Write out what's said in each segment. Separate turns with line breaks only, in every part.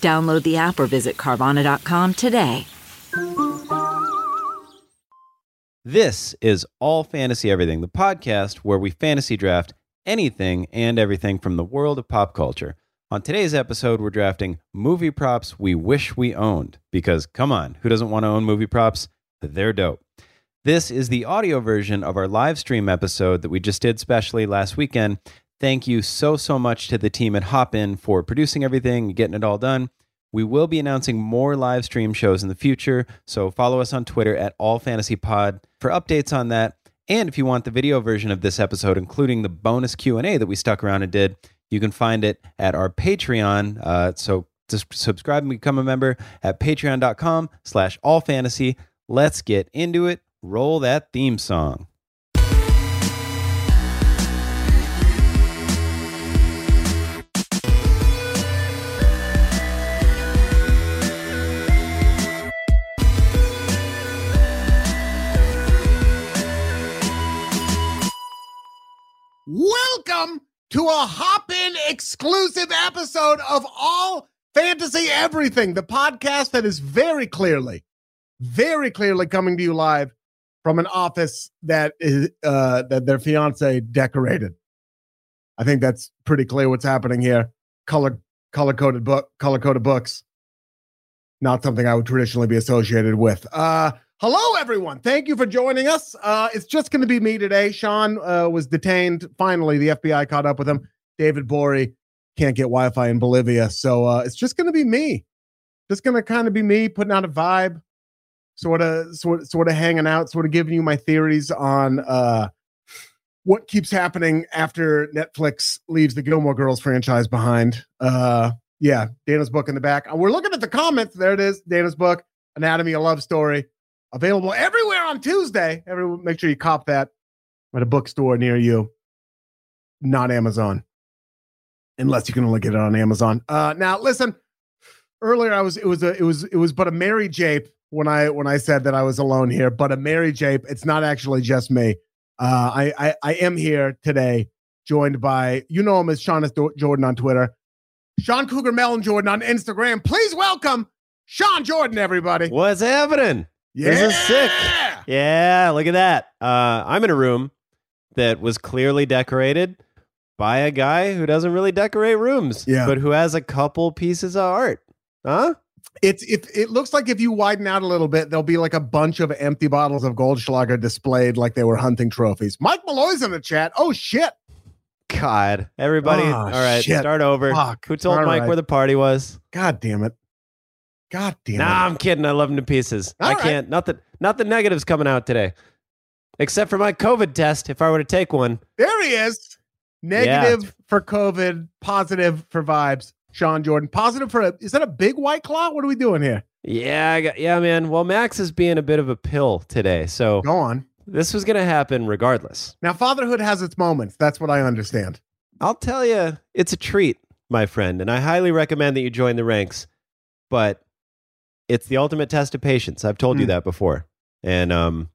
Download the app or visit Carvana.com today.
This is All Fantasy Everything, the podcast where we fantasy draft anything and everything from the world of pop culture. On today's episode, we're drafting movie props we wish we owned because, come on, who doesn't want to own movie props? They're dope. This is the audio version of our live stream episode that we just did specially last weekend. Thank you so, so much to the team at Hopin for producing everything and getting it all done. We will be announcing more live stream shows in the future, so follow us on Twitter at All Fantasy Pod for updates on that. And if you want the video version of this episode, including the bonus Q and A that we stuck around and did, you can find it at our Patreon. Uh, so just subscribe and become a member at Patreon.com/slash All Fantasy. Let's get into it. Roll that theme song.
Welcome to a hop in exclusive episode of All Fantasy Everything, the podcast that is very clearly, very clearly coming to you live from an office that is uh, that their fiance decorated. I think that's pretty clear what's happening here. Color color coded book, color coded books. Not something I would traditionally be associated with. Uh, Hello, everyone. Thank you for joining us. Uh, it's just going to be me today. Sean uh, was detained. Finally, the FBI caught up with him. David Bory can't get Wi Fi in Bolivia. So uh, it's just going to be me. Just going to kind of be me putting out a vibe, sort of, sort, sort of hanging out, sort of giving you my theories on uh, what keeps happening after Netflix leaves the Gilmore Girls franchise behind. Uh, yeah, Dana's book in the back. Uh, We're looking at the comments. There it is. Dana's book, Anatomy of Love Story available everywhere on Tuesday. Everyone, make sure you cop that at a bookstore near you, not Amazon, unless you can only get it on Amazon. Uh, now, listen. Earlier, I was it was a it was it was but a merry jape when I when I said that I was alone here. But a merry jape. It's not actually just me. Uh, I, I I am here today, joined by you know him as Sean S. Do- Jordan on Twitter, Sean Cougar Mellon Jordan on Instagram. Please welcome Sean Jordan, everybody.
What's happening?
Yeah.
This is sick. Yeah, look at that. Uh, I'm in a room that was clearly decorated by a guy who doesn't really decorate rooms,
Yeah.
but who has a couple pieces of art. Huh?
It's if it looks like if you widen out a little bit, there'll be like a bunch of empty bottles of Goldschlager displayed like they were hunting trophies. Mike Malloy's in the chat. Oh shit.
God. Everybody,
Oh,
all right,
shit.
start over.
Fuck.
Who told
All
Mike
right.
where the party was?
God damn it. God damn
Nah,
it.
I'm kidding. I love him to pieces.
All
I
right.
can't. Nothing. Nothing negative's coming out today, except for my COVID test. If I were to take one,
There he is. Negative for COVID, positive for vibes. Sean Jordan. Positive for a is that a big white claw? What are we doing here?
yeah, I got, yeah, man. Well, Max is being a bit of a pill today, so
Go on.
this was gonna happen regardless.
Now fatherhood has its moments. That's what I understand.
I'll tell you, it's a treat, my friend, and I highly recommend that you join the ranks. But it's the ultimate test of patience. I've told you
Mm.
that before, and um,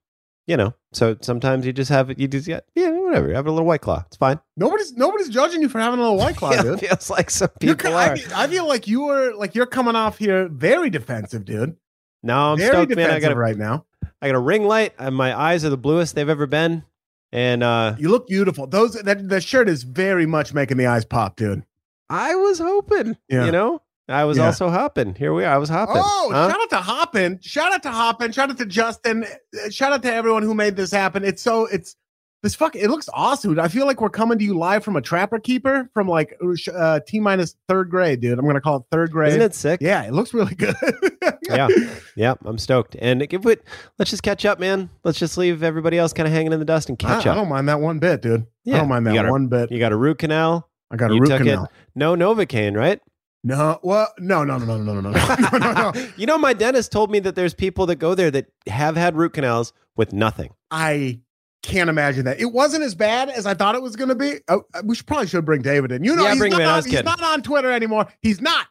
you know, so sometimes you just have you just get yeah, whatever. Have a little white claw. It's fine.
Nobody's nobody's judging you for having a little white claw,
Yeah,
dude.
feels like some
You're
people
ki-
are.
I, feel- I feel like you are like you're coming off here very defensive, dude.
no, I'm
very
stoked, man.
defensive
I got a,
right now.
I got a ring light, and my eyes are the bluest they've ever been. And uh,
You look beautiful. Those that the shirt is very much making the eyes pop, dude.
I was hoping,
Yeah.
you know, I was
Yeah.
also hopping. Here we are. I was hopping.
Oh,
Huh?
shout out to Hoppin. Shout out to Hoppin. Shout out to Justin. Uh, Shout out to everyone who made this happen. It's so it's this fuck it looks awesome. dude. I feel like we're coming to you live from a trapper keeper from like uh T minus third grade, dude. I'm gonna call it third grade.
Isn't it sick?
Yeah, it looks really good.
Yeah. Yeah, I'm stoked. And give it, let's just catch up, man. Let's just leave everybody else kind of hanging in the dust and
I, I
catch up.
don't mind that one bit, dude. I
Yeah,
don't mind
you
that
gotta-
one bit.
You got a root canal.
I got a
you
root
took it.
canal.
No Novocaine, right?
No, well, no, no, no, no, no, no, no, no, no, no.
you know, my dentist told me that there's people that go there that have had root canals with nothing.
I can't imagine that. It wasn't as bad as I thought it was going to be. Oh, we should probably should bring David in. You know,
Yeah,
he's,
bring him
not
in. I
on,
was
he's
kidding.
not on Twitter anymore. He's not.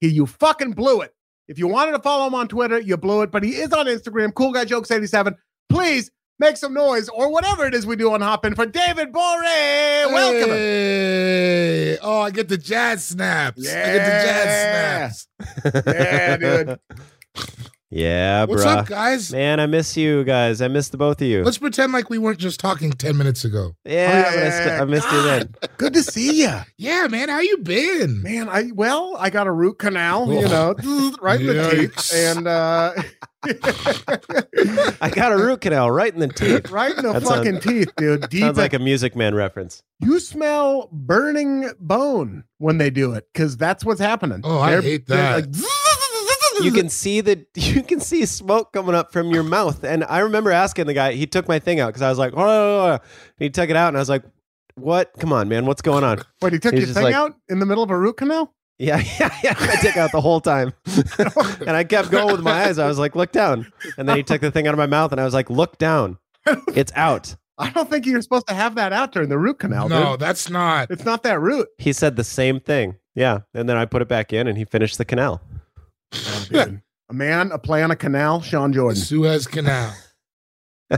He, you fucking blew it. If you wanted to follow him on Twitter, you blew it. But he is on Instagram. Cool guy jokes eighty seven. Please make some noise or whatever it is we do on Hop In for David Bore. Welcome. him.
Hey. Oh, I get the jazz snaps. I get the
Yeah.
jazz snaps.
Yeah, dude.
Yeah,
What's
bruh.
up, guys?
Man, I miss you guys. I miss the both of you.
Let's pretend like we weren't just talking ten minutes ago.
yeah, but I, st-
yeah,
I missed you then.
Good to see you,
Yeah, man, how you been?
man. I well, I got a root canal, you know, right in the teeth,
Yikes.
and uh,
I got a root canal right in the teeth.
right in the
That sounds-
fucking teeth, dude. Deep
Sounds
in-
like a Music Man reference.
you smell burning bone when they do it because that's what's happening.
Oh, I
They're-
hate
they're
that.
You can see the you can see smoke coming up from your mouth. And I remember asking the guy. He took my thing out because I was like, oh, oh, oh," and he took it out, and I was like, what? Come on, man, what's going on?
wait, he took
He's
your
just
thing
like-
out in the middle of a root canal.
Yeah, yeah, yeah. I took out the whole time, and I kept going with my eyes. I was like, look down, and then he took the thing out of my mouth, and I was like, look down. It's out.
I don't think you're supposed to have that out during the root canal,
no,
dude.
that's not.
It's not that root.
He said the same thing. Yeah, and then I put it back in, and he finished the canal.
dude. a man, a play on a canal, Sean
The
Jordan.
Suez Canal.
yeah,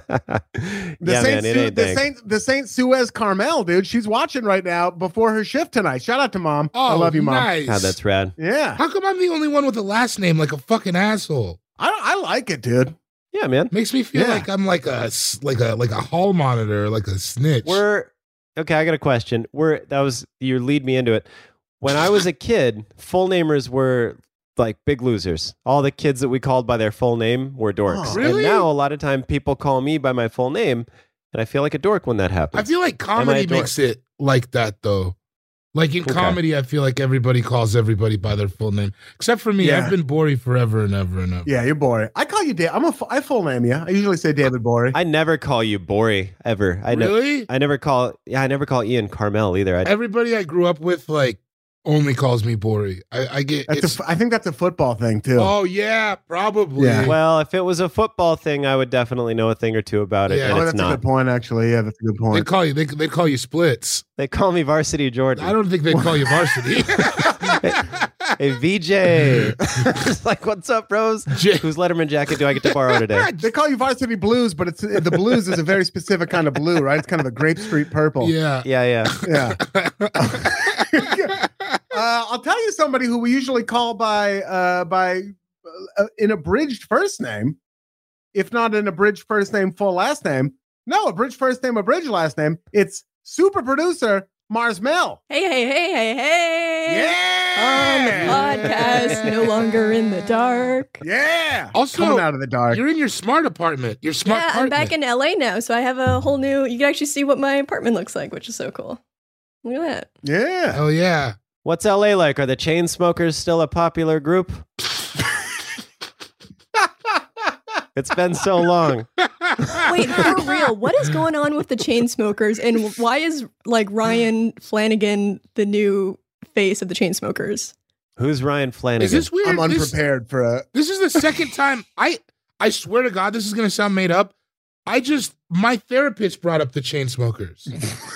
The
man,
Saint
it
Su-
ain't
the
dank.
Saint the Saint Suez Carmel, dude. She's watching right now before her shift tonight. Shout out to mom.
Oh,
I love you, mom.
Nice.
God, that's rad.
Yeah,
how come I'm the only one with a last name like a fucking asshole?
I I like it, dude.
Yeah, man.
Makes me feel
Yeah.
like I'm like a s- like a like a hall monitor, like a snitch.
We're okay. I got a question. We're that was you lead me into it. When I was a kid, full namers were like big losers. All the kids that we called by their full name were dorks.
Oh,
really?
And now a lot of time people call me by my full name, and I feel like a dork when that happens.
I feel like comedy
dork?
makes it like that though. Like in
Okay.
comedy, I feel like everybody calls everybody by their full name, except for me.
Yeah.
I've been Bori forever and ever and ever.
Yeah, you're Bory. I call you Dave. I'm a fu- I full name you. I usually say David Bory.
I never call you Bori ever. I never.
really?
I never call. Yeah, I never call Ian Carmel either. I,
Everybody I grew up with like only calls me Bori. I, I get
That's a
it's,
f- I think that's a football thing too.
oh yeah, probably.
Yeah.
well, if it was a football thing, I would definitely know a thing or two about it.
Yeah.
and
Oh,
it's
that's a
not.
good point, actually. Yeah, that's a good
They
point.
call you they, they call you splits.
They call me Varsity Jordan.
I don't think they call you varsity.
Hey VJ, It's like what's up, Rose?
J-
Whose Letterman jacket do I get to borrow today?
They call you varsity blues, but it's the blues is a very specific kind of blue, right? It's kind of a grape street purple.
yeah.
Yeah, yeah.
Yeah. uh, I'll tell you somebody who we usually call by uh, by uh, an abridged first name, if not an abridged first name, full last name. No, abridged first name, abridged last name. It's super producer Mars Mel.
Hey, hey, hey, hey, hey.
Yeah.
Podcast no longer in the dark.
Yeah.
Also,
coming out of the dark.
You're in your smart apartment. Your smart
yeah, I'm
apartment.
back in LA now, so I have a whole new. You can actually see what my apartment looks like, which is so cool. Look at that.
Yeah.
Oh yeah.
What's LA like? Are the chain smokers still a popular group? It's been so long.
Wait, for real, what is going on with the chain smokers, and why is like Ryan Flanagan the new face of the chain smokers?
Who's Ryan
Is
Flanagan?
this weird?
I'm
This-
unprepared for a.
This is the second time I I swear to God, this is gonna sound made up. I just my therapist brought up the chain smokers.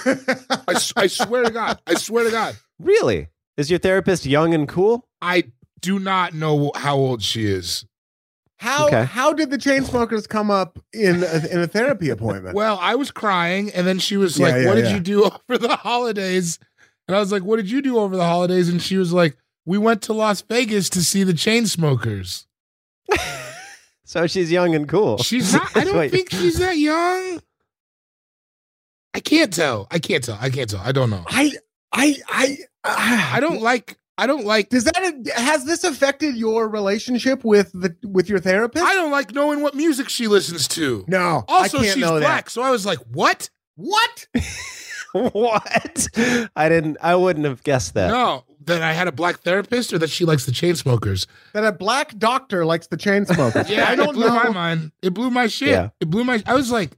I, s- I swear to God. I swear to God.
really? Is your therapist young and cool?
I do not know how old she is.
How
Okay.
how did the chain smokers come up in a, in a therapy appointment?
Well, I was crying, and then she was
Yeah,
like,
yeah,
"What did
yeah.
you do over the holidays?" And I was like, "What did you do over the holidays?" And she was like, "We went to Las Vegas to see the chain smokers."
So she's young and cool.
She's not. I don't
Wait.
think she's that young. I can't tell. I can't tell. I can't tell. I don't know.
I I I
I don't like. I don't like.
Does that has this affected your relationship with the with your therapist?
I don't like knowing what music she listens to.
no.
Also,
I can't
she's
know
black,
That.
so I was like, "What?
What?
what? I didn't. I wouldn't have guessed that.
No, that I had a black therapist, or that she likes the chain smokers."
That a black doctor likes the chain smokers?
Yeah,
I
it
don't
blew my
know.
mind. It blew my shit.
Yeah.
It blew my. I was like,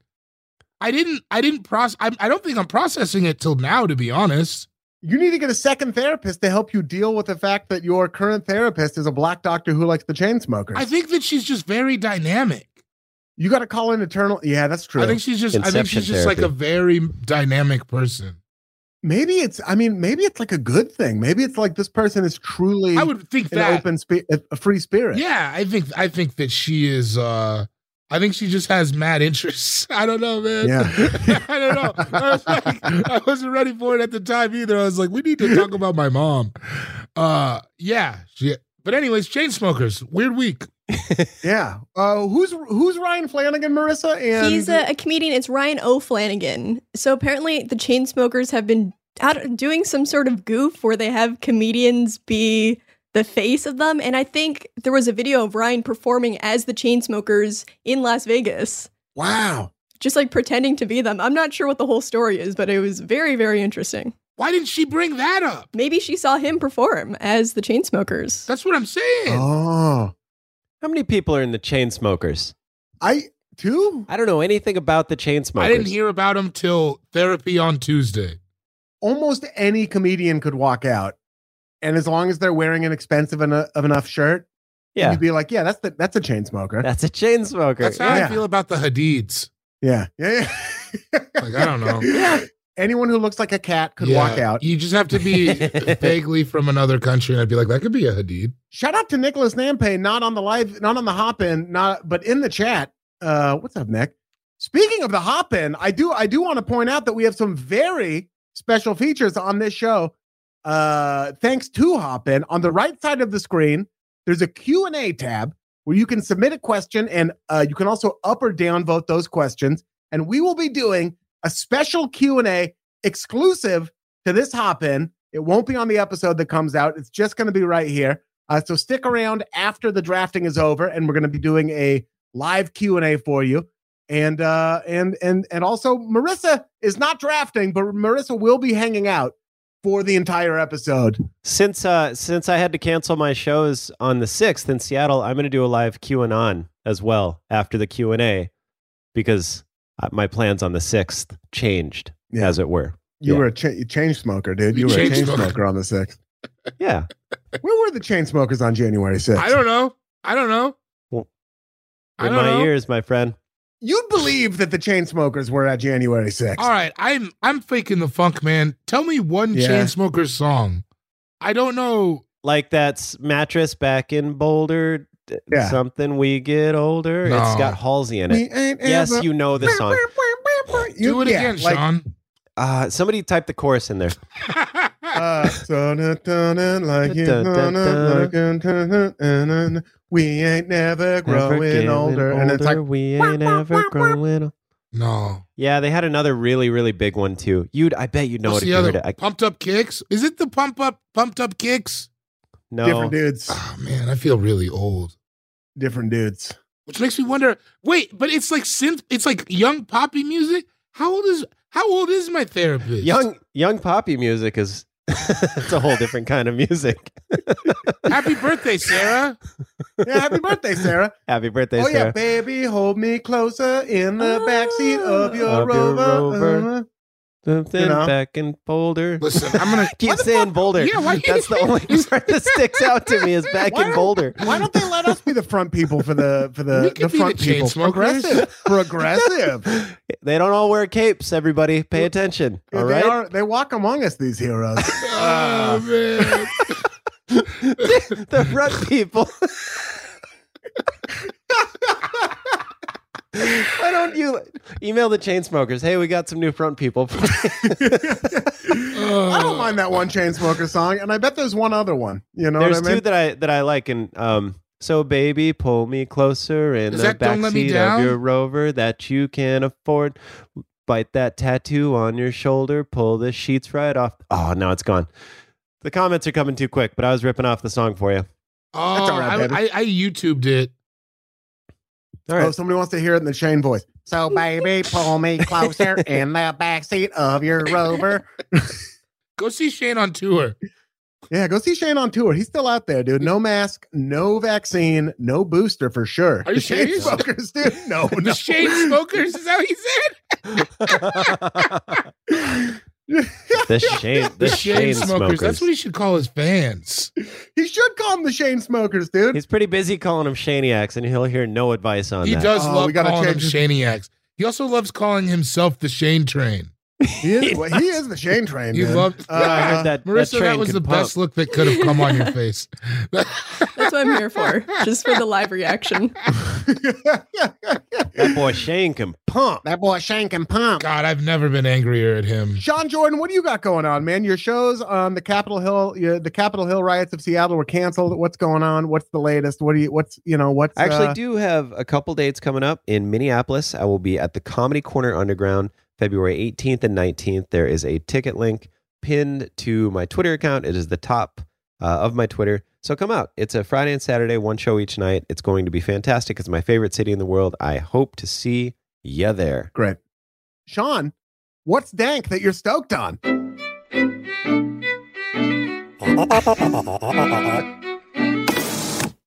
I didn't. I didn't process. I, I don't think I'm processing it till now, to be honest.
You need to get a second therapist to help you deal with the fact that your current therapist is a black doctor who likes the chain smoker.
I think that she's just very dynamic.
you got to call in eternal. Yeah, that's true.
I think she's just. I think
Inception
she's just like a
therapy.
very dynamic person.
maybe it's. I mean, maybe it's like a good thing. Maybe it's like this person is truly
I would think
an
that.
open, spe- a- a free spirit.
yeah, I think. I think that she is. uh I think she just has mad interests. I don't know, man.
Yeah.
I don't know. I, was like, I wasn't ready for it at the time either. I was like, we need to talk about my mom. Uh, yeah. She, but anyways, chain smokers. Weird week.
Yeah. Uh, who's who's Ryan Flanagan, Marissa? And
He's a, a comedian. It's Ryan O'Flanagan. So apparently, the Chainsmokers have been out doing some sort of goof where they have comedians be the face of them. And I think there was a video of Ryan performing as the Chainsmokers in Las Vegas,
wow.
just like pretending to be them. I'm not sure what the whole story is, but it was very, very interesting.
Why didn't she bring that up?
Maybe she saw him perform as the Chainsmokers.
That's what I'm saying.
Oh,
How many people are in the chain smokers?
I too.
I don't know anything about the chain smokers.
I didn't hear about him till therapy on Tuesday.
Almost any comedian could walk out, and as long as they're wearing an expensive eno- of enough shirt,
Yeah,
you'd be like, yeah, that's the that's a chain smoker.
that's a chain smoker.
That's how
Yeah.
I feel about the Hadids.
yeah, yeah, yeah.
Like, I don't know.
Yeah. Anyone who looks like a cat could
Yeah,
walk out.
You just have to be vaguely from another country, and I'd be like, that could be a Hadid.
Shout out to Nicholas Nampe, not on the live, not on the hop in, not but in the chat. Uh, what's up, Nick? Speaking of the hop in, I do I do want to point out that we have some very special features on this show. Uh, thanks to hop in, on the right side of the screen, there's a Q and A tab where you can submit a question, and uh, you can also up or down vote those questions. And we will be doing a special Q and A exclusive to this hop in. It won't be on the episode that comes out. It's just going to be right here. Uh, so stick around after the drafting is over, and we're going to be doing a live Q and A for you. And uh, and and and also, Marissa is not drafting, but Marissa will be hanging out for the entire episode.
Since uh, since I had to cancel my shows on the sixth in Seattle, I'm going to do a live Q and on as well after the Q and A because uh, my plans on the sixth changed,
Yeah.
as it were.
You
Yeah.
were a cha- change smoker, dude. You
You
were a
chain
change
smoker.
smoker on the sixth.
Yeah,
Where were the chain smokers on January sixth?
I don't know. I don't know.
Well,
I
in
don't
my
know.
ears, my friend.
You'd believe that the chain smokers were at January sixth.
All right, I'm I'm faking the funk, man. Tell me one
Yeah.
Chainsmokers song. I don't know.
Like that s- mattress back in Boulder. d-
Yeah.
Something we get older. It's
No.
got Halsey in it. Yes, you know the song.
Do it again, Sean.
Uh, somebody type the chorus in there.
Uh, so na- dun- dun- like you-
Dun- dun-
dun-
dun.
dun- like you- dun- dun- dun- dun. we ain't never
Never
growing
getting
older, and it's like
older, we ain't ever growing. ol-
no.
Yeah, they had another really, really big one too. You'd, I bet you'd know
What's
it if
the
you heard it.
other?
I,
Pumped up kicks. Is it the pump up? Pumped up kicks.
no,
different dudes,
Oh man, I feel really old.
different dudes.
Which makes me wonder. Wait, but it's like synth. It's like young poppy music. How old is? How old is my therapist?
young, young poppy music is. it's a whole different kind of music.
Happy birthday, Sarah.
Yeah, happy birthday, Sarah.
Happy birthday,
oh yeah,
Sarah!
baby, hold me closer in the backseat of your
Ah, Of your
rover.
Rover.
Uh,
Something
You know.
back in Boulder.
Listen, I'm gonna.
Keep saying Boulder.
Yeah, why-
That's the only part that sticks out to me is back
Why
in
don't-
Boulder.
Why don't they let us be the front people for the for
We
the,
could
the
be
front
the chain
people?
smokers.
Progressive, progressive.
They don't all wear capes. Everybody, pay attention. All
they
right.
are. They walk among us. These heroes. Uh,
Oh man.
the front people. Why don't you email the chain smokers? Hey, we got some new front people.
I don't mind that one chain smoker song, and I bet there's one other one. You know
There's
what I mean?
two that I that I like, and um, so baby, pull me closer in
Is
the
that Don't Let Me
backseat of
Down?
your Rover that you can afford. Bite that tattoo on your shoulder. Pull the sheets right off. Oh, now it's gone. The comments are coming too quick, but I was ripping off the song for you.
Oh,
That's all right, baby.
I, I, I YouTubed it.
All right.
Oh, somebody wants to hear it in the chain voice. So baby, pull me closer in the backseat of your Rover.
Go see Shane on tour.
Yeah, go see Shane on tour. He's still out there, dude. No mask, no vaccine, no booster for sure.
Are you
The chain
serious?
smokers, dude? No,
the
no.
Shane Smokers is that what he said?
The Shane, the,
The
Shane
Shane
smokers.
smokers. That's what he should call his fans.
He should call them the Shane Smokers, dude.
He's pretty busy calling them Shaniacs, and he'll hear no advice on
He
that.
does
Oh, we
love
gotta
calling them
change
Shaniacs. He also loves calling himself the Shane Train.
He is, well, he is the Shane train.
You
dude.
loved-
Uh,
I heard that,
Marissa, that,
train
was
could
the
pump.
best look that could have come on your face.
That's what I'm here for, just for the live reaction.
That boy Shane can pump.
that boy Shane can pump.
God, I've never been angrier at him.
Sean Jordan, what do you got going on, man? Your shows on the Capitol Hill, your, the Capitol Hill riots of Seattle were canceled. What's going on? What's the latest? What do you? What's you know? What's
I actually
uh,
do have a couple dates coming up in Minneapolis. I will be at the Comedy Corner Underground February 18th and 19th. There is a ticket link pinned to my Twitter account. It is the top uh, of my Twitter. So come out. It's a Friday and Saturday, one show each night. It's going to be fantastic. It's my favorite city in the world. I hope to see ya there.
great? Sean, what's dank that you're stoked on?
Man,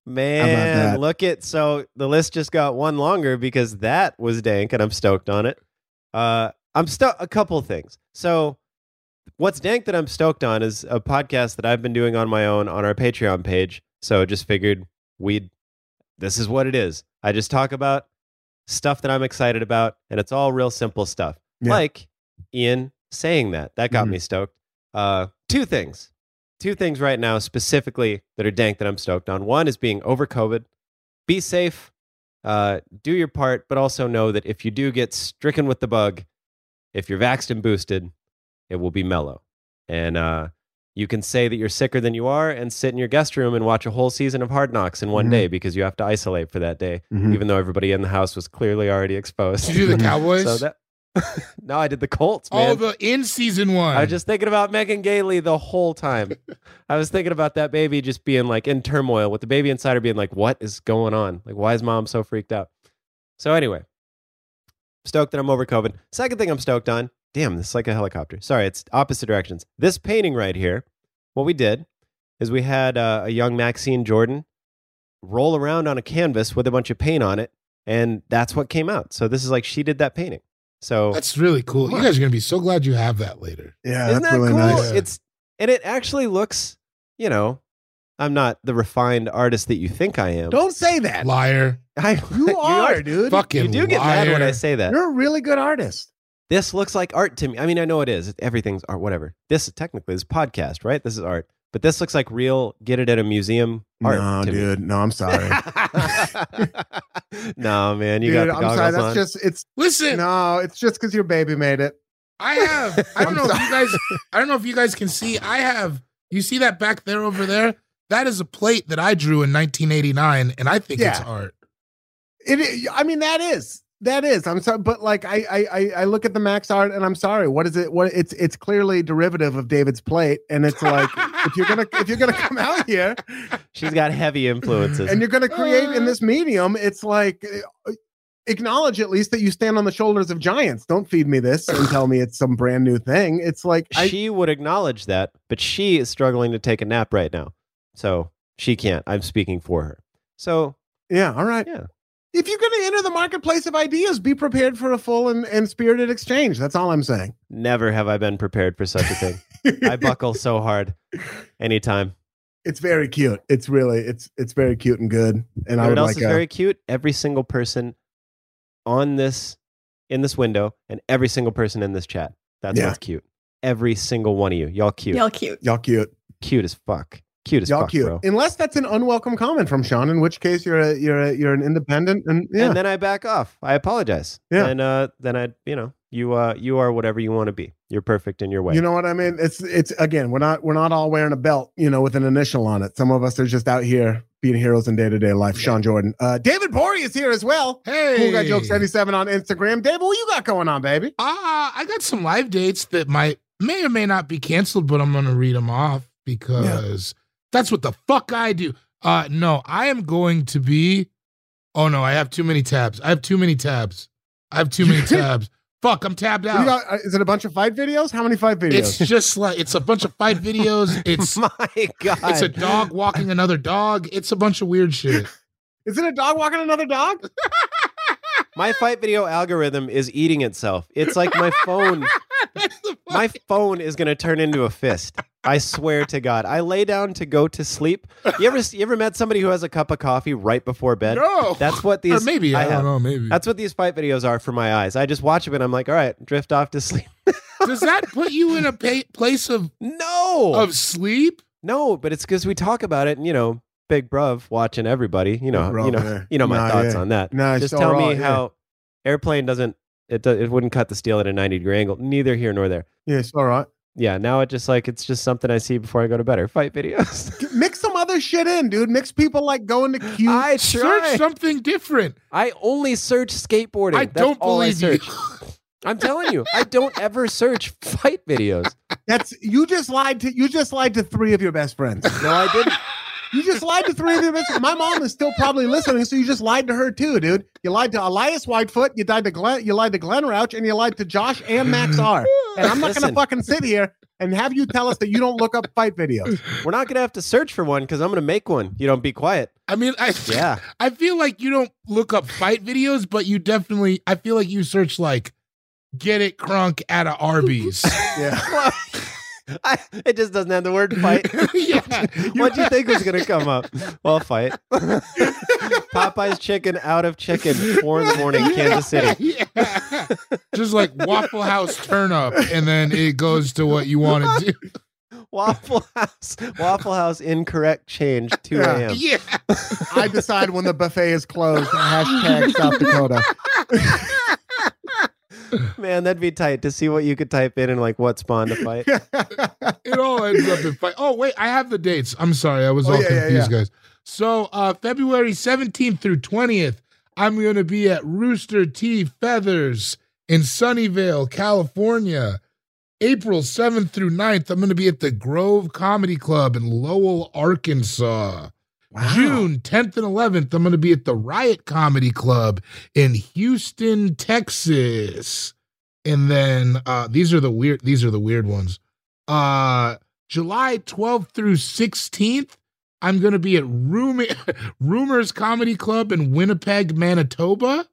that?
look at so the list just got one longer because that was dank, and I'm stoked on it. Uh, I'm stoked a couple things. So, what's dank that I'm stoked on is a podcast that I've been doing on my own on our Patreon page. So, just figured we'd this is what it is. I just talk about stuff that I'm excited about, and it's all real simple stuff.
Yeah.
Like Ian saying that that got
Mhm.
me stoked. Uh, two things two things right now specifically that are dank that I'm stoked on. One is being over COVID. Be safe, uh, do your part, but also know that if you do get stricken with the bug, if you're vaxxed and boosted, it will be mellow. And uh, you can say that you're sicker than you are and sit in your guest room and watch a whole season of Hard Knocks in
Mm-hmm.
one
Mhm.
day because you have to isolate for that day,
Mm-hmm.
even though everybody in the house was clearly already exposed.
Did you do the Cowboys?
So that- no, I did the Colts, man.
All the in season one.
I was just thinking about Megan Gailey the whole time. I was thinking about that baby just being like in turmoil, with the baby inside her being like, "What is going on? Like, why is mom so freaked out?" So anyway, stoked that I'm over COVID. Second thing I'm stoked on. Damn, this is like a helicopter. Sorry, it's opposite directions. This painting right here. What we did is we had uh, a young Maxine Jordan roll around on a canvas with a bunch of paint on it, and that's what came out. So this is like she did that painting. So
That's really cool. You guys are gonna be so glad you have that later.
Yeah,
isn't that cool?
nice.
It's and it actually looks, you know, I'm not the refined artist that you think I am.
Don't say that.
Liar.
I,
You, are, dude.
Fucking
You do get
liar.
mad when I say that.
You're a really good artist.
This looks like art to me. I mean, I know it is. Everything's art, whatever. This technically this is podcast, right? This is art, but this looks like real. Get it at a museum art. to me.
No, I'm sorry.
no, man, you got
dude,
the
I'm
goggles
sorry. That's
on.
just it's
Listen,
no, it's just because your baby made it.
I have. I don't
I'm
know if you guys. I don't know if you guys can see. I have. You see that back there over there? That is a plate that I drew in 1989, and I think it's
Yeah.
art.
It. i- I mean, that is that is. I'm sorry, but like I I I- I look at the Max art and I'm sorry. What is it? What it's it's clearly derivative of David's plate, and it's like if you're gonna if you're gonna come out here
She's got heavy influences.
and you're gonna create in this medium, it's like. uh, Acknowledge at least that you stand on the shoulders of giants. Don't feed me this and tell me it's some brand new thing. It's like I,
she would acknowledge that, but she is struggling to take a nap right now. So she can't. I'm speaking for her. So
Yeah, all right.
Yeah.
If you're going to enter the marketplace of ideas, be prepared for a full and, and spirited exchange. That's all I'm saying.
never have I been prepared for such a thing. I buckle so hard anytime.
it's very cute. It's really it's it's very cute and good. And
You
I
know
would
what else
like uh,
is
a-
very cute? Every single person on this in this window and every single person in this chat. That's
Yeah.
what's cute. Every single one of you. Y'all cute.
Y'all cute.
y'all cute.
Cute as fuck. Cute as
Y'all
fuck,
cute.
bro.
Unless that's an unwelcome comment from Sean, in which case you're a you're a, you're an independent and yeah.
And then I back off. I apologize.
Yeah.
And uh, then I, you know, you uh, you are whatever you want to be. You're perfect in your way.
you know what I mean? It's it's again, we're not we're not all wearing a belt, you know, with an initial on it. Some of us are just out here being heroes in day-to-day life. Sean Jordan. Uh David Bory is here as well.
Hey,
Cool guy joke 77 on Instagram. David, what you got going on, baby?
Ah, I got some live dates that might may or may not be canceled, but I'm gonna read them off because that's what the fuck I do. Uh no, I am going to be Oh no, I have too many tabs. I have too many tabs. I have too many tabs. Fuck, I'm tabbed
What do
out.
you got, uh, is it a bunch of fight videos? How many fight
it's
videos?
just like it's a bunch of fight videos. It's
My God.
it's a dog walking another dog. It's a bunch of weird shit.
Is it a dog walking another dog?
My fight video algorithm is eating itself. It's like my phone.
That's the
my phone is going to turn into a fist. I swear to God. I lay down to go to sleep. You ever you ever met somebody who has a cup of coffee right before bed?
No.
That's what these
or maybe
I
I,
have.
don't know. Maybe
That's what these fight videos are for my eyes. I just watch them and I'm like, all right, drift off to sleep.
does that put you in a pa- place of
No.
of sleep?
no, but it's cuz we talk about it and you know, Big Bruv watching everybody, you know, you know, you know my
Nah,
thoughts
yeah.
on that.
Nah, it's
just
all
tell
raw,
me
yeah.
how airplane doesn't it do, it wouldn't cut the steel at a 90 degree angle. Neither here nor there.
Yeah, it's all right.
Yeah, now it just like it's just something I see before I go to bed. Are Fight videos.
Mix some other shit in, dude. Mix people like going to Q.
I
Search
try.
something different.
I only search skateboarding.
I
That's
don't
all I
believe you.
search. I'm telling you, I don't ever search fight videos.
That's you just lied to you just lied to three of your best friends.
No, I didn't.
You just lied to three of your best. My mom is still probably listening, so you just lied to her too, dude. You lied to Elias Whitefoot, you lied to Glenn, you lied to Glenn Rouch, and you lied to Josh and Max R. And I'm not
Listen.
gonna fucking sit here and have you tell us that you don't look up fight videos.
We're not gonna have to search for one because I'm gonna make one. You don't be quiet.
I mean, I
Yeah.
I feel like you don't look up fight videos, but you definitely. I feel like you search like get it crunk at a Arby's.
Yeah.
I, it just doesn't have the word fight.
yeah,
What'd you think was gonna come up? Well, fight. Popeye's chicken out of chicken, four in the morning, Kansas City.
Yeah. Just like Waffle House turn up, and then it goes to what you want to do.
Waffle House. Waffle House incorrect change, 2
Yeah.
a.m.
Yeah.
I decide when the buffet is closed. Hashtag South Dakota.
Man, that'd be tight to see what you could type in and like what spawned a fight.
It all ends up in fight. Oh, wait, I have the dates. I'm sorry. I was
Oh,
all
yeah, yeah,
confused, guys. So, uh, February 17th through 20th, I'm going to be at Rooster Tea Feathers in Sunnyvale, California. April 7th through 9th, I'm going to be at the Grove Comedy Club in Lowell, Arkansas. June 10th and 11th, I'm going to be at the Riot Comedy Club in Houston, Texas. And then uh, these are the weird these are the weird ones. Uh, July 12th through 16th, I'm going to be at Room- Rumors Comedy Club in Winnipeg, Manitoba.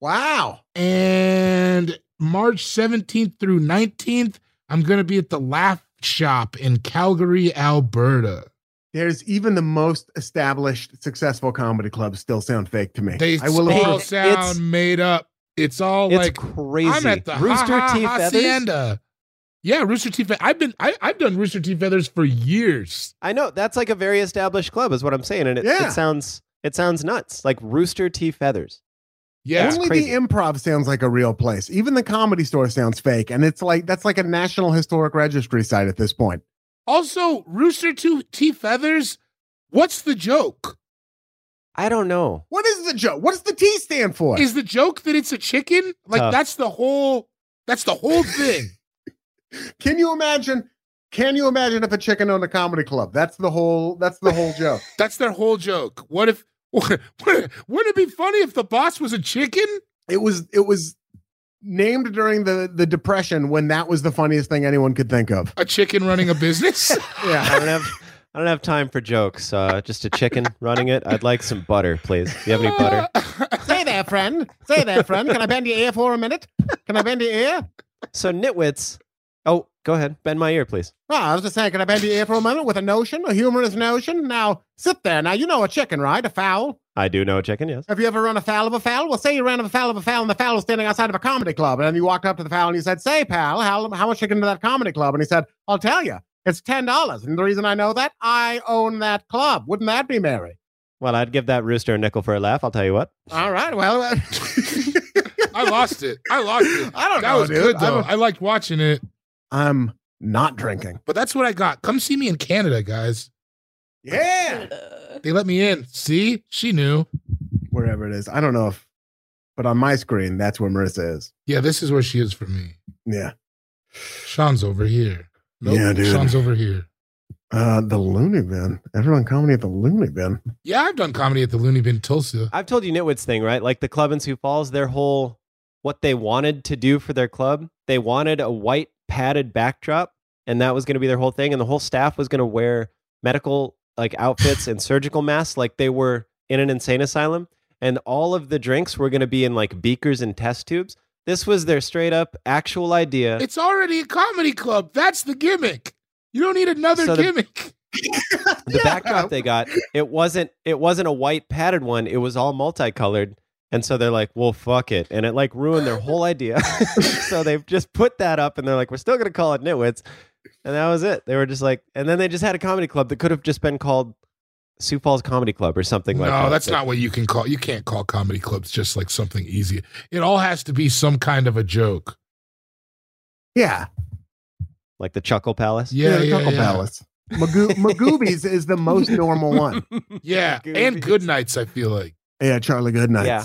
Wow.
And March 17th through 19th, I'm going to be at the Laugh Shop in Calgary, Alberta.
There's even the most established, successful comedy clubs still sound fake to me.
They
I will
all
admit.
It's-
sound made up. It's all
It's
like
crazy.
I'm at the
Rooster
Ha Ha
Teeth Feathers.
Hacienda. Yeah, Rooster Teeth. Fe- I've been I, I've done Rooster Teeth feathers for years.
I know that's like a very established club, is what I'm saying, and it,
Yeah.
it sounds it sounds nuts, like Rooster Tea Feathers.
Yeah,
Only
crazy.
the improv sounds like a real place. Even the comedy store sounds fake. And it's like, that's like a National Historic Registry site at this point.
Also, Rooster Two Tea Feathers, what's the joke?
I don't know.
What is the joke? What does the T stand for?
Is the joke that it's a chicken? Like
Tough.
that's the whole that's the whole thing.
can you imagine? Can you imagine if a chicken owned a comedy club? That's the whole, that's the whole joke.
that's their whole joke. What if what, what, wouldn't it be funny if the boss was a chicken?
It was, it was named during the, the depression when that was the funniest thing anyone could think of.
A chicken running a business?
Yeah.
I don't have I don't have time for jokes. Uh, just a chicken running it. I'd like some butter, please. Do you have any butter?
Say there, friend. Say there, friend. Can I bend your ear for a minute? Can I bend your ear?
So nitwits. Oh, go ahead. Bend my ear, please.
Well, I was just saying, can I bend your ear for a moment with a notion, a humorous notion? Now, sit there. Now, you know a chicken, right? A fowl.
I do know a chicken. Yes.
Have you ever run afoul of a fowl? Well, say you ran afoul of a fowl and the fowl was standing outside of a comedy club. And then you walked up to the fowl and you said, Say, pal, how, how much you get into that comedy club? And he said, I'll tell you, it's $10. And the reason I know that, I own that club. Wouldn't that be merry?
Well, I'd give that rooster a nickel for a laugh. I'll tell you what.
All right. Well, uh,
I lost it. I lost it.
I don't
That
know.
was
dude.
good
I
though.
don't-
I liked watching it.
I'm not drinking.
But that's what I got. Come see me in Canada, guys.
Yeah.
Uh,
They let me in. See? She knew.
wherever it is. I don't know if, but on my screen, that's where Marissa is.
Yeah, this is where she is for me.
Yeah.
Sean's over here. Nope.
Yeah, dude.
Sean's over here.
Uh, the Looney Bin. Everyone comedy at the Looney Bin.
Yeah, I've done comedy at the Looney Bin Tulsa.
I've told you Nitwits thing, right? Like the club in Sioux Falls, their whole what they wanted to do for their club, they wanted a white padded backdrop, and that was going to be their whole thing. And the whole staff was going to wear medical like outfits and surgical masks, like they were in an insane asylum. And all of the drinks were going to be in like beakers and test tubes. This was their straight up actual idea.
It's already a comedy club. That's the gimmick. You don't need another
So the-
gimmick.
the backdrop they got it wasn't it wasn't a white padded one it was all multicolored and so they're like well fuck it and it like ruined their whole idea so they've just put that up and they're like we're still gonna call it nitwits and that was it they were just like and then they just had a comedy club that could have just been called sioux falls comedy club or something like that
no, that's
But
not what you can call. You can't call comedy clubs just like something easy. It all has to be some kind of a joke.
Yeah.
like the chuckle palace
Yeah,
the
yeah,
Chuckle
yeah.
Palace. Magoo- Magoobies is the most normal one.
Yeah,
Goofy.
and good nights. I feel like
Yeah, Charlie Goodnight.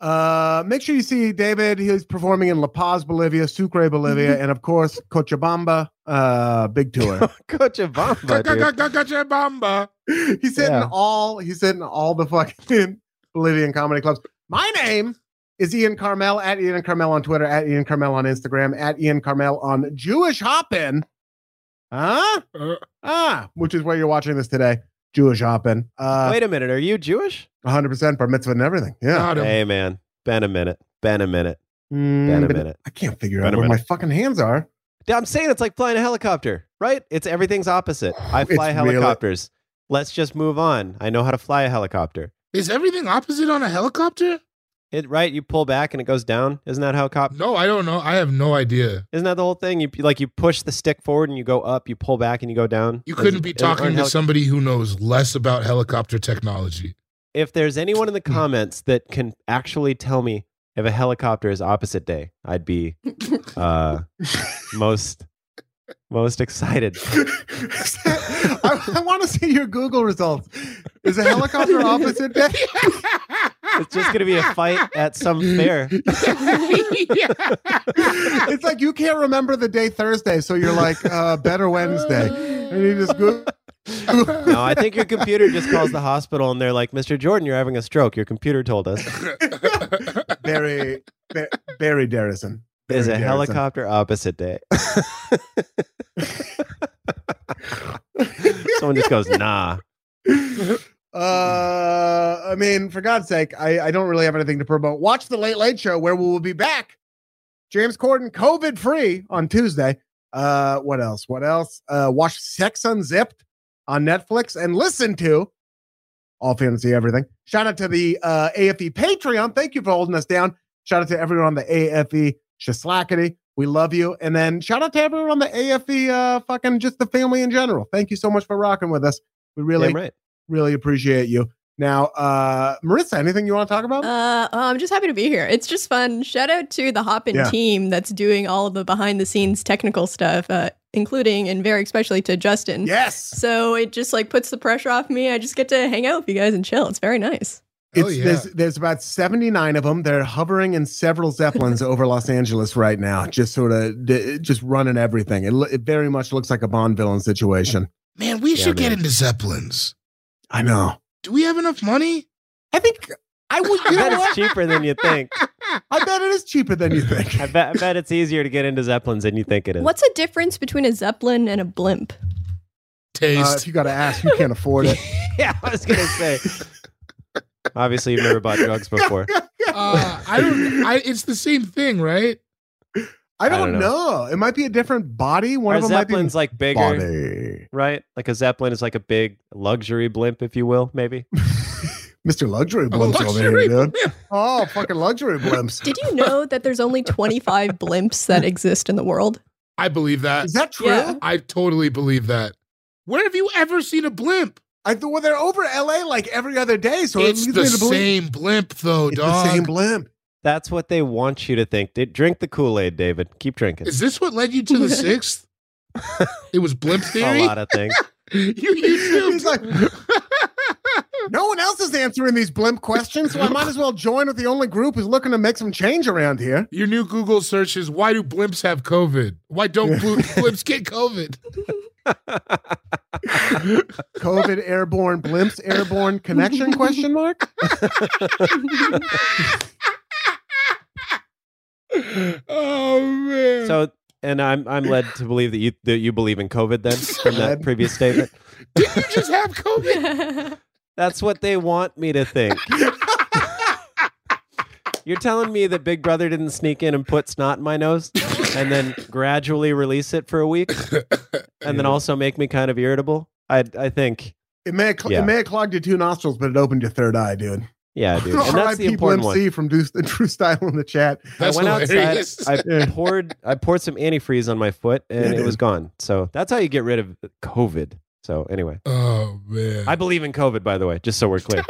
Uh, make sure you see David. He's performing in La Paz, Bolivia, Sucre, Bolivia, and of course Cochabamba. Uh, big tour.
cochabamba dude.
Cochabamba.
he's hitting
Yeah.
all. He's hitting all the fucking Bolivian comedy clubs. My name is Ian Carmel at Ian Carmel on Twitter, at Ian Carmel on Instagram, at Ian Carmel on Jewish Hoppin. Huh?
Uh,
Ah, which is where you're watching this today. Jewish Hoppin. Uh,
wait a minute are you jewish
100% bar mitzvah and everything. Yeah.
not a-
hey man been a minute been a minute
Mm,
been a
but
minute
I can't figure
Wait
out
a
where my
minute.
fucking hands are.
Yeah, I'm saying it's like flying a helicopter, right? It's everything's opposite. I
It's
fly
really-
helicopters. Let's just move on. I know how to fly a helicopter.
Is everything opposite on a helicopter?
It right? You pull back and it goes down. Isn't that how cop?
No, I don't know. I have no idea.
Isn't that the whole thing? You like you push the stick forward and you go up. You pull back and you go down.
You
Is-
couldn't be
is- aren't
talking to
heli-
somebody who knows less about helicopter technology.
If there's anyone in the comments that can actually tell me if a helicopter is opposite day, I'd be uh, most most excited.
I, want to see your Google results. Is a helicopter opposite day?
It's just gonna be a fight at some fair.
It's like you can't remember the day Thursday, so you're like uh, better Wednesday, and you just Google.
No, I think your computer just calls the hospital and they're like, Mr. Jordan, you're having a stroke. Your computer told us.
Barry Ba- Barry Darrison.
There's a
Barry Darrison.
helicopter opposite day. Someone just goes, nah.
Uh, I mean, for God's sake, I, I don't really have anything to promote. Watch the Late Late Show, where we will be back. James Corden, COVID free on Tuesday. Uh, what else? What else? Uh, watch Sex Unzipped on Netflix and listen to All Fantasy Everything. Shout out to the uh, AFE Patreon. Thank you for holding us down. Shout out to everyone on the AFE Shislackity. We love you. And then shout out to everyone on the AFE, uh, fucking just the family in general. Thank you so much for rocking with us. We really,
Damn right.
really appreciate you. Now, uh, Marissa, anything you want to talk about?
Um,
Uh, oh, I'm just happy to be here. It's just fun. Shout out to the Hoppin
Yeah.
team that's doing all of the behind the scenes technical stuff, uh, including and very especially to Justin.
yes.
So it just like puts the pressure off me. I just get to hang out with you guys and chill. It's very nice.
Hell
It's,
yeah.
there's, there's about 79 of them. They're hovering in several Zeppelins over Los Angeles right now, just sort of d- just running everything. It, lo- it very much looks like a Bond villain situation.
Man, we
Yeah,
should get
man.
into Zeppelins.
I know.
Do we have enough money?
I think I would. You know
bet it's
what?
cheaper than you think.
I bet it is cheaper than you think.
I bet, I bet it's easier to get into Zeppelins than you think it is.
What's a difference between a zeppelin and a blimp?
Uh,
Taste.
if you got to ask, you can't afford it.
yeah, I was going to say. Obviously, you've never bought drugs before.
Uh, I don't. I, it's the same thing, right?
I don't,
I don't
know. It might be a different body. One
Are
of them
Zeppelins like
might be
bigger,
body.
right? Like a Zeppelin is like a big luxury blimp, if you will, maybe.
Mr. Luxury
A
Blimps over
luxury
here, dude. Oh, fucking luxury blimps.
Did you know that there's only 25 blimps that exist in the world?
I believe that.
Is that true?
Yeah.
I totally believe that. Where have you ever seen a blimp?
I thought well, they're over LA like every other day, so
it's
it leads
the
me to believe
same blimp, though,
it's
dog.
the same blimp.
That's what they want you to think. Di- Drink the Kool Aid, David. Keep drinking.
Is this what led you to the sixth? it was blimp
a
theory.
lot of things.
you YouTube.
He's like- No one else is answering these blimp questions, so I might as well join with the only group who's looking to make some change around here.
Your new Google search is why do blimps have COVID? Why don't bl- blimps get COVID?
COVID airborne blimps airborne connection question mark.
Oh man.
So, and I'm I'm led to believe that you that you believe in COVID then from that
Led.
previous statement.
Did you just have COVID?
That's
That's what they want me to think. You're telling me that Big Brother didn't sneak in and put snot in my nose and then gradually release it for a week and then also make me kind of irritable? I I think
It may have cl-
Yeah.
it may have clogged your two nostrils, but it opened your third eye, dude.
yeah, dude. And that's the
RIP
important
Blimp C
one.
from Deuce, Drew Style in the chat.
That's
I went
hilarious.
outside. I poured I poured some antifreeze on my foot
Yeah,
and it
dude.
was gone. So that's how you get rid of COVID. So anyway,
oh man.
I believe in COVID by the way, just so we're clear.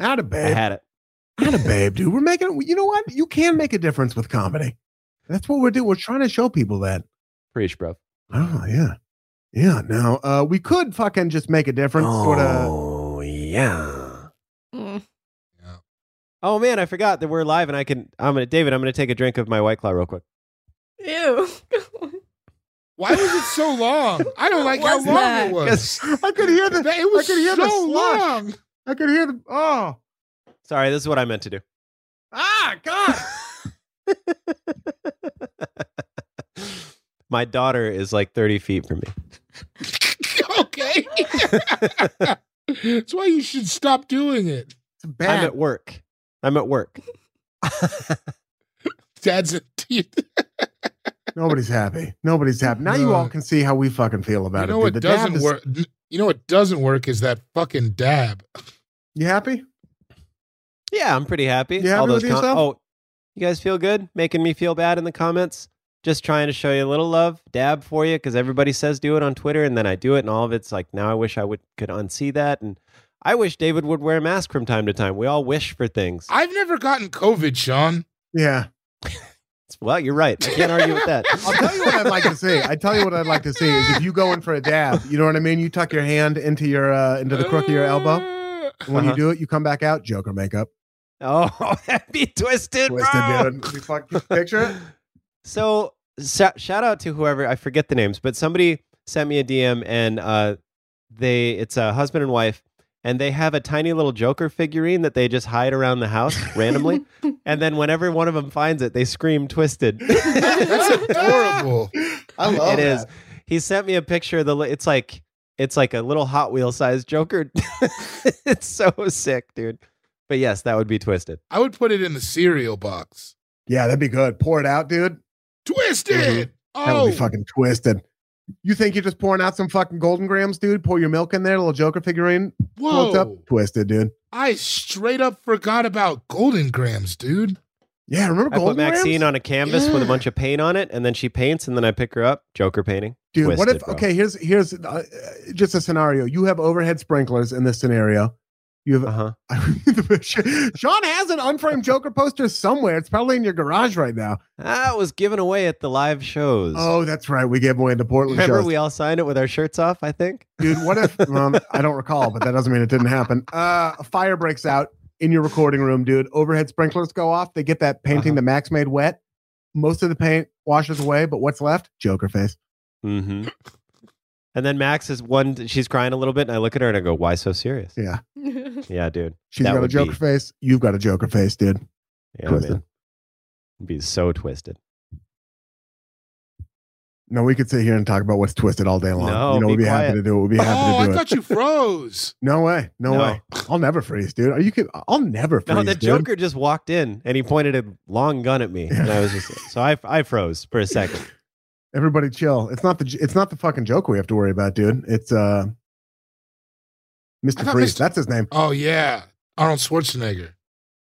Out of
I
babe,
had it. Uh-huh.
out of babe, dude. We're making. You know what? You can make a difference with comedy. That's what we're doing. We're trying to show people that.
Preach, bro.
Oh yeah, yeah. Now uh, we could fucking just make a difference, sort of.
Oh.
yeah.
Mm.
Oh man, I forgot that we're live and I can I'm gonna David, I'm gonna take a drink of my white claw real quick.
Ew.
Why was it so long? I don't like how
Was
long
that?
it was.
I could hear the.
That- it was
I could hear the
so
slush.
long.
I could hear the. Oh
Sorry, this is what I meant to do.
ah God.
My daughter is like 30 feet from me.
okay. That's why you should stop doing it.
It's a
I'm
bad.
at work. I'm at work.
Dad's a teeth.
Nobody's happy. Nobody's happy. Now you all
No.
can see how we fucking feel about
Uh. You
it.
know
dude.
what
The dab
doesn't
is-
work? n- You know what doesn't work is that fucking dab.
You happy?
Yeah, I'm pretty happy.
You happy with yourself?
oh, you guys feel good? Making me feel bad in the comments? Just trying to show you a little love, dab for you, because everybody says do it on Twitter, and then I do it, and all of it's like now I wish I would could unsee that, and I wish David would wear a mask from time to time. We all wish for things.
I've never gotten COVID, Sean.
Yeah.
Well, you're right. I can't argue with that.
I'll tell you what I'd like to see. I tell you what I'd like to see is if you go in for a dab, you know what I mean. You tuck your hand into your uh, into the crook of your elbow.
Uh,
And when
Uh-huh.
you do it, you come back out, Joker makeup.
Oh, that'd be twisted,
Twisted,
bro.
dude. You fucking picture it.
So, sa- shout out to whoever I forget the names, but somebody sent me a DM and uh, they it's a husband and wife, and they have a tiny little Joker figurine that they just hide around the house randomly, and then whenever one of them finds it, they scream "Twisted."
That's adorable.
I love
It is.
that.
He sent me a picture of the. li- It's like it's like a little Hot Wheel sized Joker. it's so sick, dude. But yes, that would be twisted.
I would put it in the cereal box.
Yeah, that'd be good. Pour it out, dude.
Twisted.
Mm-hmm. That
Oh,
would be fucking twisted. You think you're just pouring out some fucking golden grams, dude? Pour your milk in there, little Joker figurine. floats
whoa!
up, twisted, dude.
I straight up forgot about Golden Grams, dude.
Yeah, remember
I put
golden
Maxine
grams?
on a canvas with a
Yeah.
bunch of paint on it, and then she paints, and then I pick her up. Joker painting.
Dude, what
Twisted,
if?
bro.
Okay, here's here's uh, uh, just a scenario. You have overhead sprinklers in this scenario. You have
Uh huh.
I read the picture. Sean has an unframed Joker poster somewhere. It's probably in your garage right now.
That Ah, was given away at the live shows.
Oh, that's right. We gave away into Portland
remember
shows.
we all signed it with our shirts off. I think.
Dude, what if? Um, I don't recall, but that doesn't mean it didn't happen. Uh, a fire breaks out in your recording room, dude. Overhead sprinklers go off. They get that painting
Uh-huh.
that Max made wet. Most of the paint washes away, but what's left? Joker face.
Mm-hmm. And then Max is one. She's crying a little bit, and I look at her and I go, "Why so serious?"
Yeah.
Yeah, dude.
She's
That
got a
would
Joker
be-
face. You've got a Joker face, dude.
Yeah,
Twisted.
man. It'd be so twisted.
No, we could sit here and talk about what's twisted all day long.
No,
you know,
be
we'd be
quiet.
happy to do it. We'd be happy
Oh,
to do
I
it.
thought you froze.
No way. No,
No.
way. I'll never freeze, dude. Are you kidding? I'll never freeze.
No, the
dude.
Joker just walked in and he pointed a long gun at me, and I was just so I I froze for a second.
Everybody chill. It's not the it's not the fucking Joker we have to worry about, dude. It's uh
I
Mr.
thought
Freeze.
Mr.
That's his name.
Oh yeah, Arnold Schwarzenegger.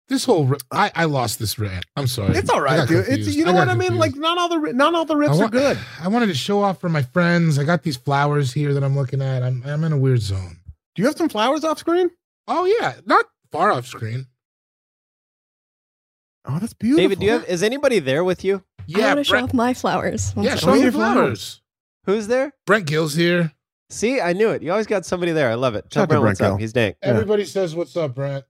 This whole ri- I I lost this rant. I'm sorry.
It's all
I
right,
got
dude. It's
confused.
you know what
got
I mean?
confused.
Like not all the ri- not all the riffs
I
are
wa-
good.
I wanted to show off for my friends. I got these flowers here that I'm looking at. I'm I'm in a weird zone.
Do you have some flowers off screen?
Oh yeah, not far off screen.
Oh, that's beautiful.
David, do you have? Is anybody there with you?
I
Yeah,
want to show
Brent,
off my flowers. One
yeah,
second.
show
Oh,
your
your
flowers.
flowers.
Who's there?
Brent Gill's here.
See, I knew it. You always got somebody there. I love it. Tell
Shout out to
Brent what's
Brent
up.
Gill.
He's dank.
Yeah.
Everybody says what's up, Brent.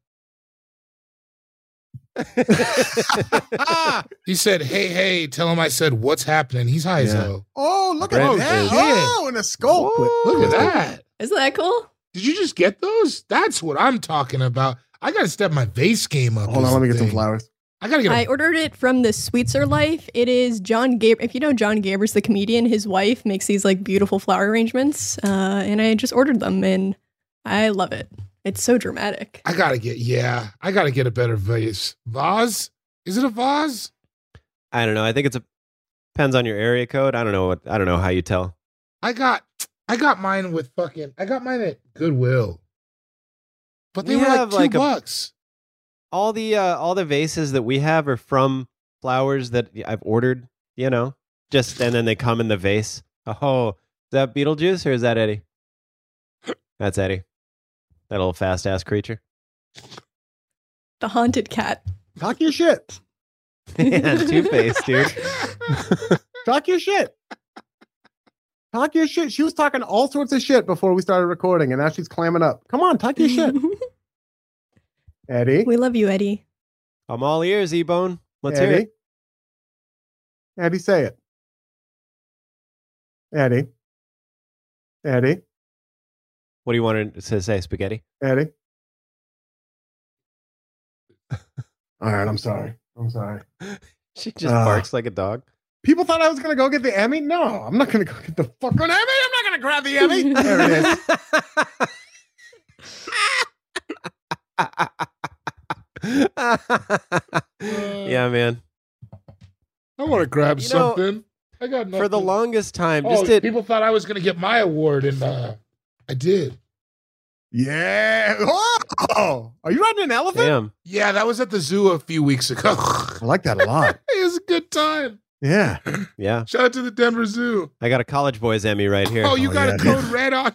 He said, "Hey, hey, tell him I said what's happening." He's high as
Yeah.
hell.
Oh, look
Brent
at that.
is-
Oh, and a sculpt. with-
Look at that.
Isn't that cool?
Did you just get those? That's what I'm talking about. I gotta step my vase game up.
Hold
is
on, let
the
me get some
thing.
flowers.
I gotta get.
I
A,
ordered it from the Sweetser Life. It is John Gaber. If you know John Gaber's the comedian, his wife makes these like beautiful flower arrangements, uh, and I just ordered them, and I love it. It's so dramatic.
I gotta get. Yeah, I gotta get a better vase. Vase. Is it a vase?
I don't know. I think it's a depends on your area code. I don't know what I don't know how you tell.
I got I got mine with fucking I got mine at Goodwill. But they
We
were like
have,
two
like, a-
bucks.
All the uh, all the vases that we have are from flowers that I've ordered, you know. Just and then they come in the vase. Oh, is that Beetlejuice or is that Eddie? That's Eddie. That little fast ass creature.
The haunted cat.
Talk your shit.
Two face, dude.
Talk your shit. Talk your shit. She was talking all sorts of shit before we started recording, and now she's clamming up. Come on, talk your shit, Eddie.
we love you, Eddie.
I'm all ears, E Bone. Let's
Eddie.
hear it.
Eddie, say it. Eddie. Eddie.
What do you want to say, spaghetti?
Eddie. All right, I'm sorry. I'm sorry.
She just
Ah.
barks like a dog.
People thought I was gonna go get the Emmy. No, I'm not gonna go get the fucking Emmy. I'm not gonna grab the Emmy. There it is.
yeah, man.
I want to grab
You know,
something. I got nothing.
For the longest time,
oh,
just it.
people thought I was gonna get my award and uh I did.
Yeah. Oh, are you riding an elephant?
Damn.
Yeah, that was at the zoo a few weeks ago.
I like that a lot.
it was a good time.
Yeah.
Yeah.
Shout out to the Denver Zoo.
I got a college boys Emmy right here.
Oh, you
Oh,
got
yeah,
a
dude.
code red on.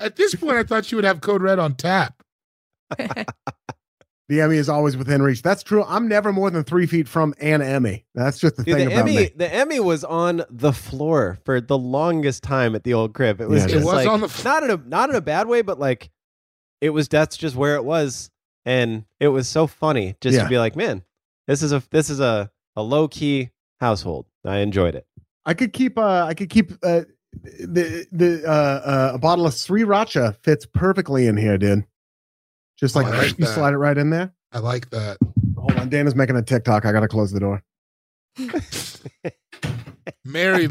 At this point, I thought you would have code red on tap.
The Emmy is always within reach. That's true. I'm never more than three feet from an Emmy. That's just the
Dude,
thing
the
about
Emmy,
me.
the Emmy was on the floor for the longest time at the old crib. It was
Yeah, it
just
was
like
on the f-
not in a not in a bad way, but like it was that's just where it was, and it was so funny just
Yeah.
to be like, man, this is a this is a a low key household. I enjoyed it.
I could keep. Uh, I could keep. Uh, the the uh, uh, a bottle of sriracha fits perfectly in here, dude. Just like
Oh, I like
you
that.
slide it right in there.
I like that.
Hold on, Dana's making a TikTok. I gotta close the door.
Married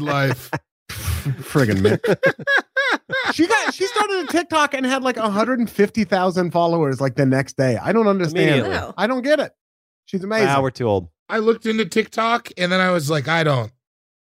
life.
Friggin' man. she got. She started a TikTok and had like 150,000 followers like the next day. I don't understand.
Immediately.
wow.
I don't get it. She's amazing.
Wow, we're too old.
I looked into TikTok and then I was like, I don't,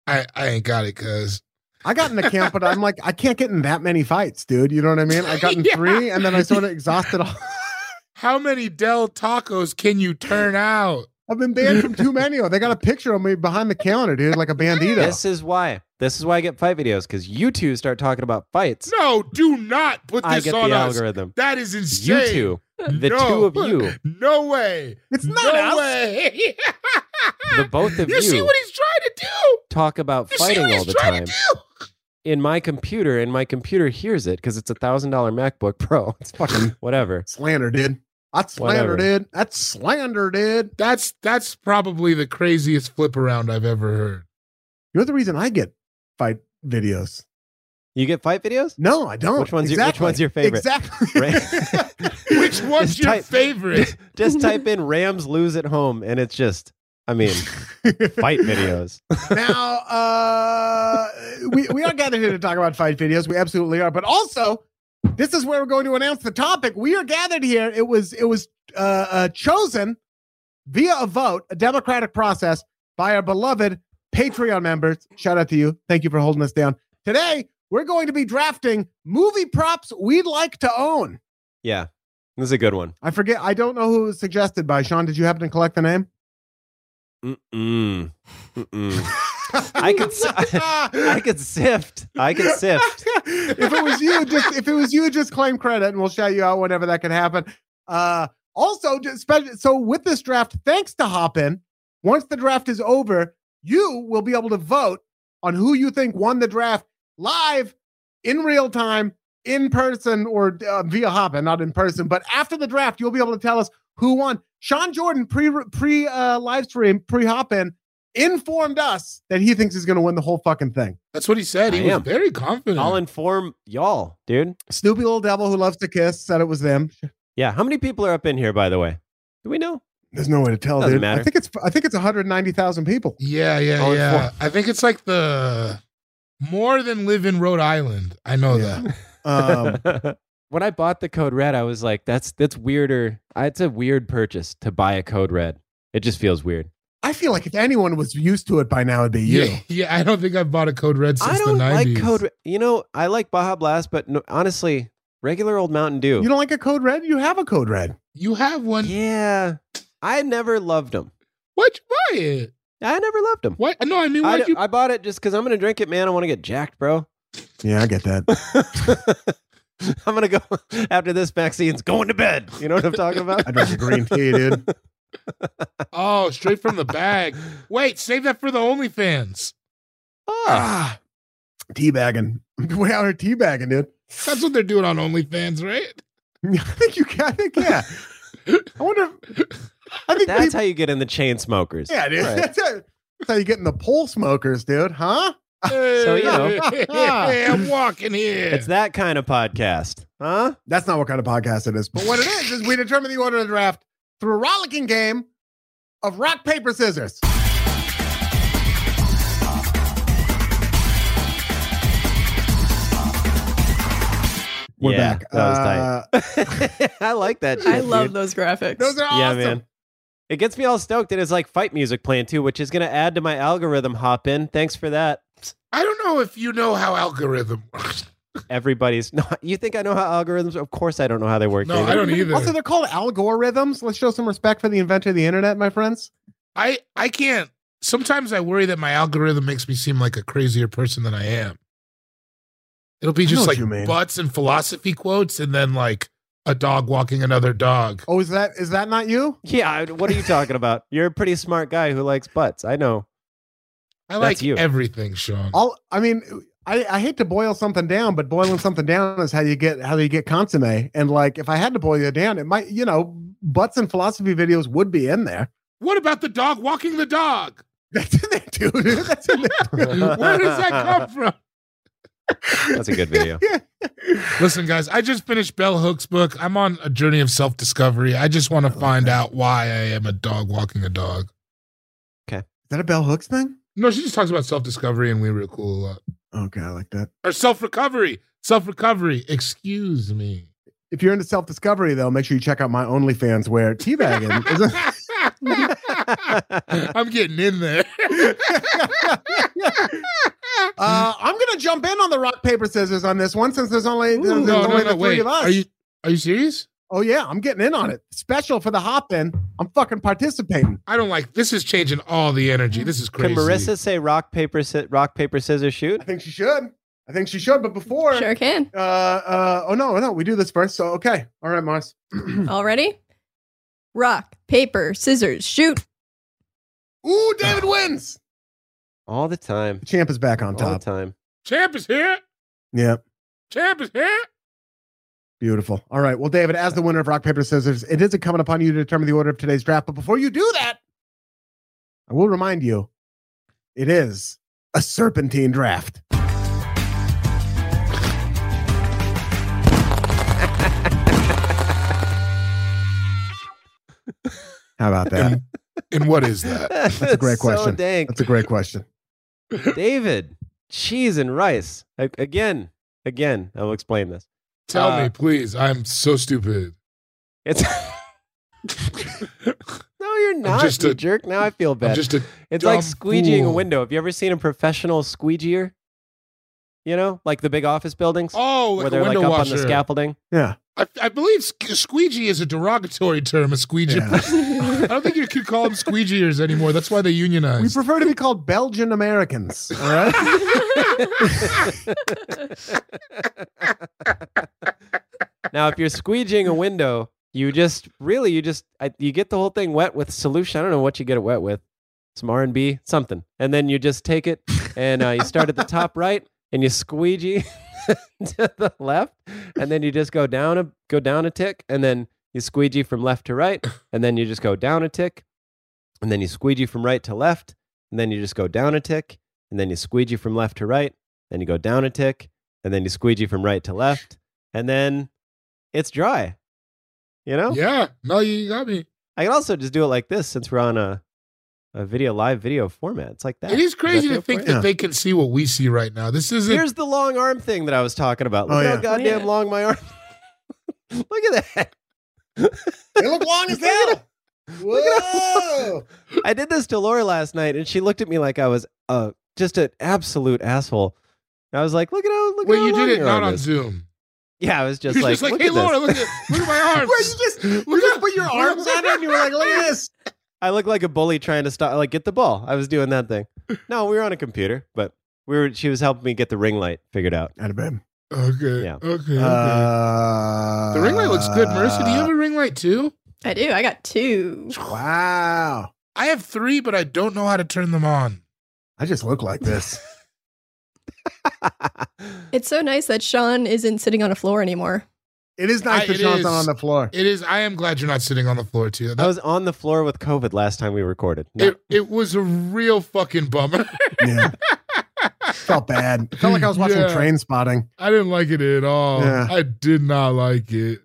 I, I ain't got it, cause
I got in the camp, but I'm like, I can't get in that many fights, dude. You know what I mean? I got in
Yeah.
three, and then I sort of exhausted all.
how many Del tacos can you turn out?
I've been banned from too many. They got a picture of me behind the counter, dude, like a bandito.
This is why. This is why I get fight videos because you two start talking about fights.
No, do not put
I
this
get the
on us.
algorithm.
That is
You
insane.
two, the two
No.
of you,
No way.
It's
no
not us.
way.
the both of
you, see
you,
what he's trying to do.
talk about
You see
fighting
what
all
he's
the
trying
time
to do.
in my computer, and my computer hears it because it's a thousand dollar MacBook Pro. It's
Fucking
whatever.
slander, dude. That's slander,
Whatever.
dude. That's slander, dude.
That's that's probably the craziest flip around I've ever heard.
You're the reason I get fight videos.
You get fight videos?
No, I don't.
Which one's your- which one's your favorite?
Exactly.
Right.
Which one's
Just
your
type-
favorite?
Just type in Rams lose at home, and it's just, I mean, fight videos.
now uh we, we are gathered here to talk about fight videos we absolutely are but also this is where we're going to announce the topic we are gathered here it was it was uh, uh chosen via a vote a democratic process by our beloved patreon members shout out to you thank you for holding us down today we're going to be drafting movie props we'd like to own
Yeah, this is a good one.
i forget i don't know who it was suggested by sean did you happen to collect the name
Mm-mm. Mm-mm. I could, si- I could sift. I could sift.
if it was you, just if it was you, just claim credit, and we'll shout you out whenever that can happen. Uh, also, just spe- so with this draft, thanks to Hopin, once the draft is over, you will be able to vote on who you think won the draft live in real time, in person, or uh, via Hopin, not in person. But after the draft, you'll be able to tell us who won. Sean Jordan pre pre uh, live stream pre Hopin informed us that he thinks he's going to win the whole fucking thing.
That's what he said. He
I
was
am.
very confident.
I'll inform y'all, dude.
Snoopy Little Devil Who Loves to Kiss said it was them.
Yeah, how many people are up in here, by the way? Do we know?
There's no way to tell,
Doesn't
dude.
matter.
I think it's I think it's 190,000 people.
yeah, yeah,
I'll
yeah.
inform-
I think it's like the more than live in Rhode Island. I know
Yeah.
that.
Um,
when I bought the code red, I was like, that's that's weirder. It's a weird purchase to buy a code red.
It just feels weird.
I feel like if anyone was used to it by now, it'd be you.
Yeah, yeah, I don't think I've bought a Code Red since
I don't
the 90s.
like Code. Red- You know, I like Baja Blast, but no, honestly, regular old Mountain Dew.
You don't like a code red? You have a code red.
You have one.
yeah, I never loved them.
Why'd you buy it?
I never loved them.
What? No, I mean,
I,
why'd you?
I bought it just because I'm gonna drink it, man. I want to get jacked, bro.
Yeah, I get that.
I'm gonna go after this vaccine's going to bed. You know what I'm talking about?
I drank a green tea, dude.
oh, straight from the bag. Wait, save that for the OnlyFans.
Ah,
Teabagging. We're out here teabagging, dude.
That's what they're doing on OnlyFans, right?
I think you can. I think, yeah. I wonder. I think
that's
people,
how you get in the chain smokers.
yeah, dude.
Right.
That's, how, that's how you get in the pole smokers, dude, huh?
So
you know.
I'm walking here.
It's that kind of podcast, huh?
That's not what kind of podcast it is. But what it is, is we determine the order of the draft through a rollicking game of rock, paper, scissors. We're
Yeah,
back.
That was tight.
Uh,
I like that. Shit,
I love
dude.
those graphics.
Those are awesome.
Yeah, man. It gets me all stoked, and it's like fight music playing too, which is going to add to my algorithm. Hop in, thanks for that,
I don't know if you know how algorithm works.
everybody's. No, you think I know how algorithms? Of course, I don't know how they work.
No,
either.
I don't either.
Also, they're called algorithms. Let's show some respect for the inventor of the internet, my friends.
I I can't. Sometimes I worry that my algorithm makes me seem like a crazier person than I am. It'll be
know
just
what
like
you mean.
butts and philosophy quotes, and then like a dog walking another dog.
Oh, is that is that not you?
Yeah, I- what are you talking about? You're a pretty smart guy who likes butts. I know.
I
That's
like
you.
everything, Sean.
All I mean, I, I hate to boil something down, but boiling something down is how you get how you get consomme. And like, if I had to boil it down, it might you know butts and philosophy videos would be in there.
what about the dog walking the dog?
That's in there, dude. That's in there. dude.
Where does that come from?
That's a good video.
Listen, guys, I just finished Bell Hook's book. I'm on a journey of self discovery. I just want to find out why I am a dog walking a dog.
Is that a bell hooks thing?
No, she just talks about self discovery, and we real cool a lot.
Okay, I like that.
Or self recovery. Self recovery. Excuse me.
If you're into self discovery, though, make sure you check out my OnlyFans where teabagging is. A-
I'm getting in there. Mm-hmm.
Uh, I'm gonna jump in on the rock paper scissors on this one since there's only there's
no, no,
only
no,
the three
wait.
of us.
Are you are you serious?
oh yeah, I'm getting in on it. Special for the hop in. I'm fucking participating.
I don't like this is changing all the energy. This is crazy.
Can Marissa say rock paper sci- rock paper scissors shoot?
I think she should. I think she should. But before,
Sure can.
uh, uh, oh no, no, we do this first. So okay, all right, Mars.
Uh, Already? Rock, paper, scissors, shoot.
Ooh, David wins.
All the time.
The champ is back on
All the
top.
time.
Champ is here.
Yeah,
Champ is here.
beautiful. All right, well, David, as the winner of rock paper scissors, it is incumbent upon you to determine the order of today's draft. But before you do that, I will remind you, it is a serpentine draft. How about that?
And, and what is that?
That's
a great
So
question.
dank.
That's a great question.
David, cheese and rice. A- again, again, I'll explain this.
Tell
Uh,
me, please. I'm so stupid.
It's No, you're not,
just
you
a-
jerk. Now I feel
I'm
bad.
just a
it's like
dumb
squeegeeing a
fool.
window. Have you ever seen a professional squeegeer? You know, like the big office buildings
oh, like
where
a
they're like
window
up
washer.
on the scaffolding.
Yeah.
I, I believe sque- squeegee is a derogatory term. A squeegee.
Yeah.
I don't think you could call them squeegeeers anymore. That's why they
We
unionized.
prefer to be called Belgian Americans. All right.
now, if you're squeegeeing a window, you just really you just I, you get the whole thing wet with solution. I don't know what you get it wet with, some R and B something, and then you just take it and uh, you start at the top right and you squeegee to the left, and then you just go down a go down a tick, and then you squeegee from left to right, and then you just go down a tick, and then you squeegee from right to left, and then you just go down a tick, and then you squeegee from left to right, then you go down a tick, and then you squeegee from right to left, and then it's dry. You know?
yeah. No, you got me.
I can also just do it like this since we're on a a video live video format. It's like that.
It is crazy
that feel
to
for
think
you?
that
Yeah.
they can see what we see right now. This isn't.
Here's the long arm thing that I was talking about. Look
Oh,
how
yeah.
goddamn
Yeah.
long my arm. Look at that.
they look long as hell.
Whoa!
I did this to Laura last night, and she looked at me like I was uh, just an absolute asshole. And I was like, "Look at how look
Wait,
at how
you
long
did it
you're
not on
this.
Zoom.
Yeah, I was just
You're
like,
just like,
"Look
hey,
at this."
Laura, look at look at my arms.
Where you just you
Look
just
at-
put your arms out and you were like, look at this.
I look like a bully trying to stop, like get the ball. I was doing that thing. No, we were on a computer, but we were. She was helping me get the ring light figured out.
Out of bed.
Okay.
Yeah.
Okay. okay.
Uh,
the ring light looks good. Marissa, do you have a ring light too?
I do. I got two.
Wow.
I have three, but I don't know how to turn them on.
I just look like this.
It's so nice that Sean isn't sitting on a floor anymore.
It is nice
I-
for
it
Jonathan
is.
on the floor.
It is. I am glad you're not sitting on the floor too.
I
That,
was on the floor with COVID last time we recorded. No.
it, it was a real fucking bummer.
Yeah. Felt bad. Felt like I was watching
Yeah.
train spotting.
I didn't like it at all.
Yeah.
I did not like it.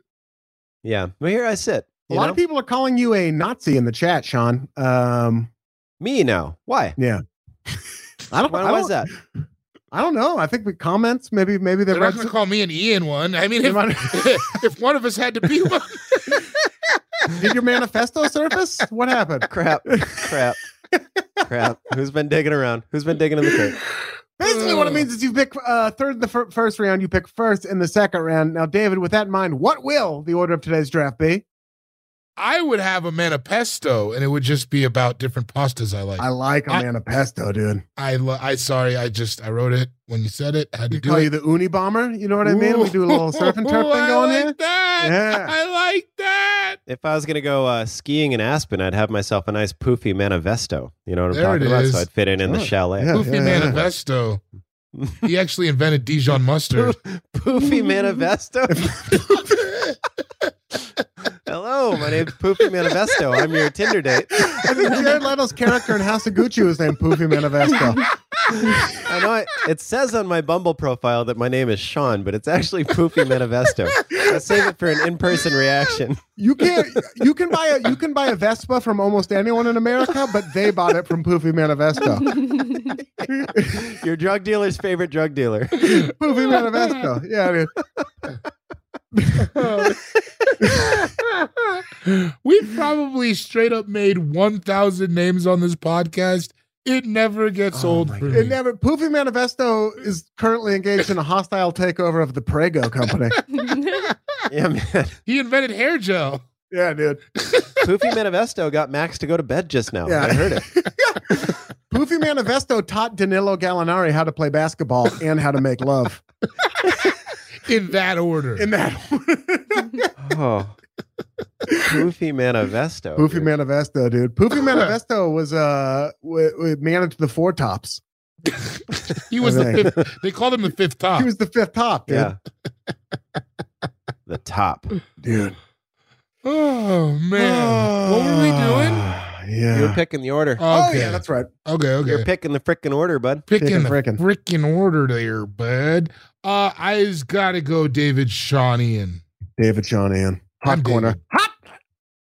yeah, but here I sit.
A
you
lot
know?
of people are calling you a Nazi in the chat, Sean. Um,
Me now. Why?
yeah. I don't.
Why,
I
why
don't,
is that?
I don't know. I think the comments. Maybe. Maybe
They're
they're.
not going to call me an Ian one. I mean,
They
if, if one of us had to be one,
Did your manifesto surface? What happened?
Crap. Crap. Crap. Who's been digging around? Who's been digging in the dirt?
Basically, what it means is you pick uh, third in the fir- first round, you pick first in the second round. Now, David, with that in mind, what will the order of today's draft be?
I would have a manifesto, and it would just be about different pastas I like.
I
I,
like a manifesto, dude.
lo- I sorry, I just I wrote it when you said it. I had to
We
do
call you
it.
the Uni Bomber. You know what I mean? We do a little surf and turf
Ooh,
thing
I
going
like
here.
That.
Yeah.
I like that.
If I was going to go uh, skiing in Aspen, I'd have myself a nice poofy manifesto. You know what I'm
There
talking
it
about?
is.
So I'd fit in in the
Sure.
chalet.
Yeah,
Goofy
yeah, yeah.
manifesto. He actually invented Dijon mustard.
Poofy Manifesto. Hello, my name's Poofy Manifesto. I'm your Tinder date.
I think Jared Leto's character in House of Gucci was named Poofy Manifesto.
I know it, it says on my Bumble profile that my name is Sean, but it's actually Poofy Manifesto. I save it for an in-person reaction.
You can't. You can buy a you can buy a Vespa from almost anyone in America, but they bought it from Poofy Manifesto.
Your drug dealer's favorite drug dealer.
Poofy Manifesto. Yeah, dude.
We've probably straight up made 1,000 names on this podcast. It never gets
Oh
old for me.
It never. Poofy Manifesto is currently engaged in a hostile takeover of the Prego company.
Yeah, man.
he invented hair gel.
Yeah, dude.
Poofy Manifesto got Max to go to bed just now.
Yeah.
I heard it.
Poofy Manifesto taught Danilo Gallinari how to play basketball and how to make love.
In that order.
In that.
Oh. Poofy Manifesto.
Poofy
dude.
Manifesto, dude. Poofy Manifesto was uh w- w- managed the four tops.
he was
I
the fifth. They called him the fifth top.
He was the fifth top, dude.
Yeah. the top.
Dude.
oh, man. what were we doing?
Yeah.
You were picking the order.
oh
Okay.
yeah, that's right.
okay, okay.
You're picking the frickin' order, bud.
picking
Picking
the
frickin'.
frickin' order there, bud. Uh, I just gotta go, David Shawnian.
David Sean Ann. Hot
I'm
corner.
David.
Hot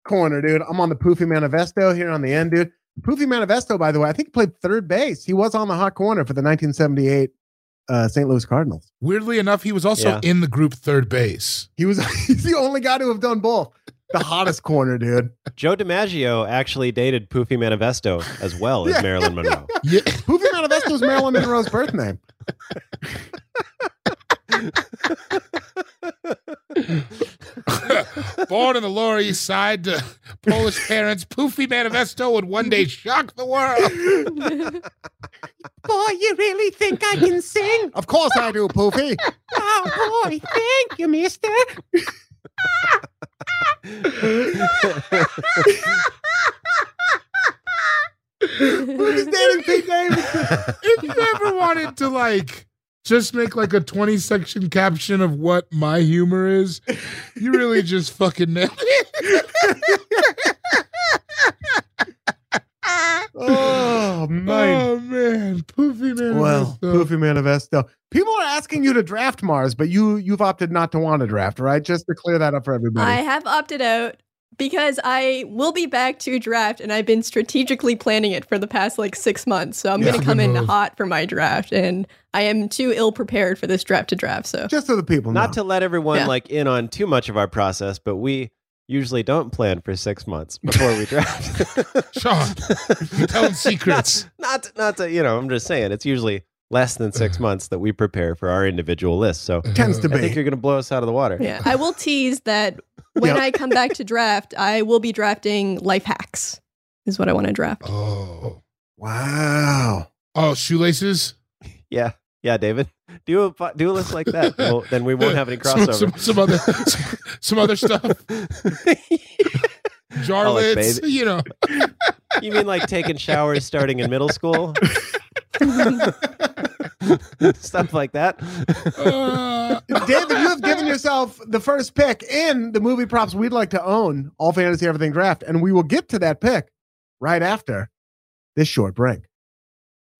corner, dude. I'm on the Poofy Manifesto here on the end, dude. Poofy Manifesto, by the way, I think he played third base. He was on the hot corner for the 1978 uh, St. Louis Cardinals.
Weirdly enough, he was also
Yeah.
in the group third base.
He was he's the only guy to have done both. The hottest corner, dude.
Joe DiMaggio actually dated Poofy Manifesto as well
Yeah.
as Marilyn Monroe.
Yeah.
Poofy Manifesto is Marilyn Monroe's birth name.
Born in the Lower East Side to Polish parents, Poofy Manifesto would one day shock the world.
Boy, you really think I can sing? Of course I do, Poofy. oh boy, thank you, mister. Poofy's dating Pete Davidson.
if you ever wanted to like just make like a 20 section caption of what my humor is, you really just fucking nailed it.
Oh man.
Oh man, Poofy man.
Well,
Poofy.
Poofy Manifesto. People are asking you to draft Mars, but you you've opted not to want to draft, right? Just to clear that up for everybody.
I have opted out because I will be back to draft and I've been strategically planning it for the past like six months. So I'm
Yeah.
going to come in
Good move.
hot for my draft and I am too ill prepared for this draft to draft. So
Just so the people know.
Not to let everyone
Yeah.
like in on too much of our process, but we usually don't plan for six months before we draft.
Sean, you're telling secrets.
Not, not, not to, you know, I'm just saying it's usually less than six months that we prepare for our individual lists. So
Tends to
I think
be.
you're going to blow us out of the water.
Yeah, I will tease that when
Yeah.
I come back to draft, I will be drafting life hacks. Is what I want to draft.
Oh.
Wow.
Oh, shoelaces?
Yeah. Yeah, David, do a po- do a list like that. well, then we won't have any
Some-
crossover.
Some, some other some, some other stuff. Jar
Oh, like
lids,
baby-
you know.
you mean like taking showers starting in middle school? Stuff like that.
Uh,
David, you have given yourself the first pick in the movie props we'd like to own, All Fantasy Everything Draft, and we will get to that pick right after this short break.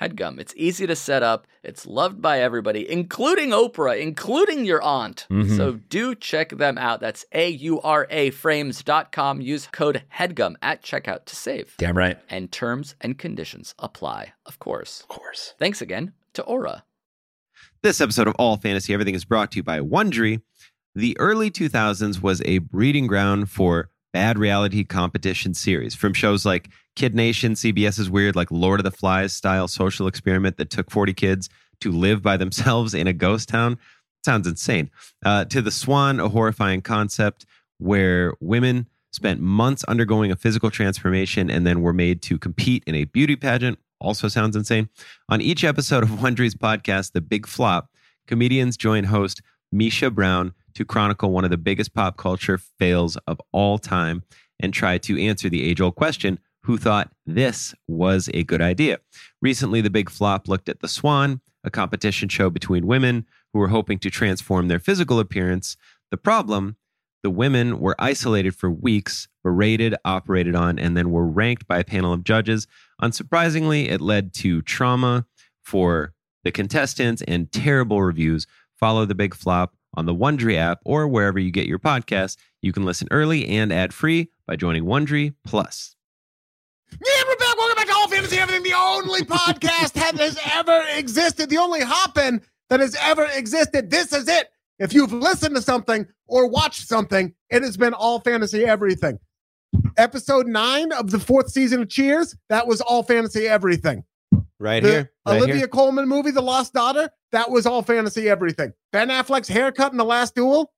HEADGUM. It's easy to set up, it's loved by everybody, including Oprah, including your aunt.
Mhm.
So do check them out. That's A U R A frames.com. Use code HEADGUM at checkout to save.
Damn right. Of
And terms and conditions apply, of course.
course.
Thanks again to Aura.
This episode of All Fantasy Everything is brought to you by Wondery. The early 2000s was a breeding ground for bad reality competition series from shows like Kid Nation, CBS's weird, like Lord of the Flies style social experiment that took 40 kids to live by themselves in a ghost town. Sounds insane. Uh, to The Swan, a horrifying concept where women spent months undergoing a physical transformation and then were made to compete in a beauty pageant. Also sounds insane. On each episode of Wondery's podcast, The Big Flop, comedians join host Misha Brown to chronicle one of the biggest pop culture fails of all time and try to answer the age old question who thought this was a good idea? Recently, The Big Flop looked at The Swan, a competition show between women who were hoping to transform their physical appearance. The problem the women were isolated for weeks, berated, operated on, and then were ranked by a panel of judges Unsurprisingly, it led to trauma for the contestants and terrible reviews. Follow the big flop on the Wondery app or wherever you get your podcasts. You can listen early and ad free by joining Wondery Plus.
Yeah, we're back. Welcome back to All Fantasy Everything, the only podcast that has ever existed, the only hoppin that has ever existed. This is it. If you've listened to something or watched something, it has been All Fantasy Everything. Episode nine of the fourth season of Cheers, that was All Fantasy Everything.
Right
The
here. Right
Olivia
here.
Coleman movie, The Lost Daughter, that was All Fantasy Everything. Ben Affleck's haircut in The Last Duel,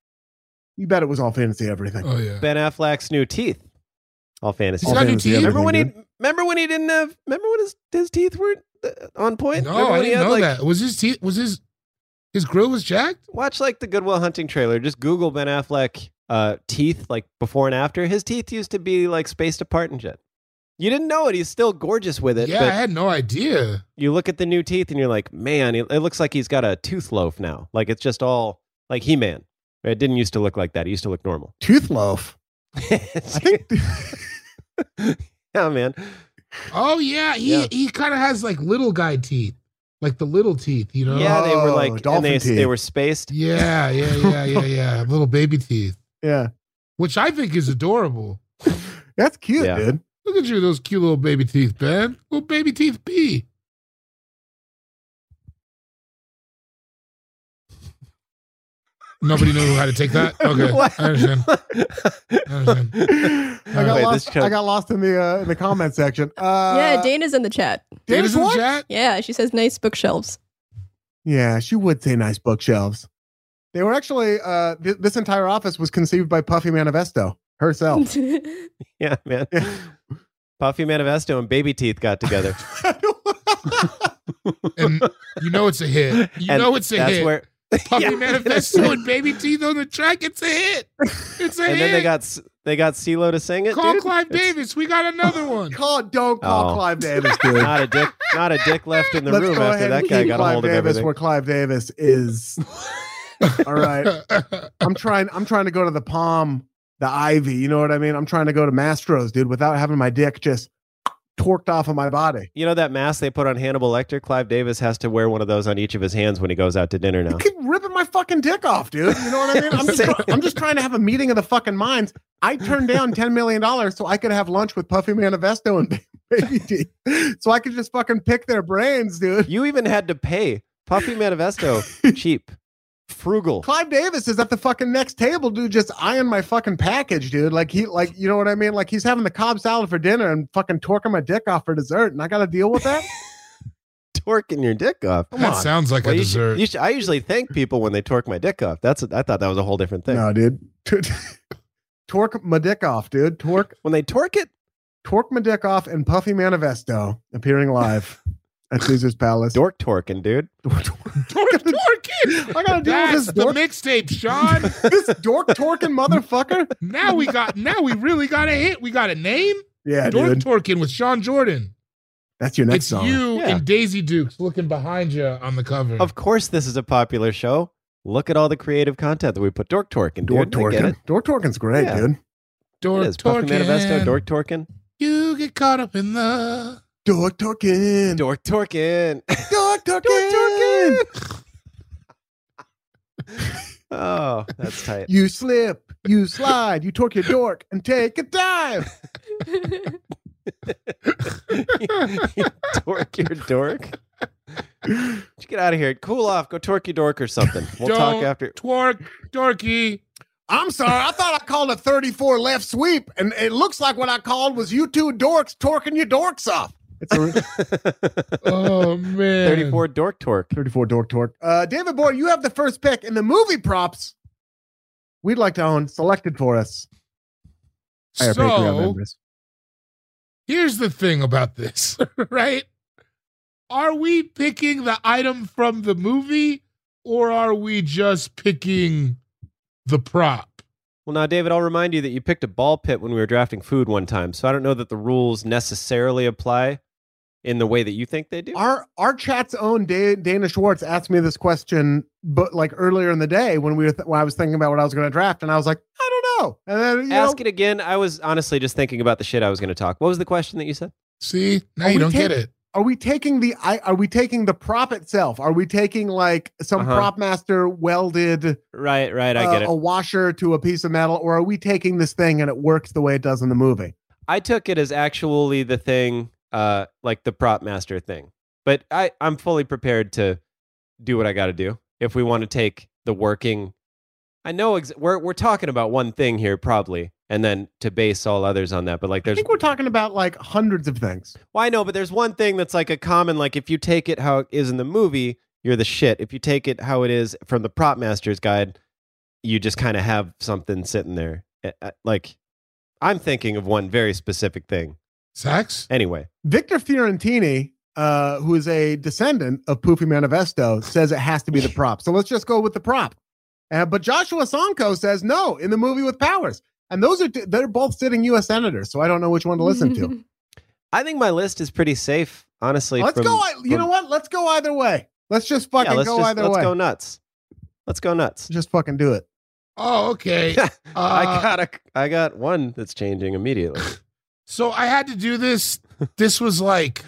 you bet it was All Fantasy Everything.
oh yeah.
Ben Affleck's new teeth. All fantasy.
He's got new teeth?
Remember when he?
dude.
Remember when he didn't have? Remember when his, his teeth weren't uh, on point?
No,
Remember
I
when he
didn't
had,
know
like,
that. Was his teeth was his his grill was jacked?
Watch like the Goodwill Hunting trailer. Just Google Ben Affleck uh, teeth, like before and after. His teeth used to be like spaced apart and shit. You didn't know it. He's still gorgeous with it.
yeah, I
but
had no idea.
you look at the new teeth and you're like, man, it, it looks like he's got a tooth loaf now. Like it's just all like He Man. It didn't used to look like that. It used to look normal.
Tooth loaf.
yeah, man.
Oh yeah, he
Yeah.
he kind of has like little guy teeth, like the little teeth, you know.
Yeah, they were
Oh,
like, and
dolphin
they,
teeth.
they were spaced.
Yeah, yeah, yeah, yeah, yeah. little baby teeth,
Yeah.
which I think is adorable.
That's cute,
Yeah.
dude.
Look at you, with those cute little baby teeth, Ben. Little baby teeth B. Nobody knew how to take that. Okay, I understand. I understand.
I got
Wait, this
lost.
show-
I got lost in the uh, in the comment section. Uh,
yeah, Dana's in the chat.
Data's in the chat.
Yeah, she says nice bookshelves.
Yeah, she would say nice bookshelves. They were actually uh, th- this entire office was conceived by Puffy Manifesto herself.
Yeah, man.
Yeah.
Puffy Manifesto and Baby Teeth got together.
And you know it's a hit. You
And
know it's a
that's
hit.
where
Puppy
Yeah.
Manifesto and Baby Teeth on the track. It's a hit. It's a
and
hit.
then they got S- they got CeeLo to sing it.
Call
dude.
Clive
It's
Davis. We got another one.
call don't call
Oh.
Clive Davis, dude.
Not a dick. Not a dick left in the room after that guy
keep
got a
Clive
hold of
Davis
everything.
where Clive Davis is. All right, I'm trying. I'm trying to go to the palm, the ivy. You know what I mean? I'm trying to go to Mastro's, dude, without having my dick just torqued off of my body.
You know that mask they put on Hannibal Lecter? Clive Davis has to wear one of those on each of his hands when he goes out to dinner now.
You keep ripping my fucking dick off, dude. You know what I mean? I'm just,
Same.
I'm just trying to have a meeting of the fucking minds. I turned down ten million dollars so I could have lunch with Puffy Manifesto and Baby D, so I could just fucking pick their brains, dude.
You even had to pay Puffy Manifesto cheap, frugal.
Clive Davis is at the fucking next table, dude, just eyeing my fucking package, dude. Like he, like you know what I mean? Like he's having the Cobb salad for dinner and fucking torquing my dick off for dessert, and I got to deal with that.
Torquing your dick off.
Come
that
on.
sounds like
Well,
a
you should-
dessert.
you should- I usually thank people when they torque my dick off. That's I thought that was a whole different thing.
No, dude. torque my dick off, dude. Torque
When they torque it,
Torque my dick off and Puffy Manifesto appearing live at Caesar's Palace.
dork torquing, dude.
Dork, dorkin.
I gotta deal with
That's
this dork,
the mixtape, Sean.
this dork torquing motherfucker.
Now we got. Now we really got a hit. We got a name.
Yeah,
Dork
dude.
Torkin with Sean Jordan.
That's your next
it's
song.
you
Yeah.
and Daisy Dukes looking behind you on the cover.
Of course, this is a popular show. Look at all the creative content that we put. Dork torquing,
Dork
dude. I get
torquing.
it.
Dork torquing's great,
Yeah.
dude.
It
Dork
is. Puffy Manifesto, dork torquing,
You get caught up in the.
Dork torquing. Dork
dork torquing.
torquing.
oh, that's tight.
You slip, you slide, you torque your dork and take a dive.
you dork your dork. Just get out of here. Cool off. Go torque your dork or something. We'll talk
Don't
after.
Twerk, dorky.
I'm sorry. I thought I called a 34 left sweep, and it looks like what I called was you two dorks torquing your dorks off. It's a,
Oh man.
34 dork torque.
34 Dork Torque. Uh, David Boyd, you have the first pick in the movie props we'd like to own selected for us by our Patreon
So
members.
here's the thing about this, right? Are we picking the item from the movie, or are we just picking the prop?
Well, now, David, I'll remind you that you picked a ball pit when we were drafting food one time. So I don't know that the rules necessarily apply in the way that you think they do.
Our our chat's own Da- Dana Schwartz asked me this question, but like earlier in the day when we were th- when I was thinking about what I was going to draft, and I was like, I don't know. And then you
Ask
know,
it again. I was honestly just thinking about the shit I was going to talk. What was the question that you said?
See, now
Are
you
we
don't get
taking-
it.
are we taking the I, are we taking the prop itself? Are we taking like some
Uh-huh.
prop master welded
Right, right. I
uh,
get it.
a washer to a piece of metal, or are we taking this thing and it works the way it does in the movie?
I took it as actually the thing, uh, like the prop master thing. But I, I'm fully prepared to do what I got to do if we want to take the working. I know ex- we're we're talking about one thing here, probably, and then to base all others on that. But like,
I
there's
think we're talking about like hundreds of things.
well, I know, but there's one thing that's like a common. Like, if you take it how it is in the movie, you're the shit. If you take it how it is from the prop master's guide, you just kind of have something sitting there. Uh, uh, Like, I'm thinking of one very specific thing.
Sax?
Anyway.
Victor Fiorentini, uh, who is a descendant of Poofy Manifesto, says it has to be the prop. So let's just go with the prop. Uh, but Joshua Sonko says no in the movie with Powers. And those are t- they're both sitting U.S. senators, so I don't know which one to listen to.
I think my list is pretty safe, honestly.
let's
from-
go. I- You
from-
know what? Let's go either way. Let's just fucking
yeah, let's
go
just,
either
let's
way.
go nuts. Let's go nuts.
just fucking do it.
Oh, okay.
I
Uh,
got a, I got one that's changing immediately.
So I had to do this. This was like,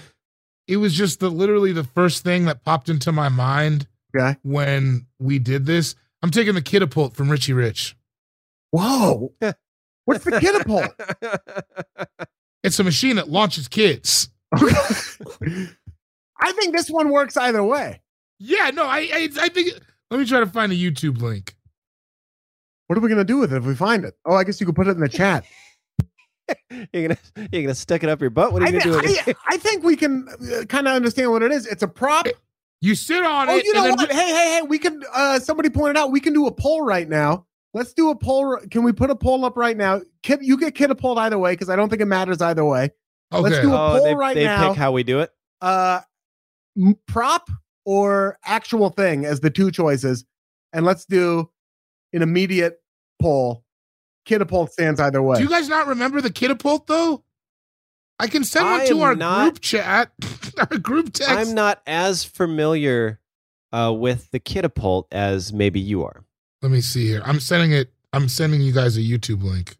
it was just the literally the first thing that popped into my mind
Okay.
when we did this. I'm taking the kidapult from Richie Rich.
Whoa. What's the kidapult?
It's a machine that launches kids.
I think this one works either way.
Yeah, no, I, I, I think. Let me try to find a YouTube link.
What are we gonna do with it if we find it? Oh, I guess you could put it in the chat.
You're gonna you're gonna stick it up your butt. What are
I,
you
thi-
gonna do? with it?
I, I think we can kind of understand what it is. It's a prop.
You sit on
Oh,
it.
you know
and then
what? Hey, hey, hey! We can. Uh, somebody pointed out we can do a poll right now. Let's do a poll. Can we put a poll up right now? Kid, you get kid a poll either way because I don't think it matters either way.
Okay.
let's do a
oh,
poll
they,
right
they
now.
pick how we do it.
Uh, m- prop or actual thing as the two choices, and let's do an immediate poll. Kid a poll stands either
Oh,
way.
Do you guys not remember the Kittapult though? I can send
I
one to
am
our
not-
group chat, our group text.
I'm not as familiar uh, with the Kittapult as maybe you are.
Let me see here. I'm sending it. I'm sending you guys a YouTube link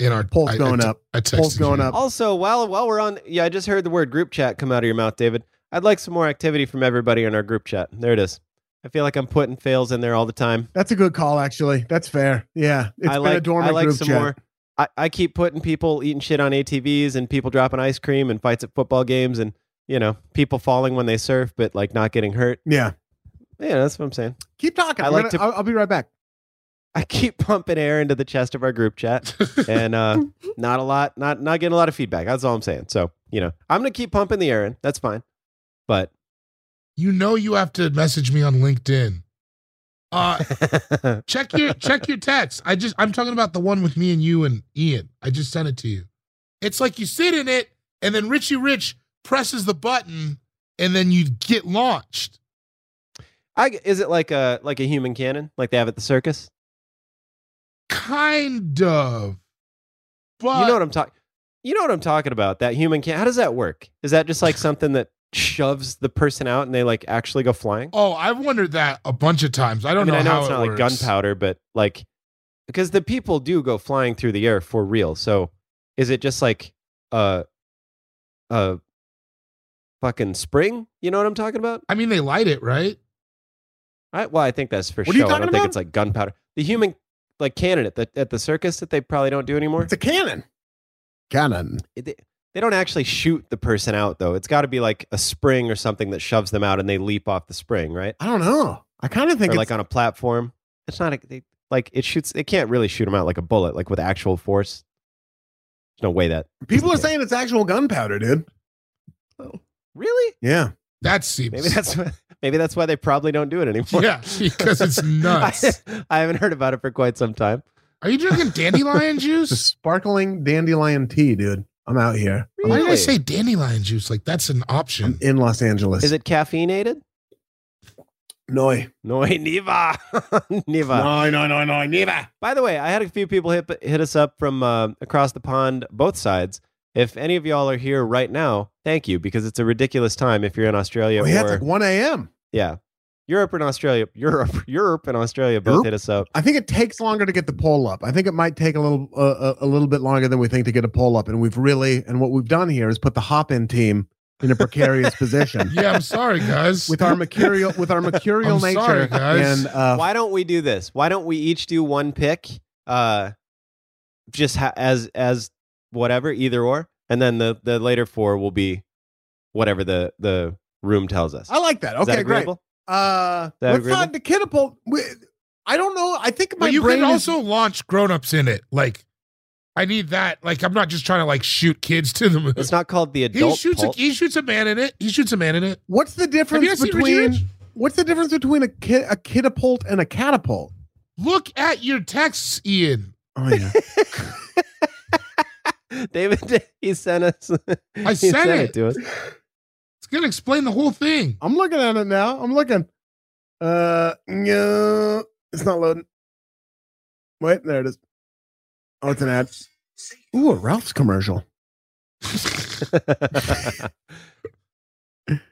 in our
Poll's
I- I
going
te-
up.
I
Poll's
texted
going
you.
up.
Also, while while we're on, yeah, I just heard the word group chat come out of your mouth, David. I'd like some more activity from everybody in our group chat. There it is. I feel like I'm putting fails in there all the time.
That's a good call, actually. That's fair. Yeah, it's
I
been
like
a dormant
I like
group
some
chat.
more. I, I keep putting people eating shit on ATVs and people dropping ice cream and fights at football games and you know people falling when they surf but like not getting hurt.
Yeah,
Yeah, that's what I'm saying.
keep talking.
I
I
like
like
to-
I'll, I'll be right back.
I keep pumping air into the chest of our group chat and uh, not a lot, not not getting a lot of feedback. That's all I'm saying. So you know, I'm gonna keep pumping the air in. That's fine. But
You know you have to message me on LinkedIn. Uh, check your check your text. I just I'm talking about the one with me and you and Ian. I just sent it to you. It's like you sit in it, and then Richie Rich presses the button, and then you get launched.
I is it like a like a human cannon like they have at the circus?
Kind of. But
you know what I'm talking. You know what I'm talking about. That human can. How does that work? Is that just like something that shoves the person out and they like actually go flying?
oh, I've wondered that a bunch of times. I
I
don't
mean,
know
I know
how
it's
it
not like
works.
gunpowder, but like because the people do go flying through the air for real. So is it just like a a fucking spring? You know what I'm talking about?
I mean, they light it, right?
I, well, I think that's for
What are you
show. I
talking
don't think
about?
it's like gunpowder. The human like cannon at the at the circus that they probably don't do anymore.
It's a cannon. Cannon.
it- they, they don't actually shoot the person out though. It's got to be like a spring or something that shoves them out and they leap off the spring, right?
I don't know. I kind of think
Or
it's
like on a platform. It's not a, they, like it shoots. They can't really shoot them out like a bullet, like with actual force. There's no way that
People are
Yeah.
saying it's actual gunpowder, dude.
really.
Yeah.
That seems
Maybe that's why- maybe that's why they probably don't do it anymore.
yeah, because it's nuts.
I, I haven't heard about it for quite some time.
Are you drinking dandelion
It's a
juice?
sparkling dandelion tea, dude. I'm out here.
Why did I
Really?
say dandelion juice? Like that's an
I'm
option.
in Los Angeles.
Is it caffeinated?
Noi.
No, Neva, Neva.
no, no, no, never.
By the way, I had a few people hit hit us up from uh, across the pond, both sides. If any of y'all are here right now, thank you because it's a ridiculous time if you're in Australia
Oh, yeah,
or
it's like 1 a.m.
yeah, Europe and Australia, Europe, Europe and Australia both
Europe?
hit us up.
I think it takes longer to get the poll up. I think it might take a little uh, a a little bit longer than we think to get a poll up. And we've really and what we've done here is put the hop in team in a precarious position
yeah, I'm sorry, guys.
with our mercurial with our mercurial
I'm
nature
sorry, guys.
and uh,
Why don't we do this? Why don't we each do one pick, uh, just ha- as as whatever, either or, and then the the later four will be whatever the the room tells us.
I like that.
Is that
Oh, Okay, great.
agreeable?
Uh,
that
let's not the kidapult. I don't know. I think my
but you
brain
can
is-
also launch grown-ups in it. Like, I need that. Like, I'm not just trying to like shoot kids to the moon.
It's not called the adult.
he shoots. A,
pulp.
he shoots a man in it. He shoots a man in it.
What's the
Have you guys
difference
seen Richie
between
Rich?
what's the difference between a kid a kidapult and a catapult?
Look at your texts, Ian.
Oh yeah.
David, he sent us. he
sent
it.
it.
to us.
It's gonna explain the whole thing.
I'm looking at it now. I'm looking. Uh no, it's not loading. Wait, there it is. Oh, it's an ad. Ooh, a Ralph's commercial.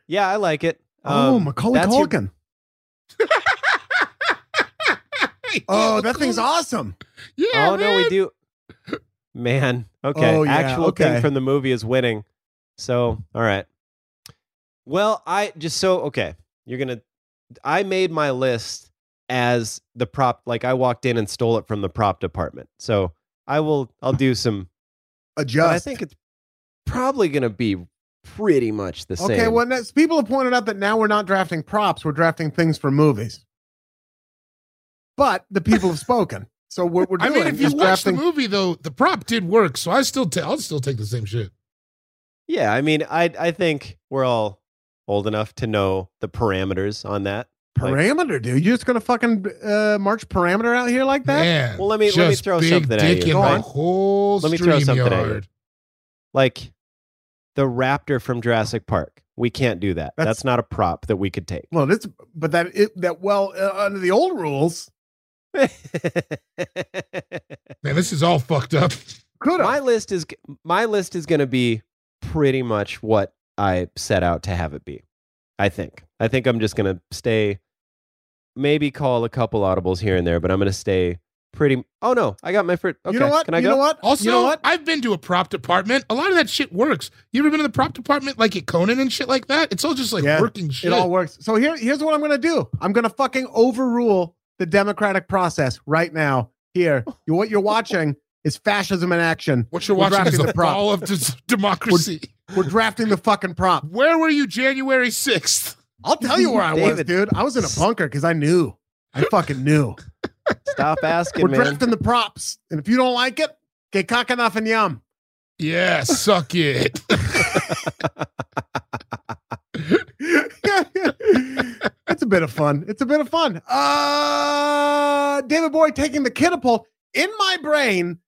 yeah, I like it.
oh,
Um,
Macaulay
that's your-
Culkin. Oh, that thing's awesome.
Yeah.
oh no, we
man.
do. Man, okay.
Oh, yeah,
Actual
okay.
thing from the movie is winning. So, all right. Well, I just so okay. You're gonna. I made my list as the prop. Like I walked in and stole it from the prop department. So I will. I'll do some. But
Adjust.
I think it's probably gonna be pretty much the same.
okay, well, next, people have pointed out that now we're not drafting props, we're drafting things for movies. But the people have spoken. So what we're
I
doing
mean, if
is
you watch the
drafting.
movie though, the prop did work, so I still ta- I'll still take the same shit.
Yeah, I mean, I I think we're all old enough to know the parameters on that. Like,
Parameter, dude. You're just gonna fucking uh, march parameter out here like that?
Man,
Well, let me- let me
just
throw
big
something at
dick
you.
in
Go
the
on.
whole
Let me throw
stream
something at you.
yard.
like the raptor from Jurassic Park. We can't do that. That's,
That's-
not a prop that we could take.
Well, that's but that it, that well uh, under the old rules
Man, this is all fucked up.
could
my
have.
list is my list is going to be pretty much what I set out to have it be. I think. I think I'm just going to stay maybe call a couple audibles here and there, but I'm going to stay pretty Oh no, I got my first okay.
You know what?
Can I
you
go?
know what?
Also,
you know what?
I've been to a prop department. A lot of that shit works. You ever been to the prop department, like at Conan and shit like that? It's all just like
Yeah,
working shit.
It all works. So here, here's what I'm gonna do. I'm gonna fucking overrule the democratic process right now. Here, You- what you're watching is fascism in action.
what you're
We're
watching is
drafting
the
the prop.
fall of des- democracy.
We're drafting the fucking prop.
Where were you January 6th?
I'll tell you where I was,
David.
dude. I was in a bunker because I knew. I fucking knew.
Stop asking,
We're
man.
drafting the props, and if you don't like it, get cock enough and yum.
Yeah, suck it.
it's a bit of fun. It's a bit of fun. Uh David Boyd taking the catapult. In my brain,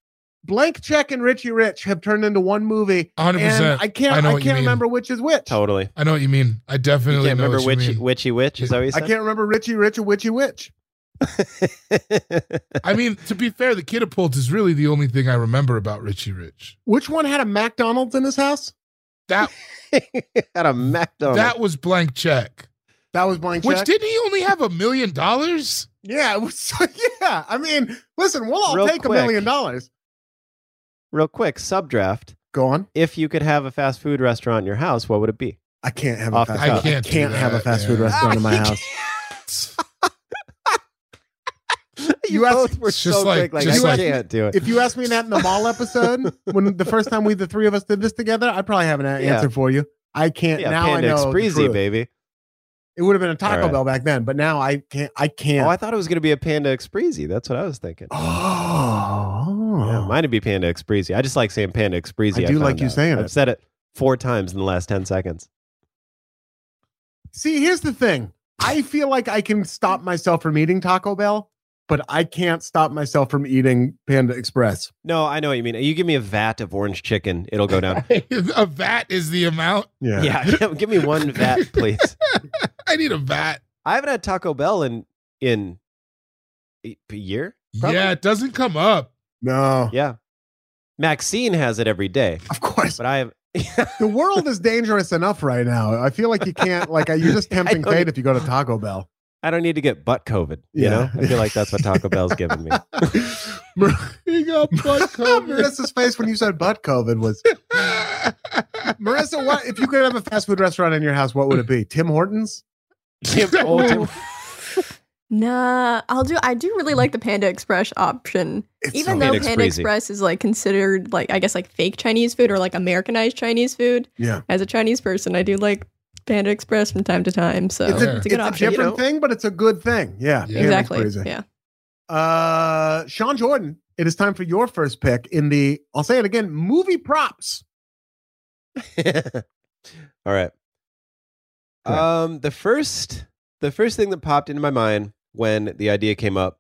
Blank Check and Richie Rich have turned into one movie.
100%.
And I can't
I know
I,
what you
can't
mean.
remember which is which.
Totally.
I know what you mean. I
You
definitely
can't
know
remember
what
which
you mean.
witchy witch is that what you
I
said?
can't remember Richie Rich or Witchy Witch.
I mean, to be fair, the catapult is really the only thing I remember about Richie Rich.
Which one had a McDonald's in his house?
That
At a McDonald's.
that was blank check.
That was Blank
Which
Check.
didn't he only have a million dollars?
yeah, it was- so, yeah. I mean, listen, we'll all
Real
take
quick.
a million dollars.
Real quick, subdraft.
Go on.
If you could have a fast food restaurant in your house, what would it be?
I can't have
Off
a
the
fast
cuff.
food.
I
can't do
can't have a
that,
fast food
man.
restaurant in my house.
You,
You asked-
both were
it's just
so
like-
quick, like I
just
like-
can't do it.
if you asked me that in the mall episode when the first time we the three of us did this together, I probably have an a-
Yeah.
answer for you. I can't
yeah,
now.
Panda
I know the
Exprezi,
truth.
baby.
It would have been a Taco
All right.
Bell back then, but now I can't. I
Oh,
can't.
I thought it was going to be a Panda Exprezi. That's what I was thinking.
Oh,
Yeah, mine would be Panda Exprezi. I just like saying Panda Exprezi.
I do like
found
you
out.
saying
I've
it.
said it four times in the last 10 seconds.
see, here's the thing. I feel like I can stop myself from eating Taco Bell, but I can't stop myself from eating Panda Express.
No, I know what you mean. You give me a vat of orange chicken, it'll go down.
a vat is the amount.
yeah, give me one vat, please.
I need a vat.
I haven't had Taco Bell in in a a year. Probably.
Yeah, it doesn't come up.
No.
Yeah, Maxine has it every day,
Of course.
but I have.
The world is dangerous enough right now. I feel like you can't like you're just
I
tempting
don't-
fate if you go to Taco Bell.
I don't need to get butt COVID. You
Yeah.
know, I feel like that's what Taco Bell's giving me.
He got butt covered.
Marissa's face when you said butt COVID was Marissa. What if you could have a fast food restaurant in your house? What would it be? Tim Hortons.
Tim, oh, Tim-
Nah, I'll do. I do really like the Panda Express option,
It's
even
so
though
Panda
Panda,
Express-y.
Express is like considered like I guess like fake Chinese food or like Americanized Chinese food.
Yeah.
As a Chinese person, I do like Panda Express from time to time, so
it's
it's
a,
a,
it's
good
a
option.
different thing, but it's a good thing. Yeah,
Yeah.
Panda
Exactly.
Express.
Yeah.
Uh, Sean Jordan, it is time for your first pick in the. I'll say it again. Movie props.
All right.
Correct.
Um, the first the first thing that popped into my mind when the idea came up,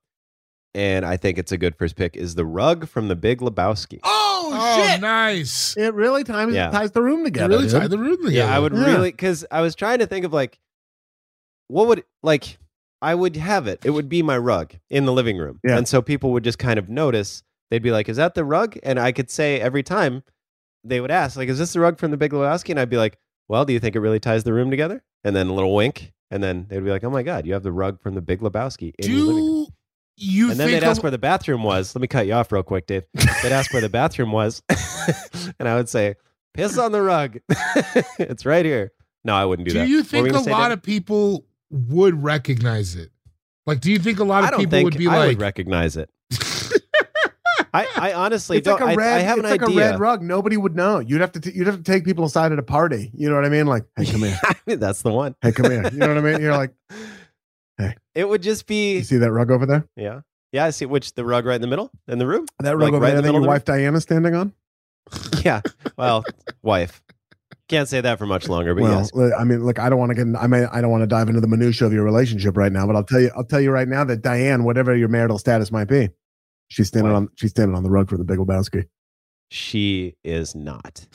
and I think it's a good first pick, is the rug from the Big Lebowski.
Oh,
Oh, nice.
It really times
Yeah.
ties the room
You
together.
really
dude.
tied the room together.
Yeah, I would
Yeah.
really because I was trying to think of like what would like I would have it. It would be my rug in the living room,
Yeah.
and so people would just kind of notice. They'd be like, "Is that the rug?" And I could say every time they would ask, "Like, is this the rug from The Big Lebowski?" And I'd be like, "Well, do you think it really ties the room together?" And then a little wink, and then they'd be like, "Oh my god, you have the rug from The Big Lebowski in your living room."
Do you
and then
think
they'd ask
a-
where the bathroom was. Let me cut you off real quick, Dave. They'd ask where the bathroom was, and I would say, "Piss on the rug. it's right here." No, I wouldn't do,
do
that.
you
What were
think
gonna
a
say,
lot
Dave?
of people would recognize it? Like, do you think a lot
I
of
don't
people
think
would be
I
like,
would recognize it. I, I honestly
it's
don't.
like a
I,
red.
I have
it's
an
like
idea.
a red rug. Nobody would know. You'd have to. T- you'd have to take people aside at a party. You know what I mean? Like, hey, come here.
I mean, that's the one.
Hey, come here. You know what I mean? You're like,
It would just
you
be
see that rug over there?
yeah. Yeah, I see. Which the rug right in the middle in the room?
That
Like,
rug over
right in the
there that
middle
your
of the
wife Diana's standing on?
Yeah. Well, wife. Can't say that for much longer, but
well,
yes.
li- I mean, look, I don't want to get. in- I mean, I don't want to dive into the minutia of your relationship right now, but I'll tell you, I'll tell you right now that Diane, whatever your marital status might be, she's standing on, she's standing on the rug for the Big Lebowski.
She is not.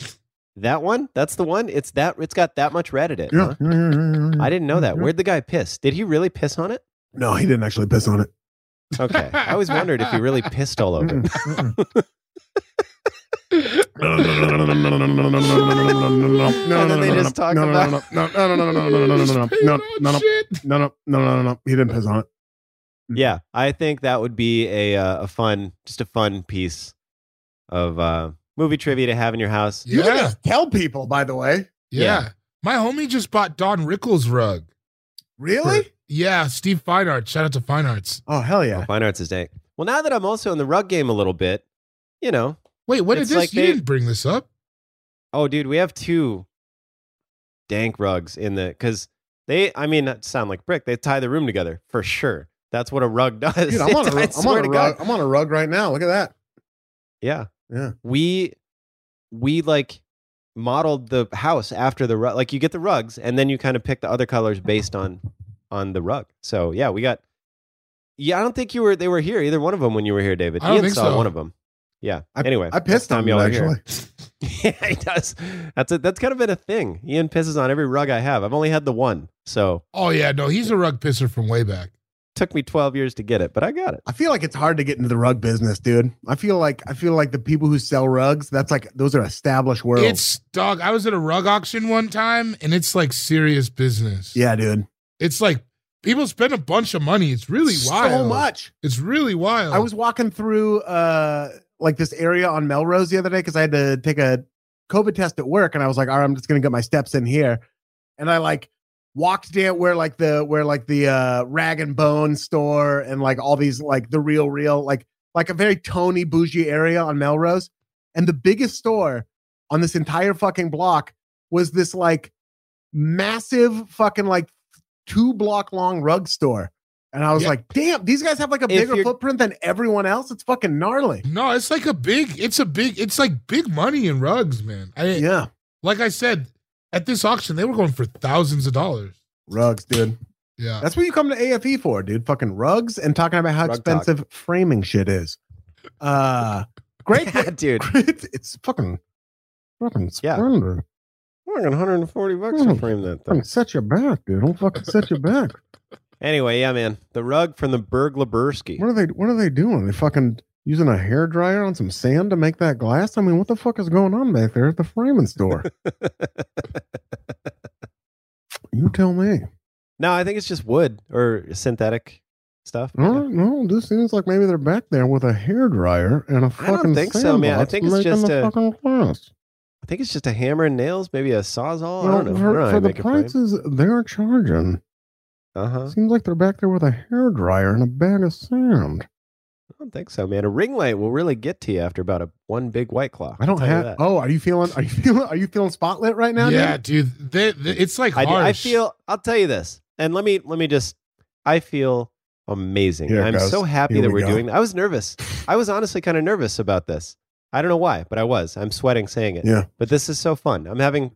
That one? That's the one? It's that it's got that much red in it. huh? I didn't know that. Where'd the guy piss? Did he really piss on it?
No, he didn't actually piss on it.
Okay. I always wondered if he really pissed all over. it.
And
then they just talk about-
no, no, no, no, no, no, no, no, no, no, no, no, no,
Shit.
no, no, no, no, no, no. He didn't piss on it.
Yeah, I think that would be a uh, a fun just a fun piece of uh movie trivia to have in your house.
You can
Yeah.
just tell people, by the way.
Yeah.
Yeah.
My homie just bought Don Rickles' rug.
Really?
Yeah, Steve Fine Arts. Shout out to Fine Arts.
Oh hell yeah!
Fine Arts is day. Well, now that I'm also in the rug game a little bit, you know,
Wait, what is
It's
this?
like
you
they-
didn't bring this up.
Oh, dude, we have two dank rugs in the because they. I mean, not to sound like brick. They tie the room together for sure. That's what a rug does.
Dude, I'm on a,
I
rug- I'm
swear
on
to
a
God.
rug. I'm on a rug right now. Look at that.
Yeah,
Yeah.
We we like modeled the house after the rug. Like you get the rugs, and then you kind of pick the other colors based on on the rug. So yeah, we got. Yeah, I don't think you were. They were here either one of them when you were here, David.
I don't
Ian
think
saw
so.
one of them. Yeah.
I-
anyway,
I
next
pissed on you
y'all are here.
actually.
yeah, he does. That's a, that's kind of been a thing. Ian pisses on every rug I have. I've only had the one, so
Oh yeah, no, he's a rug pisser from way back.
took me twelve years to get it, but I got it.
I feel like it's hard to get into the rug business, dude. I feel like I feel like the people who sell rugs, that's like those are established worlds.
It's dog. I was at a rug auction one time, and it's like serious business.
yeah, dude.
it's like people spend a bunch of money. It's really wild.
So much.
It's really wild.
I was walking through uh like this area on Melrose the other day because I had to take a COVID test at work, and I was like, all right, I'm just gonna get my steps in here, and I like walked down where like the where like the uh rag and bone store and like all these like the real real like like a very Tony bougie area on Melrose, and the biggest store on this entire fucking block was this like massive fucking like two block long rug store. And I was
Yeah.
like, damn, these guys have like
If
a bigger
you're-
footprint than everyone else. It's fucking gnarly.
no, it's like a big. It's a big. It's like big money in rugs, man. I
Yeah.
like I said at this auction, they were going for thousands of dollars.
Rugs, dude.
Yeah,
That's what you come to AFE for, dude. Fucking rugs and talking about how
Rug talk.
expensive framing shit is. Uh great.
Yeah, dude.
great it's fucking fucking
Yeah.
splendid.
Fucking 140 bucks to
Mm.
frame that
Fucking
thing.
set your back, dude. Don't fucking set your back.
Anyway, yeah, man. The rug from the Burglaberski.
What are they what are they doing? They fucking using a hair dryer on some sand to make that glass? I mean, what the fuck is going on back there at the framing store? you tell me.
no, I think it's just wood or synthetic stuff.
No, no, this seems like maybe they're back there with a hair dryer and a fucking.
think so, man. I
sandbox
think it's
making
just
the
a-
fucking glass.
I think it's just a hammer and nails, maybe a sawzall. Oh, I
Well,
don't know. I
for
don't know how
for
you
the
make a frame.
prices they're charging,
Uh huh.
seems like they're back there with a hair dryer and a bag of sand.
I don't think so, man. A ring light will really get to you after about a one big white claw.
I don't
I'll tell you
have.
that.
Oh, are you feeling? Are you feeling? Are you feeling spotlit right now?
yeah,
dude?
dude. They, they- it's like
I, do-
harsh.
I feel. I'll tell you this, and let me let me just. I feel amazing.
Here it
I'm
goes.
so happy
Here
that
we
we're
go.
doing. I was nervous. I was honestly kind of nervous about this. I don't know why, but I was. I'm sweating saying it.
Yeah.
But this is so fun. I'm having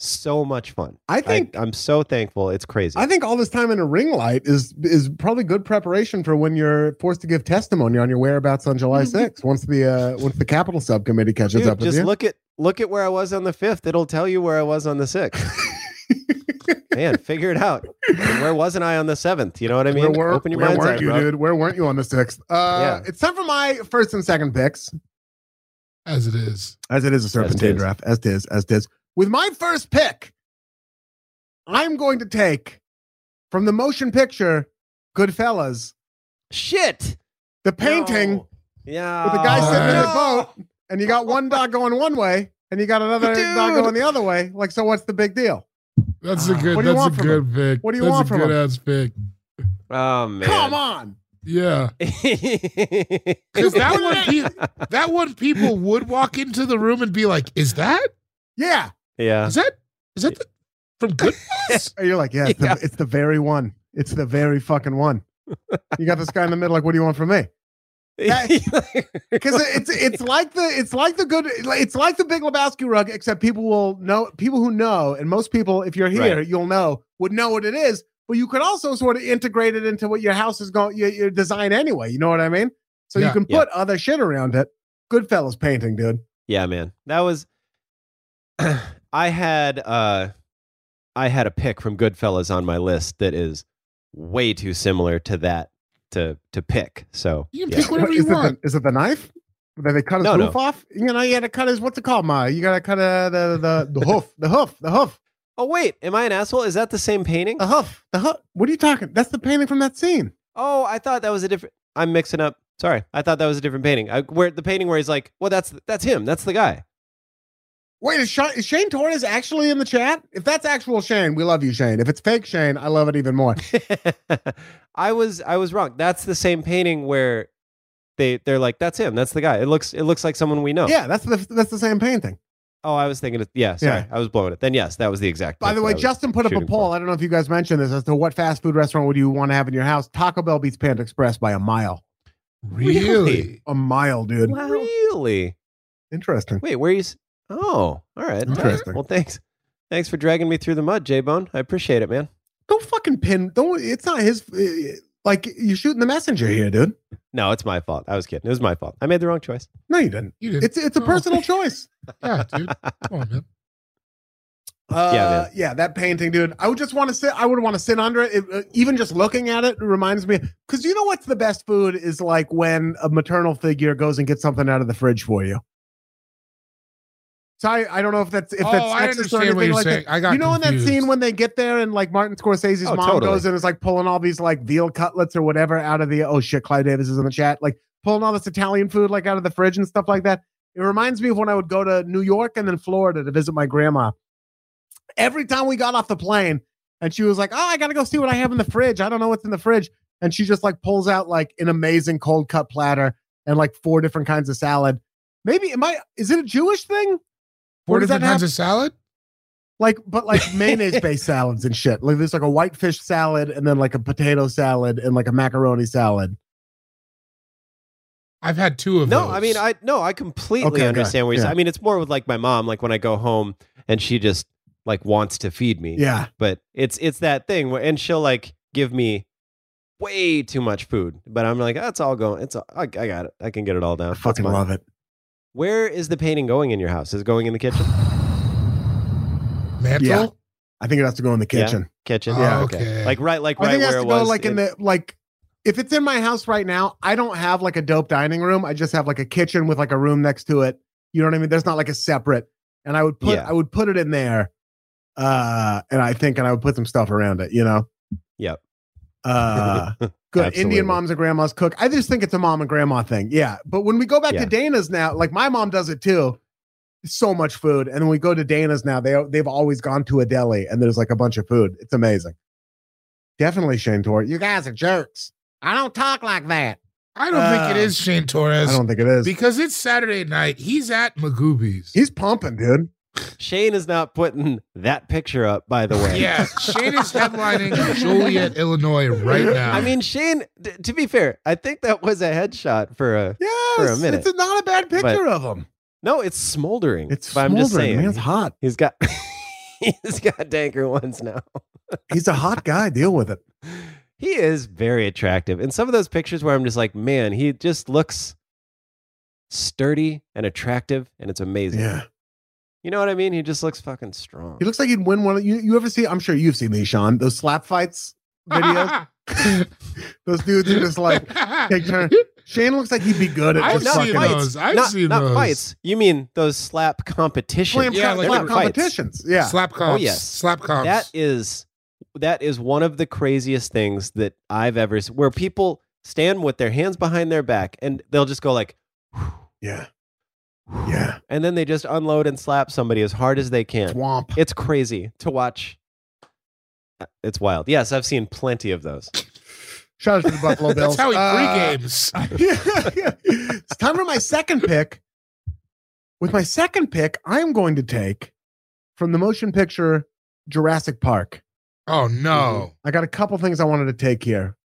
so much fun.
I think.
I, am so thankful. It's crazy.
I think all this time in a ring light is is probably good preparation for when you're forced to give testimony on your whereabouts on July 6th. Once the uh, once the Capitol subcommittee catches
Dude,
up with
just
you.
look at look at where I was on the fifth. It'll tell you where I was on the sixth. Man, figure it out. And where wasn't I on the seventh? You know what I mean?
were-
Open your
where
mind's
weren't
eye,
you,
bro.
dude? Where weren't you on the sixth? Uh,
Yeah.
It's time for my first and second picks,
as it is.
as it is a serpentine
tis.
draft, as tis, as tis. With my first pick, I'm going to take from the motion picture Goodfellas
Shit.
the painting
No. Yeah.
with the
Oh,
guy sitting in
No.
the boat, and you got one dog going one way, and you got another dog
Dude.
going the other way. Like, so what's the big deal?
That's a good.
Ah. What do you
That's a
want from
good pick.
What do you
that's
want
a
from
good
him?
ass pick.
Oh man.
Come on,
Yeah, because
Because
that one, pe- that one, people would walk into the room and be like, "Is that?
yeah. Uh,
Yeah.
Is that? Is that the, from Goodfellas?"
And you're like, yeah, it's,
Yeah.
The, it's the very one. It's the very fucking one. You got this guy in the middle. Like, what do you want from me? Because it's it's like the it's like the good it's like the Big Lebowski rug, except people will know people who know, and most people, if you're here,
Right.
you'll know would know what it is. But you could also sort of integrate it into what your house is going your, your design anyway. You know what I mean? So you
Yeah.
can
Yeah.
put other shit around it. Goodfellas painting, dude.
Yeah, man. That was I had uh I had a pick from Goodfellas on my list that is way too similar to that to to pick. So
You can
yeah.
pick whatever
What-
you
is, It
want.
the, is it the knife? That they cut his
No, no.
hoof off? You know, you gotta cut his what's it called, Ma? You gotta cut uh, the, the the hoof, the hoof, the hoof,
Oh wait, am I an asshole? Is that the same painting?
Uh-huh.
the hoof, the hoof. What are you talking? That's the painting from that scene.
Oh, I thought that was a different I'm mixing up. Sorry. I thought that was a different painting. I, where the painting where he's like, "Well, that's that's him. That's the guy."
Wait, is, Sha- is Shane Torres actually in the chat? If that's actual Shane, we love you, Shane. If it's fake Shane, I love it even more.
I was I was wrong. That's the same painting where they they're like, "That's him. That's the guy." It looks it looks like someone we
Oh.
know.
Yeah, that's the that's the same painting.
Oh, I was thinking. Of, yeah, sorry,
Yeah.
I was blowing it. Then yes, that was the exact.
By
pick
the
that
way,
I was
Justin put up a
shooting
poll.
for.
I don't know if you guys mentioned this as to what fast food restaurant would you want to have in your house. Taco Bell beats Panda Express by a mile.
Really?
A mile, dude.
Wow.
Really?
Interesting.
Wait, where you? s- Oh, all right.
Interesting.
Well, thanks. Thanks for dragging me through the mud, J Bone. I appreciate it, man.
Don't fucking pin. Don't. It's not his. uh, Like you're shooting the messenger here, dude.
No, it's my fault. I was kidding. It was my fault. I made the wrong choice.
No, you didn't.
You did.
It's it's a
Oh.
personal choice.
yeah, dude. Come on, man.
Uh,
Yeah,
yeah,
man.
that painting, dude. I would just want to sit. I would want to sit under it. It- uh, Even just looking at it reminds me because you know what's the best food is like when a maternal figure goes and gets something out of the fridge for you. So I, I don't know if that's if
Oh,
that's sexist
I
or
understand
anything
what you're
like that.
saying. I got
you know in
confused.
that scene when they get there and like Martin Scorsese's
Oh,
mom
totally.
goes and is like pulling all these like veal cutlets or whatever out of the oh shit Clyde Davis is in the chat like pulling all this Italian food like out of the fridge and stuff like that. It reminds me of when I would go to New York and then Florida to visit my grandma. Every time we got off the plane and she was like, "Oh, I got to go see what I have in the fridge. I don't know what's in the fridge." And she just like pulls out like an amazing cold cut platter and like four different kinds of salad. Maybe am I is it a Jewish thing?
Four
Or does that
different kinds
happen?
of salad?
like but like mayonnaise based salads and shit. Like there's like a white fish salad and then like a potato salad and like a macaroni salad.
I've had two of
No,
those.
I mean, I no, I completely
Okay, okay.
understand where you're.
Yeah.
saying. I mean, it's more with like my mom. Like when I go home and she just like wants to feed me.
Yeah.
but it's it's that thing where and she'll like give me way too much food but i'm like that's all going it's all, I, I got it i can get it all down
I
It's
fucking
fine."
love it.
where is the painting going in your house is it going in the kitchen
Mantle?
Yeah. I think it has to go in the
Yeah.
kitchen.
kitchen
Oh,
Yeah,
okay.
like right like
I
right
think it has
where
to
it
go
was
like in, the like if it's in my house right now, I don't have like a dope dining room. I just have like a kitchen with like a room next to it. You know what I mean? There's not like a separate. And I would put
Yeah.
I would put it in there. Uh and I think and I would put some stuff around it, you know?
Yep.
Uh Good.
Absolutely.
Indian moms and grandmas cook. I just think it's a mom and grandma thing. Yeah. But when we go back
Yeah.
to Dana's now, like my mom does it too. So much food. And when we go to Dana's now, they they've always gone to a deli and there's like a bunch of food. It's amazing. Definitely Shane Tor. You guys are jerks. I don't talk like that.
I don't think it
Uh,
is Shane Torres
I don't think it is.
because it's Saturday night. He's at Magoobies.
He's pumping, dude.
shane is not putting that picture up by the way
yeah, Shane is headlining Joliet, Illinois right now.
i mean shane d- to be fair i think that was a headshot for a
Yes.
minute.
It's a, not a bad picture of him.
no it's smoldering
It's
but i'm just saying
Man, it's hot.
he's got he's got danker ones now
He's a hot guy. Deal with it.
he is very attractive. And some of those pictures where I'm just like, man, he just looks sturdy and attractive, and it's amazing.
Yeah.
You know what I mean? He just looks fucking strong.
He looks like he'd win one of you you ever see I'm sure you've seen these, Sean. Those slap fights videos. Those dudes are just like take turn. Shane looks like he'd be good at
I've
just
seen
fucking
fights.
those. I've
not,
seen
not
those.
fights. You mean those slap competitions?
slam
Yeah,
co-
like
slap
the-
competitions. Yeah, Oh,
Slap comps.
yes.
Slap comps.
That is that is one of the craziest things that I've ever s- where people stand with their hands behind their back and they'll just go like
yeah, yeah.
and then they just unload and slap somebody as hard as they can.
Swamp.
It's crazy to watch. Uh, It's wild. Yes, I've seen plenty of those.
Shout out to the Buffalo Bills.
That's how he
Uh,
pre-games.
yeah, yeah. It's time for my second pick. With my second pick, I am going to take from the motion picture Jurassic Park.
Oh no.
Mm-hmm. I got a couple things I wanted to take here.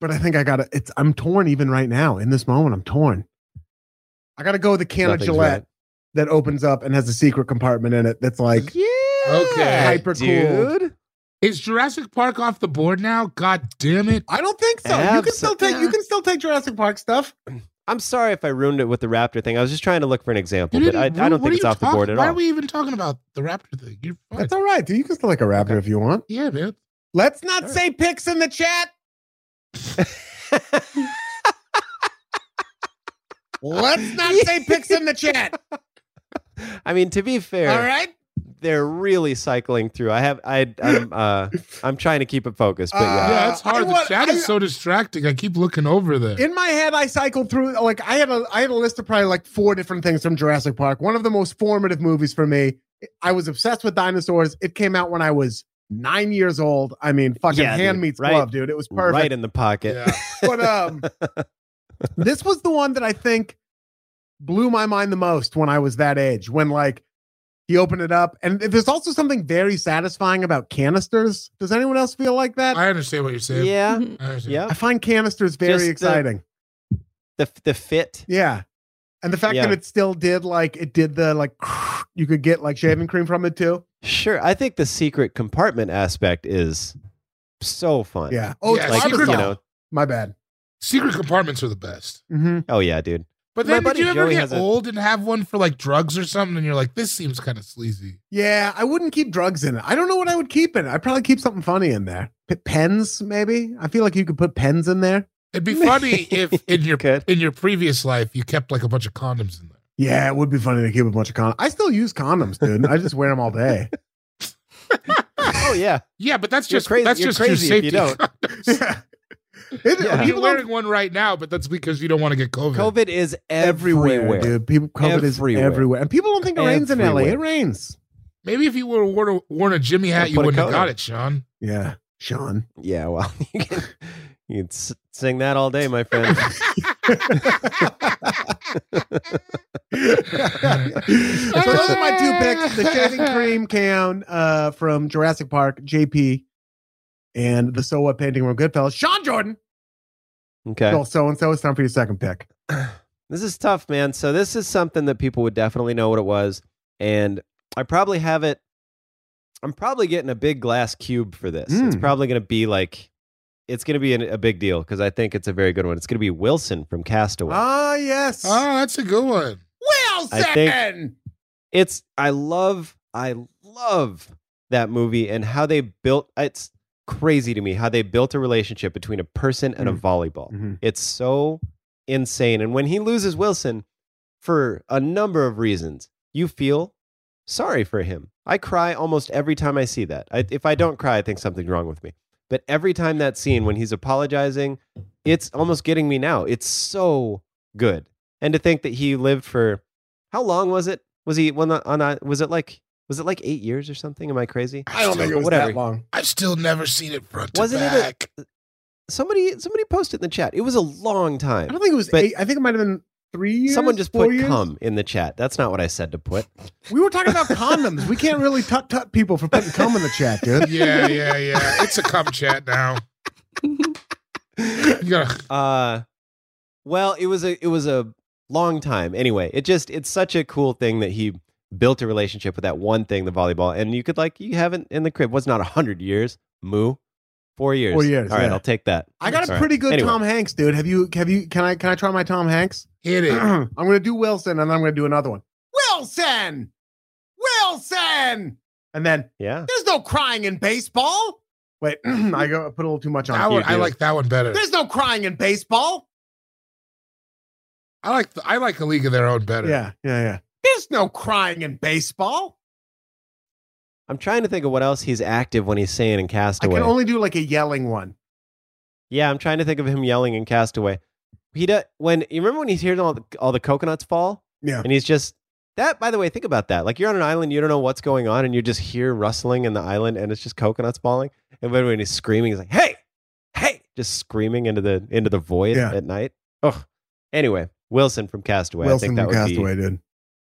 but I think I gotta. It's I'm torn even right now in this moment. I'm torn. I gotta go with the can
Nothing's
of Gillette
right.
that opens up and has a secret compartment in it. That's like
Yeah.
Okay.
hyper cool.
Dude.
Is Jurassic Park off the board now? God damn it.
I don't think so. you can
Abso-
still take you can still take Jurassic Park stuff.
I'm sorry if I ruined it with the raptor thing. I was just trying to look for an example,
You
but I, I
didn't-
don't think
what are
it's
you
off the board
talking-
at
Why
all.
are we even talking about the Raptor thing? You're fine.
That's all right, dude. You can still like a raptor if you want.
Yeah, man.
Let's not say pics in the chat. Let's not say pics in the chat.
I mean, to be fair,
All right.
they're really cycling through. I have I I'm uh I'm trying to keep it focused, but yeah.
yeah, it's
Uh,
hard.
I want-
the chat is
I-
so distracting. I keep looking over there.
in my head i cycled through like i had a i had a list of probably like four different things from jurassic park one of the most formative movies for me i was obsessed with dinosaurs it came out when i was nine years old i mean fucking
Yeah,
hand
dude,
meets
right-
glove dude it was perfect
Right in the pocket.
Yeah.
but um this was the one that i think blew my mind the most when i was that age when like he opened it up and there's also something very satisfying about canisters does anyone else feel like that i,
I understand what you're saying.
yeah.
Mhm.
I understand.
Yep.
find canisters very
Just the-
exciting
The the fit.
Yeah. And the fact
Yeah.
that it still did like it did the like you could get like shaving cream from it too.
Sure. I think the secret compartment aspect is so fun.
Yeah. Oh,
Yeah,
it's
Like, you
secret
Barbasol.
know,
My bad.
Secret compartments are the best.
Mhm.
oh yeah, dude.
But
My
then, did
buddy
you ever
Joey
get
has a-
old and have one for like drugs or something? And you're like, this seems kind of sleazy.
Yeah, I wouldn't keep drugs in it. I don't know what I would keep in it. I'd probably keep something funny in there. P- pens, maybe. I feel like you could put pens in there.
It'd be funny if in your
Good.
in your previous life you kept like a bunch of condoms in there.
Yeah, it would be funny to keep a bunch of condoms. I still use condoms, dude. I just wear them all day.
Oh yeah.
Yeah, but that's
You're
just
crazy-
that's
you're
just your
crazy if
safety.
you don't.
condoms.
Yeah. It-
Yeah.
You're
people
wearing
don't-
one right now, but that's because you don't want to get COVID.
COVID is
everywhere,
everywhere.
dude. People COVID
Everywhere.
is everywhere. And people don't think it rains in LA. It
Everywhere.
rains.
Maybe if you were worn a, worn a Jimmy hat, you
put a
wouldn't have
coat
got
on.
it, Sean.
Yeah. Sean.
Yeah, well, you can, you can s- sing that all day, my friend.
so those are my two picks: the shaving cream can uh, from Jurassic Park, JP, and the So What painting from Goodfellas. Sean Jordan,
Okay.
so and so. It's time for your second pick.
This is tough, man. So this is something that people would definitely know what it was, and I probably have it. I'm probably getting a big glass cube for this. It's
Mm.
probably going to be like, it's going to be an, a big deal because I think it's a very good one. It's going to be Wilson from Castaway.
Ah, yes,
Oh, that's a good one.
Wilson.
I think- it's I love I love that movie and how they built. It's crazy to me how they built a relationship between a person and a
Mhm.
volleyball.
Mhm.
It's so insane. And when he loses Wilson for a number of reasons, you feel sorry for him. I cry almost every time I see that. I, if I don't cry, I think something's wrong with me. But every time that scene when he's apologizing, it's almost getting me now. It's so good. And to think that he lived for how long was it? Was he when the- on a, was it like was it like 8 years or something? Am I crazy?
I don't think it
was Whatever. that
long.
I've still never seen it front
Wasn't
to
it a-
back.
Somebody somebody posted in the chat. It was a long
I
time.
don't think it was
But-
eight. I think it might have been three years.
Someone just
four
put
years?
cum in the chat. That's not what I said to put.
We were talking about condoms. We can't really tut tut people for putting cum in the chat, dude.
yeah, yeah, yeah. It's a cum chat now. You gotta-
Uh well, it was a it was a long time. Anyway, it just it's such a cool thing that he built a relationship with that one thing, the volleyball. And you could like you haven't in the crib. Was not a hundred years. Moo. Four years.
Four years,
All right,
yeah.
I'll take that.
I got a
All right.
pretty good
Anyway.
Tom Hanks, dude. Have you? Have you? Can I? Can I try my Tom Hanks?
hit it.
I'm going to do Wilson and then I'm going to do another one. Wilson! Wilson! And then
Yeah.
there's no crying in baseball. Wait, I go, I put a little too much on.
That
you,
one, I
dude.
like that one better.
There's no crying in baseball.
I like the, I like a league of their own better.
Yeah, yeah, yeah. There's no crying in baseball.
I'm trying to think of what else he's active when he's saying in
I
Castaway.
can only do like a yelling one.
yeah, I'm trying to think of him yelling in Castaway. He does when you remember when he's hearing all the, all the coconuts fall.
Yeah.
and he's just that. By the way, think about that. Like you're on an island, you don't know what's going on, and you just hear rustling in the island, and it's just coconuts falling. And when when he's screaming, he's like, "Hey, hey!" Just screaming into the into the void
Yeah.
at night. Ugh. Anyway, Wilson from Castaway. I think
Wilson
that
from
would be
Castaway, dude.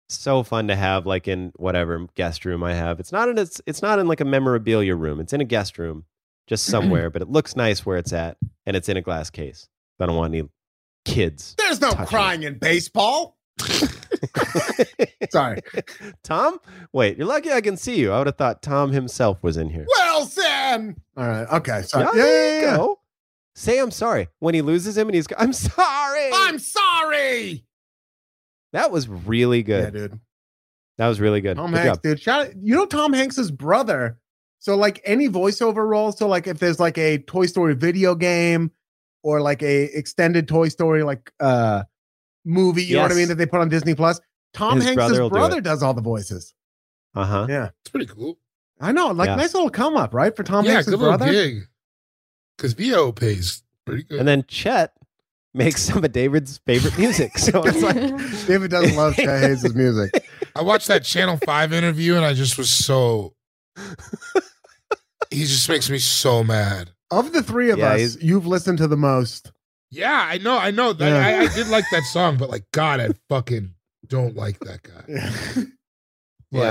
so fun to have like in whatever guest room I have. It's not in it's it's not in like a memorabilia room. It's in a guest room just somewhere, but it looks nice where it's at, and it's in a glass case. I don't want any kids.
There's no
Touch it.
crying in baseball. Sorry.
Tom, wait, you're lucky I can see you. I would have thought Tom himself was in here.
Wilson. All right. Okay. Sorry.
Yeah,
Yeah,
there
yeah,
you
yeah.
go. Say I'm sorry when he loses him, and he's I'm sorry.
I'm sorry.
that was really good.
Yeah, dude.
That was really good.
Tom
good
Hanks,
job.
dude. Shout you know Tom Hanks's brother. So like any voiceover role. So like if there's like a Toy Story video game or like a extended Toy Story like uh movie, you know what I
Yes.
mean, that they put on Disney Plus. Tom
His
Hanks's
brother will
brother,
do it.
does all the voices.
Uh huh.
It's pretty cool.
I know, like
Yeah.
nice little come up, right? For Tom
yeah,
Hanks's
good little
brother.
gig. Because VO pays pretty good.
And then Chet makes some of David's favorite music. So it's like
David doesn't love Chet Hayes' music.
I watched that Channel 5 interview and I just was so. he just makes me so mad.
Of the three of
Yeah,
us,
he's-
you've listened to the most.
Yeah, I know, I know. That, I, I did like that song, but like, God, I fucking don't like that guy.
Yeah,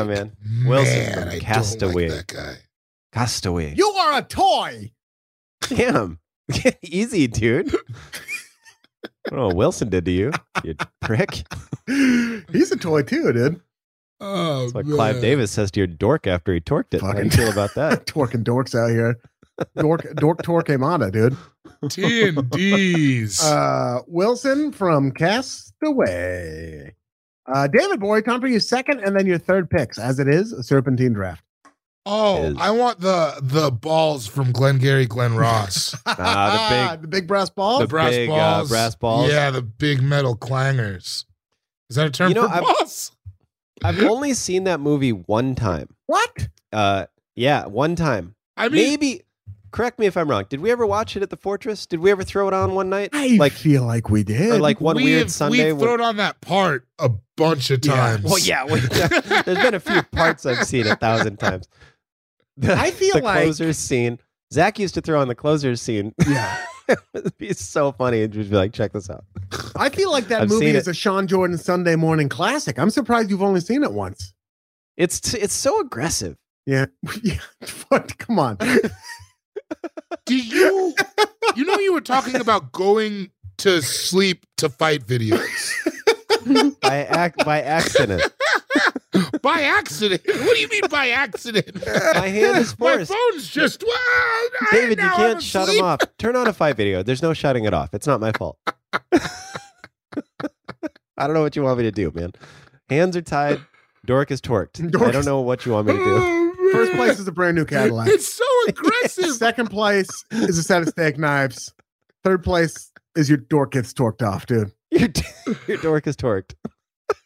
Like,
man. Wilson from
I don't like
Castaway.
that guy.
Castaway.
you are a toy.
Damn. Easy, dude. I don't know what Wilson did to you, you prick.
He's a toy too, dude.
Oh,
That's what
man.
Clive Davis says to your dork after he torqued it. How do you
Fucking-
feel about that?
Torque and dorks out here. Dork, dork, torque, Amada, dude.
T and D's.
Uh, Wilson from Castaway. Uh, David Bory, time for your second and then your third picks, as it is a serpentine draft.
oh,
is-
I want the the balls from Glengarry Glen Ross.
Ah, the big-
brass balls.
The
brass
big, uh,
balls.
brass balls.
Yeah, the big metal clangers. Is that a term
You know,
for
I've-
balls?
I've only seen that movie one time.
what?
Uh, yeah, one time.
I mean,
Maybe. Correct me if I'm wrong. Did we ever watch it at the fortress? Did we ever throw it on one night?
I
like
feel like we did.
or like one
we've,
weird Sunday.
We've
when-
thrown on that part a bunch of
Yeah.
times.
Well, yeah, we, there's been a few parts I've seen a thousand times. The,
I feel
the
like-
closers scene. Zach used to throw on the closers scene.
yeah.
It'd be so funny. And just be like, check this out.
I feel like that
I've
movie
seen
is
it.
a Sean Jordan Sunday morning classic. I'm surprised you've only seen it once.
It's t- it's so aggressive.
Yeah. yeah. What? Come on.
Did you? You know, you were talking about going to sleep to fight videos
By act by accident.
by accident. What do you mean by accident?
My hand is
My
forced.
phone's just. Well, I-
David, you
now
can't
I'm
shut
asleep.
him off. Turn on a fight video. There's no shutting it off. It's not my fault. I don't know what you want me to do, man. Hands are tied. Dork is torqued. I
Dork
don't
is-
know what you want me to do.
First place is a brand new Cadillac.
Oh, It's so aggressive.
Second place is a set of steak knives. Third place is your dork gets torqued off, dude.
Your, your dork is torqued.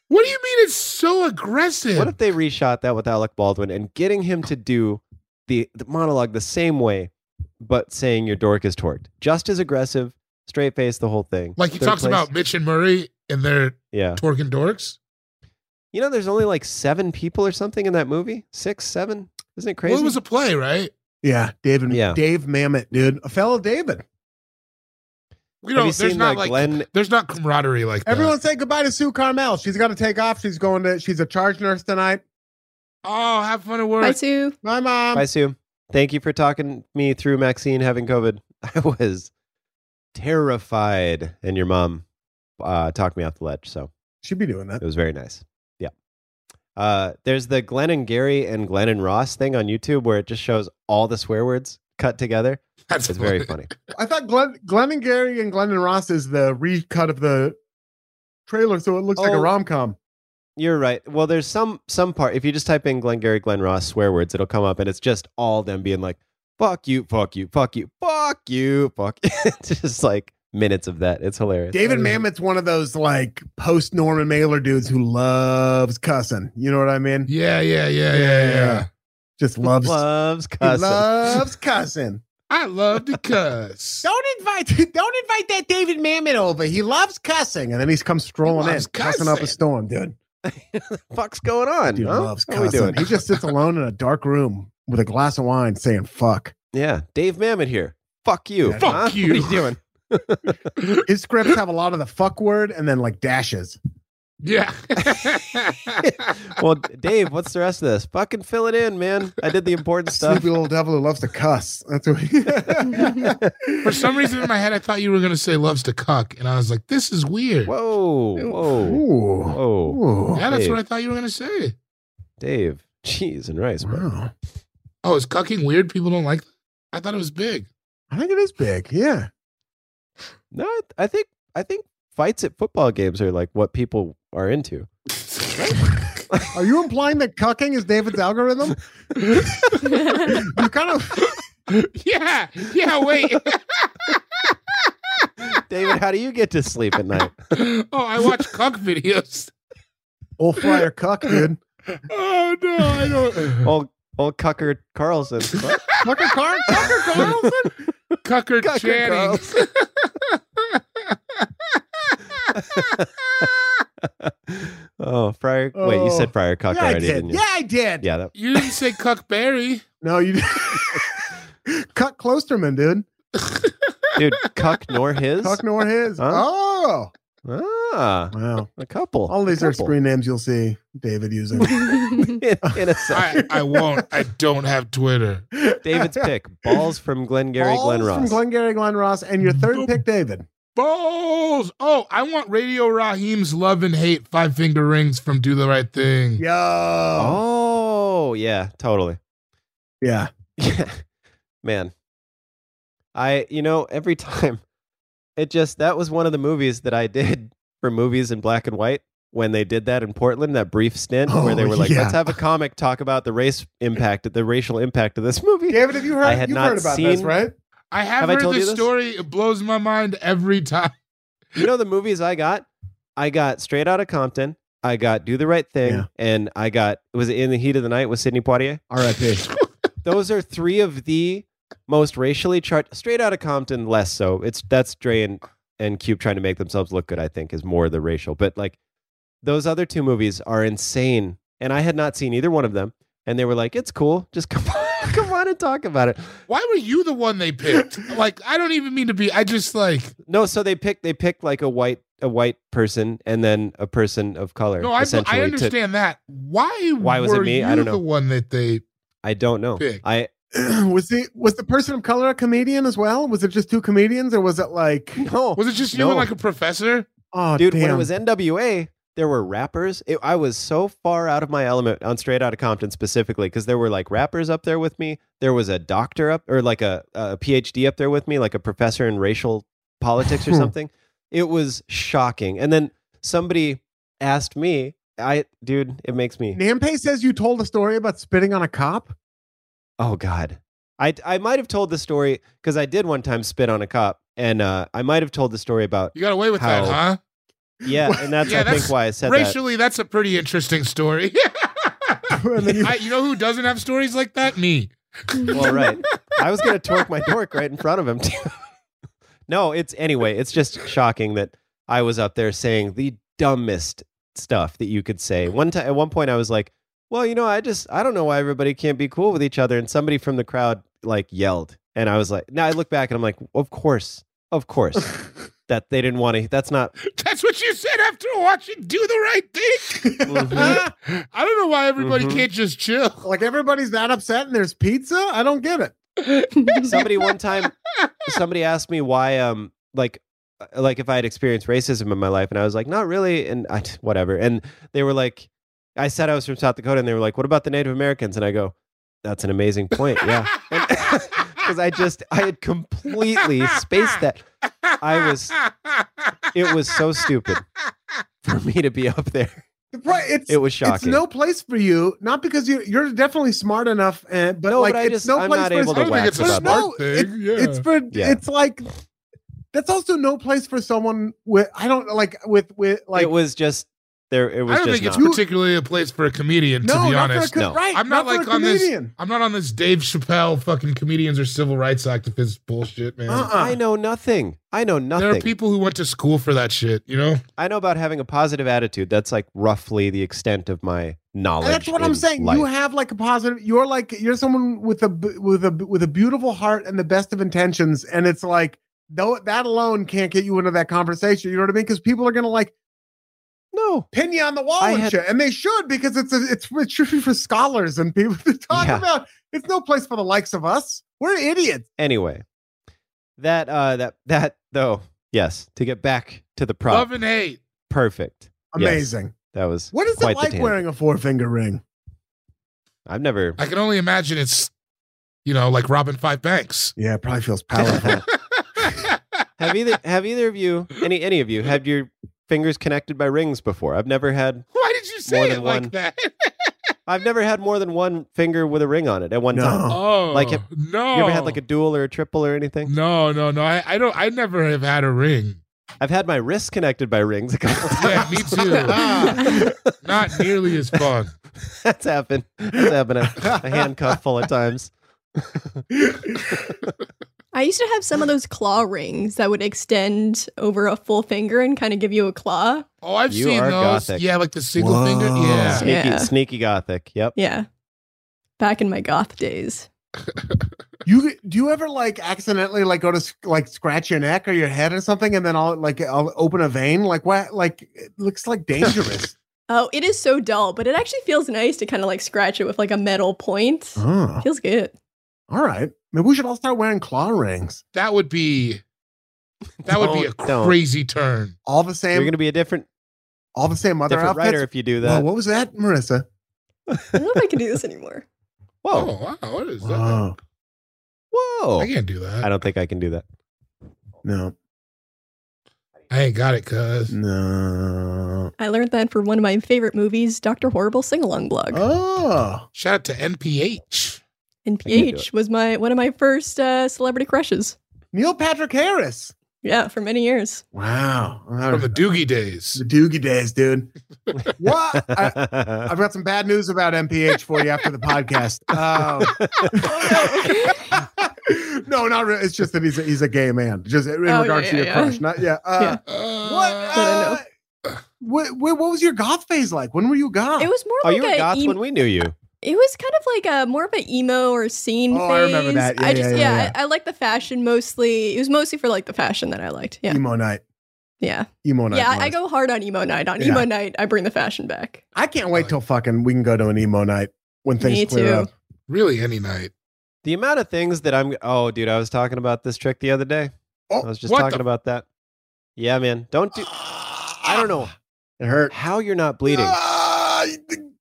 what do you mean it's so aggressive?
What if they reshot that with Alec Baldwin and getting him to do the, the monologue the same way, but saying your dork is torqued? Just as aggressive, straight face, the whole thing.
like he
Third
talks
place?
about Mitch and Murray and their
Yeah.
torque and dorks.
You know, there's only like seven people or something in that movie. Six, seven? Isn't it crazy?
Well, it was a play, right?
Yeah, David.
Yeah.
Dave Mamet, dude. A fellow David.
You know,
Have you
there's
seen
not
like,
like
Glenn?
there's not camaraderie like that.
Everyone say goodbye to Sue Carmel. She's got to take off. She's going to. She's a charge nurse tonight.
Oh, have fun at work.
Bye, Sue.
Bye,
um,
mom.
Bye, Sue. Thank you for talking me through Maxine having COVID. I was terrified, and your mom uh, talked me off the ledge. So
She'd be doing that.
It was very nice. Yeah. Uh, there's the Glenn and Gary and Glenn and Ross thing on YouTube where it just shows all the swear words cut together.
That's
It's very funny.
I thought Glenn, Glenn and Gary and Glenn and Ross is the recut of the trailer, so it looks like a
Oh.
rom com.
You're right. Well, there's some some part. If you just type in Glenn Gary Glenn Ross swear words, it'll come up, and it's just all them being like, "Fuck you, fuck you, fuck you, fuck you, fuck." it's just like minutes of that. It's hilarious.
David Mamet's one of those like post Norman Mailer dudes who loves cussing. You know what I mean?
Yeah, yeah, yeah, yeah, yeah.
Just loves.
loves
he
cussing.
loves cussing.
I love to cuss.
Don't invite don't invite that David Mamet over. He loves cussing. And then he's come strolling in,
loves
cussing up a
cussing.
storm, dude.
fuck's going on?
Dude
huh?
loves
What are we
cussing.
doing?
He just sits alone in a dark room with a glass of wine saying fuck.
Yeah, Dave Mamet here. Fuck you.
Yeah.
huh?
Fuck you.
What are you doing?
His scripts have a lot of the fuck word and then like dashes.
Yeah.
well, Dave, what's the rest of this? Fucking fill it in, man. I did the important stuff.
Sleepy little devil who loves to cuss. That's what he.
For some reason in my head, I thought you were going to say loves to cuck. And I was like, this is weird.
Whoa, whoa,
Ooh.
whoa,
Ooh.
yeah, that's
Dave.
what I thought you were going to say.
Dave. Cheese and rice, bro.
Wow.
Oh, is cucking weird? People don't like I thought it was big.
I think it is big. Yeah.
No, I, I think I think fights at football games are like what people are into.
Are you implying that cucking is David's algorithm? you kind of.
yeah. Yeah, wait.
David, how do you get to sleep at night?
oh, I watch cuck videos.
Old flyer cuck, dude.
Oh, no, I don't.
Old old cucker Carlson. What?
Tucker Carl? Tucker Carlson?
Cucker,
Cucker
Channing.
Carlson. oh, Friar. Wait, you said
Oh.
Friar Cuck
yeah, I
already,
did.
didn't you?
Yeah, I did.
Yeah, that,
You didn't say cuck Barry.
No, you Cut Closterman, dude.
dude, Cuck nor his.
Cuck nor his.
Huh?
Oh.
Ah,
Wow.
a couple.
All these
a
are
couple.
screen names you'll see David using.
in, in a sec.
I, I won't. I don't have Twitter.
David's pick: balls from Glengarry
Balls
Glen
From
Ross.
Glengarry Glen Ross. And your third pick, David.
Balls. Oh, I want Radio Raheem's Love and Hate Five Finger Rings from Do the Right Thing.
Yo.
oh, yeah, totally.
Yeah.
Yeah, man. I, you know, every time it just, that was one of the movies that I did for movies in black and white when they did that in Portland, that brief stint where they
Oh,
were like,
yeah.
let's have a comic talk about the race impact, the racial impact of this movie.
David, have you heard,
I had
you've
not
heard about
seen-
this, right?
I have,
Have I
heard
told you
this
this?
story. It blows my mind every time.
You know, the movies I got, I got Straight Out of Compton, I got Do the Right Thing,
Yeah.
and I got, was it In the Heat of the Night with Sidney Poitier?
R.I.P.
those are three of the most racially charged straight out of compton less so it's that's dre and, and cube trying to make themselves look good i think is more the racial but like those other two movies are insane and i had not seen either one of them and they were like it's cool just come on come on and talk about it
Why were you the one they picked? Like, I don't even mean to be. I just like.
no so they picked they picked like a white a white person and then a person of color
No, I,
essentially
I
to-
understand that. Why?
Why was it
were
me? I
you
don't know.
The one that they.
i don't know
Pick.
i
was the was the person of color a comedian as well? Was it just two comedians, or was it like
no
Was it just you
No.
and like a professor?
oh
dude when it
damn.
was nwa there were rappers it, i was so far out of my element on straight out of compton specifically because there were like rappers up there with me there was a doctor up or like a, a phd up there with me like a professor in racial politics or
Hmm.
something it was shocking and then somebody asked me i dude it makes me
Nampe says you told a story about spitting on a cop.
Oh God, I I might have told the story because I did one time spit on a cop, and uh, I might have told the story about
You got away with
How?
that, huh?
yeah, and that's
Yeah,
I
that's
think why I said that.
Racially, that's a pretty interesting story.
And then you-
I, you know who doesn't have stories like that? Me.
Well, right, I was gonna torque my dork right in front of him. Too. no, it's anyway, it's just shocking that I was up there saying the dumbest stuff that you could say. One time, at one point, I was like, "Well, you know, I just I don't know why everybody can't be cool with each other," and somebody from the crowd like yelled, and I was like, "Now I look back and I'm like, of course, of course." That they didn't want to. That's not
That's what you said after watching Do the Right Thing.
Mhm.
I don't know why everybody
Mhm.
can't just chill.
like everybody's that upset, and there's pizza. I don't get it.
somebody one time somebody asked me why um like uh, like if I had experienced racism in my life and I was like not really and I whatever and they were like I said I was from South Dakota and they were like what about the Native Americans and I go that's an amazing point yeah because I just I had completely spaced that I was- it was so stupid for me to be up there
The pri- It's
it was
it's
shocking
no place for you. Not because you you're definitely smart enough, and but
No,
like
but I
it's
just-
no
I'm
place
not
for
able
I don't
to
think it's a
wax
smart
about
no,
thing.
it-
yeah.
it's for
Yeah.
it's like that's also no place for someone with I don't like with with like
it was just there it was
I don't
just
think it's
not.
particularly a place for a comedian,
no
to be
not for a
honest.
co-
no.
right
I'm not,
for a
like on this-
comedian.
I'm not on this Dave Chappelle fucking comedians or civil rights activists bullshit, man.
Uh-uh.
I know nothing I know nothing
There are people who went to school for that shit, you know?
I know about having a positive attitude. That's like roughly the extent of my knowledge.
And that's what I'm
in
saying. You
life.
have like a positive. You're like you're someone with a b- with a b- with a beautiful heart and the best of intentions. And it's like though that alone can't get you into that conversation. You know what I mean? Because people are gonna like.
no. know.
pin you on the wall
I
and
had-
shit. And they should because it's a, it's it should be for scholars and people to talk
Yeah.
about. It's no place for the likes of us. We're idiots.
Anyway, that uh, that that though, yes. To get back to the prop,
Love and hate.
perfect. Yes,
Amazing.
that was
What is
quite
it
the
like
tangent.
wearing a four finger ring?
I've never.
I can only imagine it's, you know, like robbing five banks.
Yeah, it probably feels powerful.
Have either have either of you any any of you had your fingers connected by rings before? I've never had
Why did you
More
say
than
it like
one.
that?
I've never had more than one finger with a ring on it at one time.
no.
Oh,
Like, have-
no.
You ever had like a dual or a triple or anything?
No, no, no. I, I don't. I never have had a ring.
I've had my wrists connected by rings a couple
Yeah,
times.
me too. Not nearly as fun.
That's happened. That's happened a, a handcuff full of times.
I used to have some of those claw rings that would extend over a full finger and kind of give you a claw.
Oh, I've
You
seen
are
those.
gothic.
Yeah, like the single
Whoa.
finger. Yeah.
Sneaky,
Yeah.
sneaky gothic. Yep.
Yeah. Back in my goth days.
You do you ever like accidentally like go to sc- like scratch your neck or your head or something, and then I'll like I'll open a vein like what like it looks like dangerous.
Oh, it is so dull, but it actually feels nice to kind of like scratch it with like a metal point.
oh,
Feels good.
all right. Maybe we should all start wearing claw rings.
That would be. That would be a
Don't- don't.
crazy turn.
All the
You're
same.
going to be a different
all the same. Other
different
outfits.
writer if you do that.
Whoa, what was that, Marissa?
I don't know if I can do this anymore.
Whoa.
Oh, wow. What is that?
Whoa.
Whoa.
I can't do that.
I don't think I can do that.
No,
I ain't got it,
Mm.
cuz.
no.
I learned that from one of my favorite movies, Dr. Horrible Sing Along Blog.
Oh,
Shout out to NPH.
and
I can't do
PH was my one of my first uh, celebrity crushes.
Neil Patrick Harris.
Yeah, for many years.
Wow.
From the Doogie days.
The Doogie days, dude. what? I, I've got some bad news about MPH for you after the podcast. Um, no, not really. It's just that he's a, he's a gay man. Just in
Oh, yeah,
regards to
yeah,
your
yeah.
crush. Not yeah. Uh, What?
Uh,
Uh, what, what? What was your goth phase like? When were you E goth?
It was more
Oh,
like
you were
a
goths
em-
when we knew you.
it was kind of like a more of an emo or scene
Oh,
phase.
I remember that. Yeah,
I just
yeah,
yeah,
yeah, yeah.
I, I like the fashion mostly. It was mostly for like the fashion that I liked. Yeah.
emo night.
Yeah.
Emo night.
yeah, I, I
was.
go hard on emo night. On emo night, I bring the fashion back.
I can't wait till fucking we can go to an emo night when things
Me
clear
too.
up.
really, any night.
The amount of things that I'm oh dude, I was talking about this trick the other day.
Oh,
I was just
what
talking
the-
about that. Yeah, man. Don't do I don't know
It hurt.
how you're not bleeding.
Ah, you think-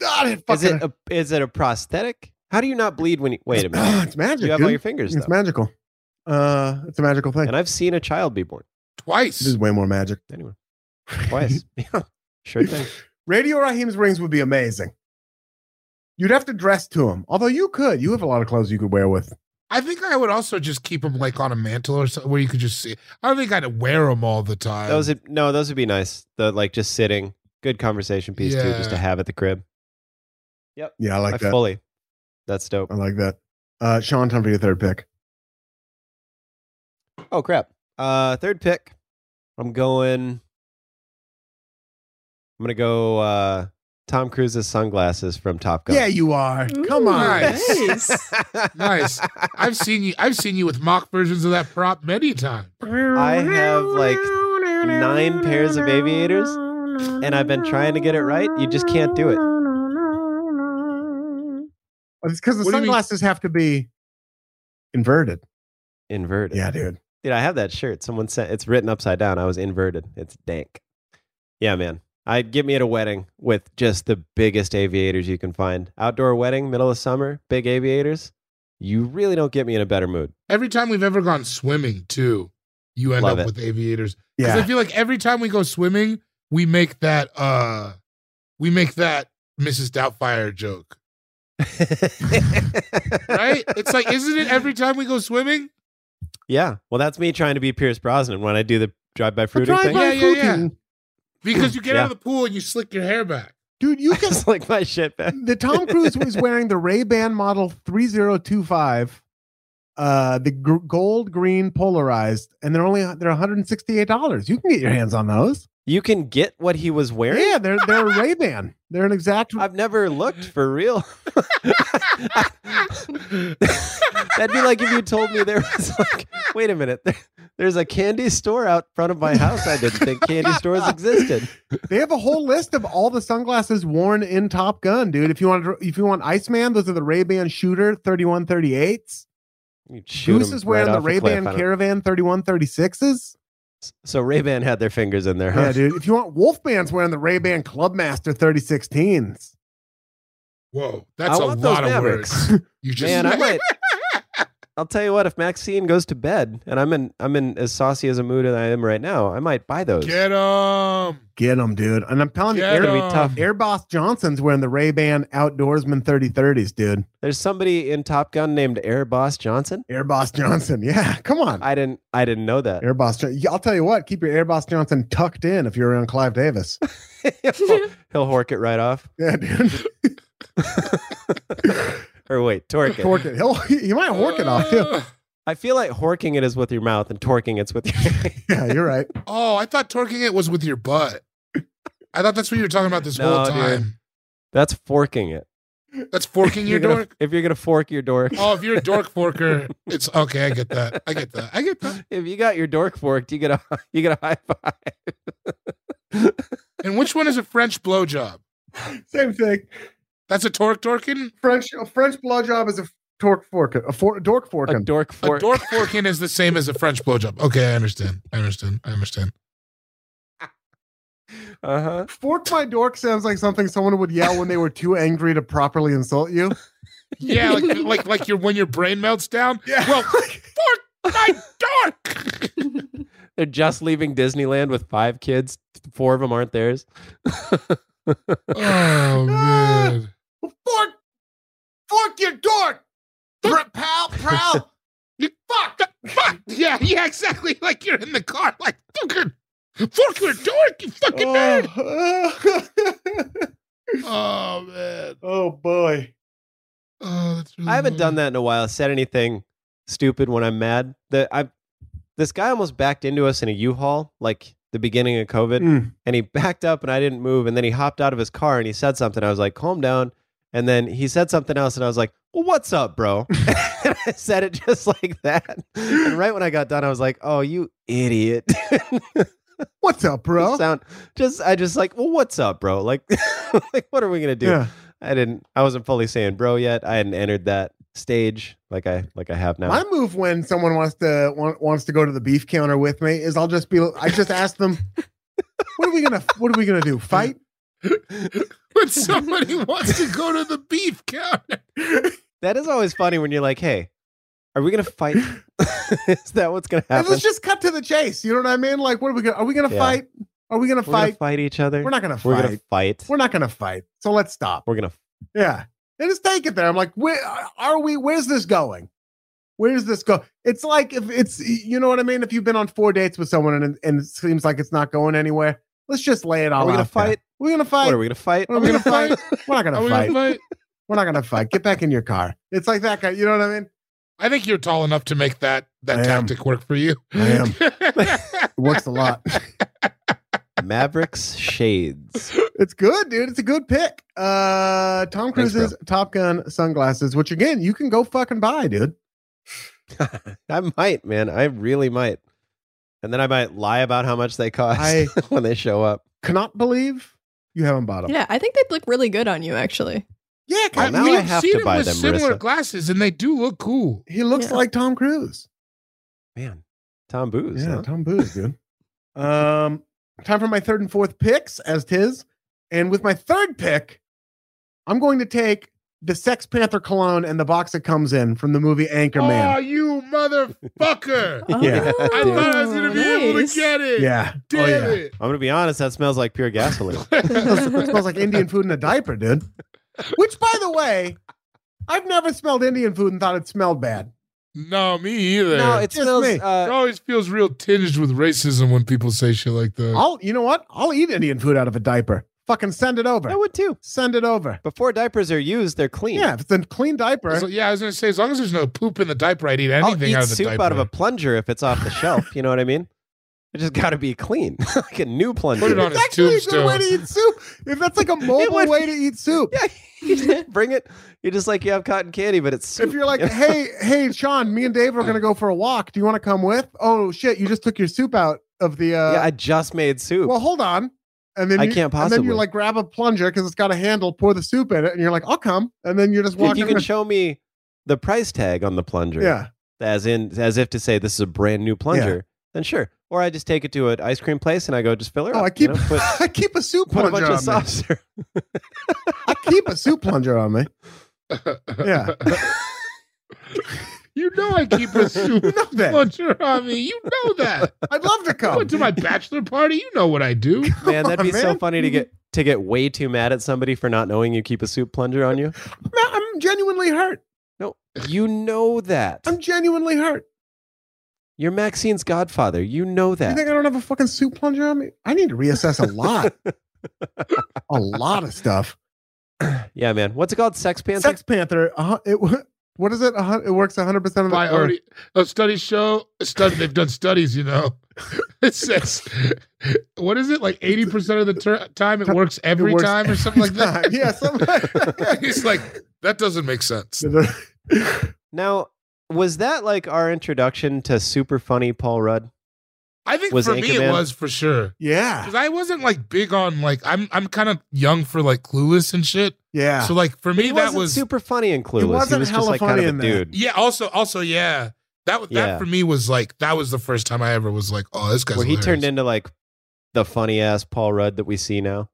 God, it
Is
fucking-
it a is it a prosthetic? How do you not bleed when you wait a minute?
it's magic.
You have
dude.
all your fingers
it's
though.
magical. Uh, it's a magical thing.
And I've seen a child be born.
This
Twice.
is way more magic.
Anyway. Twice. yeah. Sure thing.
Radio Raheem's rings would be amazing. You'd have to dress to him, although you could. You have a lot of clothes you could wear with.
I think I would also just keep them like on a mantle or something where you could just see. I don't think I'd wear them all the time.
Those would, no, those would be nice. The like just sitting. Good conversation piece too, just to
Yeah.
have at the crib.
Yeah, I like
I
that.
fully. That's dope.
I like that. Uh, Sean, time for your third pick.
Oh crap. Uh third pick. I'm going I'm going to go uh Tom Cruise's sunglasses from Top Gun.
Yeah, you are. Come
Ooh,
on.
Nice.
nice.
Nice. I've seen you. I've seen you with mock versions of that prop many times.
I have like 9 pairs of aviators and I've been trying to get it right. You just can't do it.
It's because the
What do you mean?
sunglasses have to be inverted.
Inverted.
Yeah, dude.
Dude, I have that shirt. Someone sent it's written upside down. I was inverted. It's dank. Yeah, man. I'd get me at a wedding with just the biggest aviators you can find. Outdoor wedding, middle of summer, big aviators. You really don't get me in a better mood.
Every time we've ever gone swimming, too, you end
Love
up
it.
with aviators. Because
Yeah.
I feel like every time we go swimming, we make that uh we make that Mrs. Doubtfire joke. Right? it's like, isn't it every time we go swimming?
Yeah. Well, that's me trying to be Pierce Brosnan when I do the drive-by fruiting
Drive-by
thing.
Yeah, yeah, yeah.
fruiting.
Because you get
Yeah.
out of the pool and you slick your hair back.
Dude, you can
It's like my shit back.
the Tom Cruise was wearing the Ray Ban model 3025, uh, the gr- gold green polarized, and they're only they're 168 dollars. You can get your hands on those.
You can get what he was wearing.
Yeah, they're they're Ray Ban. They're an exact.
I've never looked for real. That'd be like if you told me there was like, wait a minute, there, There's a candy store out front of my house. I didn't think candy stores existed.
They have a whole list of all the sunglasses worn in Top Gun, dude. If you want, to- if you want Iceman, those are the Ray Ban Shooter 3138s.
You'd shoot
Goose
'em
is
right
wearing
off
the
a cliff.
Ray Ban
I don't-
Caravan 3136s.
So Ray Ban had their fingers in there, huh?
Yeah, dude. If you want Wolfman's wearing the Ray Ban Clubmaster 3016s.
Whoa, that's
I
a
want those
lot of
Mavericks.
words. You just
Man, I might. I'll tell you what. If Maxine goes to bed, and I'm in, I'm in as saucy as a mood as I am right now, I might buy those.
get them.
Get them, dude. And I'm telling
Get
you, Air,
gonna be tough.
Air Boss Johnson's wearing the Ray Ban Outdoorsman 3030s, dude.
There's somebody in Top Gun named Air Boss Johnson.
Air Boss Johnson. Yeah, come on.
I didn't, I didn't know that.
Air Boss. Jo- Yeah, I'll tell you what, keep your Air Boss Johnson tucked in if you're around Clive Davis.
he'll, he'll hork it right off,
Yeah, dude.
or wait, torque it.
Torque it. He'll, he might work it off,
Uh,
too.
I feel like horking it is with your mouth, and torquing it's with your.
Yeah, you're right.
Oh, I thought torquing it was with your butt. I thought that's what you were talking about this
No,
whole
dude.
time.
That's forking it.
That's forking
You're
your
gonna-
dork.
If you're gonna fork your dork,
Oh, if you're a dork forker, it's okay. I get that. I get that. I get that.
if you got your dork forked, you get a, you get a high five.
And which one is a French blowjob?
Same thing.
That's a torque dorking.
French a French blowjob is a torque fork, a for, dork fork.
a dork
A
fork.
dork forking is the same as a French blowjob. Okay, I understand. I understand. I understand.
Uh huh.
fork my dork sounds like something someone would yell when they were too angry to properly insult you.
Yeah, like like like your when your brain melts down. Yeah. Well, fork my dork.
They're just leaving Disneyland with five kids. Four of them aren't theirs.
Oh
Ah,
man.
Fork, fork your dork, Pr- pal, pal.
You- Fuck. Fuck. Yeah. Yeah. Exactly. Like you're in the car. Like fucking fork your dork. You
Oh.
fucking nerd. Oh man.
oh boy.
Oh, that's really
I haven't
Mm-hmm.
done that in a while. Said anything stupid when I'm mad. That I, this guy almost backed into us in a U-Haul, like the beginning of COVID,
Mm.
and he backed up and I didn't move, and then he hopped out of his car and he said something. I was like, calm down. And then he said something else, and I was like, "Well, what's up, bro?" and I said it just like that. And right when I got done, I was like, "Oh, you idiot!"
What's up, bro?
Sound just I just like, "Well, what's up, bro?" Like, like what are we gonna do?
Yeah.
I didn't. I wasn't fully saying bro yet. I hadn't entered that stage like I like I have now.
My move when someone wants to want, wants to go to the beef counter with me is I'll just be I just ask them, what are we gonna what are we gonna do? Fight?
When somebody wants to go to the beef counter.
that is always funny when you're like, "Hey, are we gonna fight? is that what's gonna
And
happen?
let's just cut to the chase. You know what I mean? Like, what are we gonna are we gonna
Yeah.
fight? Are we gonna
We're
fight?
gonna fight each other.
We're not gonna
We're
fight.
gonna fight.
We're not gonna fight. So let's stop.
We're gonna.
Yeah. They just take it there. I'm like, where are we? Where's this going? Where's this go? It's like if it's you know what I mean? If you've been on four dates with someone and, and it seems like it's not going anywhere, let's just lay it all
Are we gonna
out there.
fight?
We're gonna fight.
What are we gonna fight?
Are we gonna fight? We're not
Are
gonna
we
fight.
gonna fight?
We're not gonna fight. Get back in your car. It's like that guy. You know what I mean?
I think you're tall enough to make that
I
that
am.
tactic work for you.
I am. It works a lot.
Mavericks shades.
It's good, dude. It's a good pick. Uh Tom
Thanks,
Cruise's Top Gun sunglasses, which again you can go fucking buy, dude.
I might, man. I really might. And then I might lie about how much they cost
I
when they show up.
cannot believe you haven't bought them.
Yeah, I think they'd look really good on you, actually.
Yeah,
Well,
I-
now
we've
I have
seen
to
him
buy
with
them,
similar
Marissa.
glasses, and they do look cool.
He looks
Yeah.
like Tom Cruise.
Man, Tom Booze.
yeah,
huh?
Tom Cruise, dude. um, time for my third and fourth picks as tis. And with my third pick, I'm going to take the Sex Panther cologne and the box it comes in from the movie
Oh,
Anchorman.
you motherfucker!
Yeah.
I thought I was gonna be able to
Oh, nice.
get it.
yeah.
Damn
oh, yeah.
it.
I'm gonna be honest. That smells like pure gasoline.
It smells like Indian food in a diaper, dude. Which, by the way, I've never smelled Indian food and thought it smelled bad.
No, me either.
no, it
Just
smells.
me.
it
Uh,
always feels real tinged with racism when people say shit like that.
I'll, you know what? I'll eat Indian food out of a diaper. Fucking send it over.
I would too.
Send it over.
Before diapers are used, they're clean.
Yeah, if it's a clean diaper.
So, yeah, I was gonna say as long as there's no poop in the diaper, I'd eat anything
I'll eat
out of the
soup
diaper.
out of a plunger if it's off the shelf. You know what I mean? It just got to be clean, like a new plunger.
Put it on
It's
his
actually a good
tombstone.
way to eat soup. If that's like a mobile
would-
way to eat soup.
Yeah, you just bring it. You just like you have cotton candy, but it's
If
soup.
you're like,
You know?
hey, hey, Sean, me and Dave are gonna go for a walk. Do you want to come with? Oh shit, you just took your soup out of the. Uh,
yeah, I just made soup.
well, hold on. And then
I
you,
can't
And then
possibly.
you like grab a plunger because it's got a handle. Pour the soup in it, and you're like, I'll come. And then you're just
if
walking.
you can
around-
show me the price tag on the plunger,
yeah,
as in as if to say this is a brand new plunger, then sure. Or I just take it to an ice cream place and I go just fill her
Oh,
up.
I keep
you know, put,
I keep a soup
put a bunch
plunger
of
on me.
sauce. there.
I keep a soup plunger on me. Yeah.
you know I keep a
You
soup
know that. Oh,
plunger on me. You know that.
I'd love to
I
come.
went to my bachelor party. You know what I do.
Man, that'd be
on,
so
man.
funny to get to get way too mad at somebody for not knowing you keep a soup plunger on you.
Ma- I'm genuinely hurt.
You know that.
I'm genuinely hurt.
You're Maxine's godfather. You know
You
that.
think I don't have a fucking soup plunger on me? I need to reassess a lot, a lot of stuff.
yeah, man. What's it called? Sex pants?
Sex Panther. Uh, it, wa- what is it? A hun- It works 100 percent of the
By
or-
already, uh, studies show stud, they've done studies. You know, it says what is it like eighty percent of the ter- time it works
it
every
works
time or something like
every
that.
time. Yeah, something like that.
It's like that doesn't make sense.
Now, was that like our introduction to super funny Paul Rudd?
I think
Was
for me
Anchorman-
it was for sure
yeah,
because I wasn't like big on like I'm I'm kind of young for like Clueless and shit.
yeah.
So like for me
he
that
wasn't
was
super funny and clueless. He,
wasn't
was just
hella
like kind
funny
of a
in that.
dude.
yeah. Also also yeah that that
Yeah.
for me was like that was the first time I ever was like oh this guy's
Where he turned
hilarious.
into like the funny ass Paul Rudd that we see now.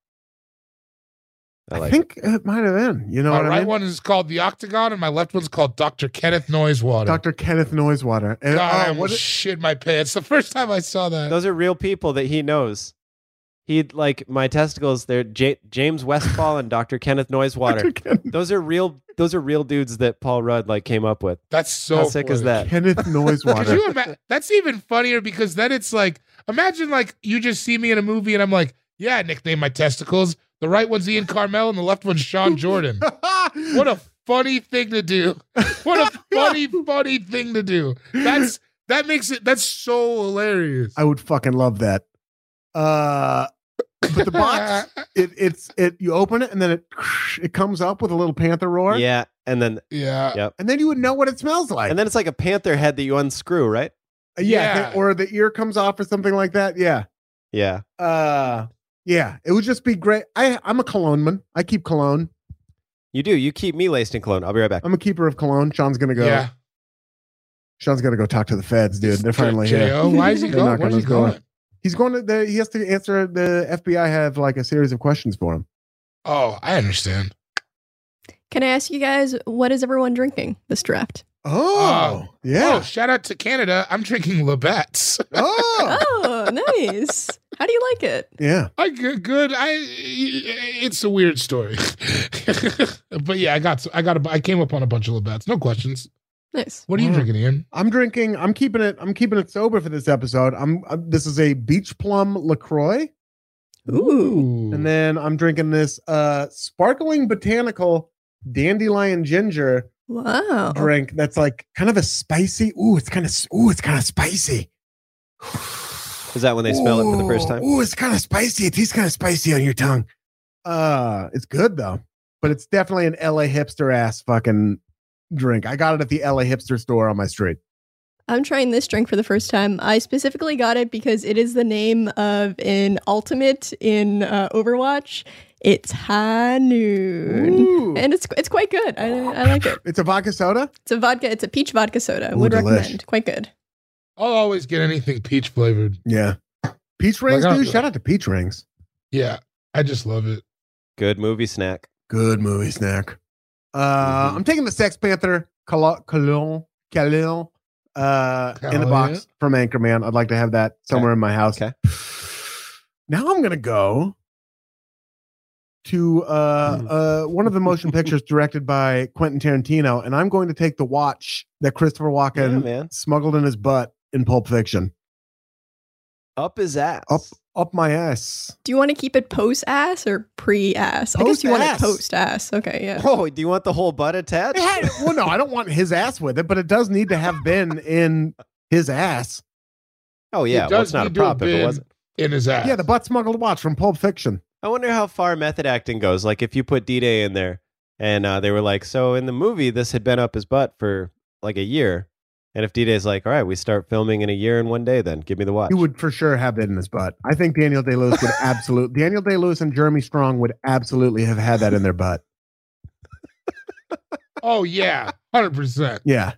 I,
like
think it might have been. You know
My
what
right
I mean?
one is called the Octagon and my left one's called Doctor Kenneth Noisewater.
Dr. Kenneth Noisewater. And,
God, I
oh, what
almost
is-
shit my pants the first time I saw that.
those are real people that he knows. He like my testicles. They're J- James Westfall and Dr. Kenneth
Dr.
Noisewater.
Ken-
Those are real. Those are real dudes that Paul Rudd like came up with.
That's so
How sick is
funny.
that?
Kenneth
Could
Noisewater.
you ima- that's even funnier because then it's like, imagine like you just see me in a movie and I'm like, yeah, I nicknamed my testicles. The right one's Ian Carmel and the left one's Sean Jordan. What a funny thing to do. What a funny, funny thing to do. That's that makes it that's so hilarious.
I would fucking love that. Uh, but the box, it, it's it. You open it and then it it comes up with a little panther roar.
Yeah, and then
yeah.
and then you would know what it smells like. Uh,
and then it's like a panther head that you unscrew, right?
yeah, I think-
Yeah.
or the ear comes off or something like that. Yeah,
Yeah.
uh, yeah, it would just be great. I I'm a cologne man. I keep cologne.
You do. You keep me laced in cologne. I'll be right back.
Um,
I'm a keeper of cologne. Sean's gonna go.
Yeah.
Sean's gonna go talk to the feds, dude. They're finally here.
J.O., Why is he
They're
going?
not
Where's
gonna
he
go.
going?
He's going to. The, he has to answer. The FBI have like a series of questions for him.
Oh, I understand.
Can I ask you guys what is everyone drinking this draft?
Oh,
Oh,
yeah.
shout out to Canada. I'm drinking Labatt's.
Oh,
Oh, nice. How do you like it?
yeah.
I g- good. I it's a weird story, but yeah, I got I got a, I came up on a bunch of Labatt's. No questions.
Nice.
What are you
Wow.
drinking, Ian?
I'm drinking. I'm keeping it. I'm keeping it sober for this episode. I'm. i this is a beach plum Lacroix,
Ooh.
Mm.
and then I'm drinking this uh sparkling botanical dandelion ginger
Wow.
drink. That's like kind of a spicy. Ooh, it's kind of. Ooh, it's kind of spicy.
Is that when they smell it for the first time?
Ooh, it's kind of spicy. It tastes kind of spicy on your tongue. Uh, it's good though, but it's definitely an LA hipster ass fucking drink. I got it at the LA hipster store on my street.
I'm trying this drink for the first time. I specifically got it because it is the name of an ultimate in uh, Overwatch. It's High Noon.
Ooh.
And it's it's quite good. I, I like it.
It's a vodka soda.
It's a vodka. It's a peach vodka soda.
Ooh,
Would
delish.
recommend. Quite good.
I'll always get anything peach flavored.
Yeah. Peach rings,
Like, uh,
dude. Shout out to Peach Rings.
Yeah, I just love it.
Good movie snack.
Good movie snack. Uh, I'm taking the Sex Panther Kal- Kalil Kalil uh, in the
Kalil.
box from Anchorman. I'd like to have that somewhere in my house.
Okay.
Now I'm gonna go to uh, uh, one of the motion pictures directed by Quentin Tarantino, and I'm going to take the watch that
yeah,
Christopher Walken
man.
smuggled in his butt in Pulp Fiction.
Up his ass.
Up, up my ass.
Do you want to keep it post ass or pre ass? I guess you want it
Post-ass.
post ass. Okay, yeah.
Oh, do you want the whole butt attached?
It had- well, no, I don't want his ass with it, but it does need to have been in his ass.
Oh yeah, well,
does
it's not a
need to have
prop if it
been
wasn't.
in his ass.
Yeah, the butt smuggled watch from Pulp Fiction.
I wonder how far method acting goes. Like if you put D Day in there and uh, they were like, so in the movie, this had been up his butt for like a year. And if D Day's like, all right, we start filming in a year and one day, then give me the watch.
He would for sure have it in his butt. I think Daniel Day Lewis would absolutely. Daniel Day Lewis and Jeremy Strong would absolutely have had that in their butt.
oh yeah, hundred percent,
Yeah,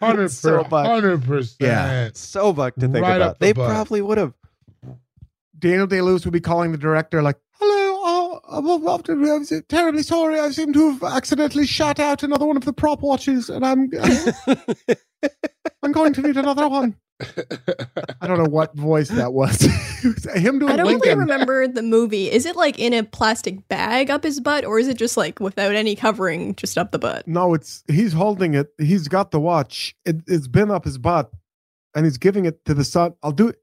hundred
So
percent,
buck-
hundred
Yeah.
percent.
so bucked to think
Right
about.
up the
they
butt.
probably would have.
Daniel Day Lewis would be calling the director like, "Hello, oh, I'm, I'm terribly sorry. I seem to have accidentally shot out another one of the prop watches, and I'm I'm going to need another one." I don't know what voice that was. It was him doing
I don't really
Lincoln.
remember the movie. Is it like in a plastic bag up his butt, or is it just like without any covering, just up the butt?
No, it's he's holding it. He's got the watch. It, it's been up his butt, and he's giving it to the son. I'll do it.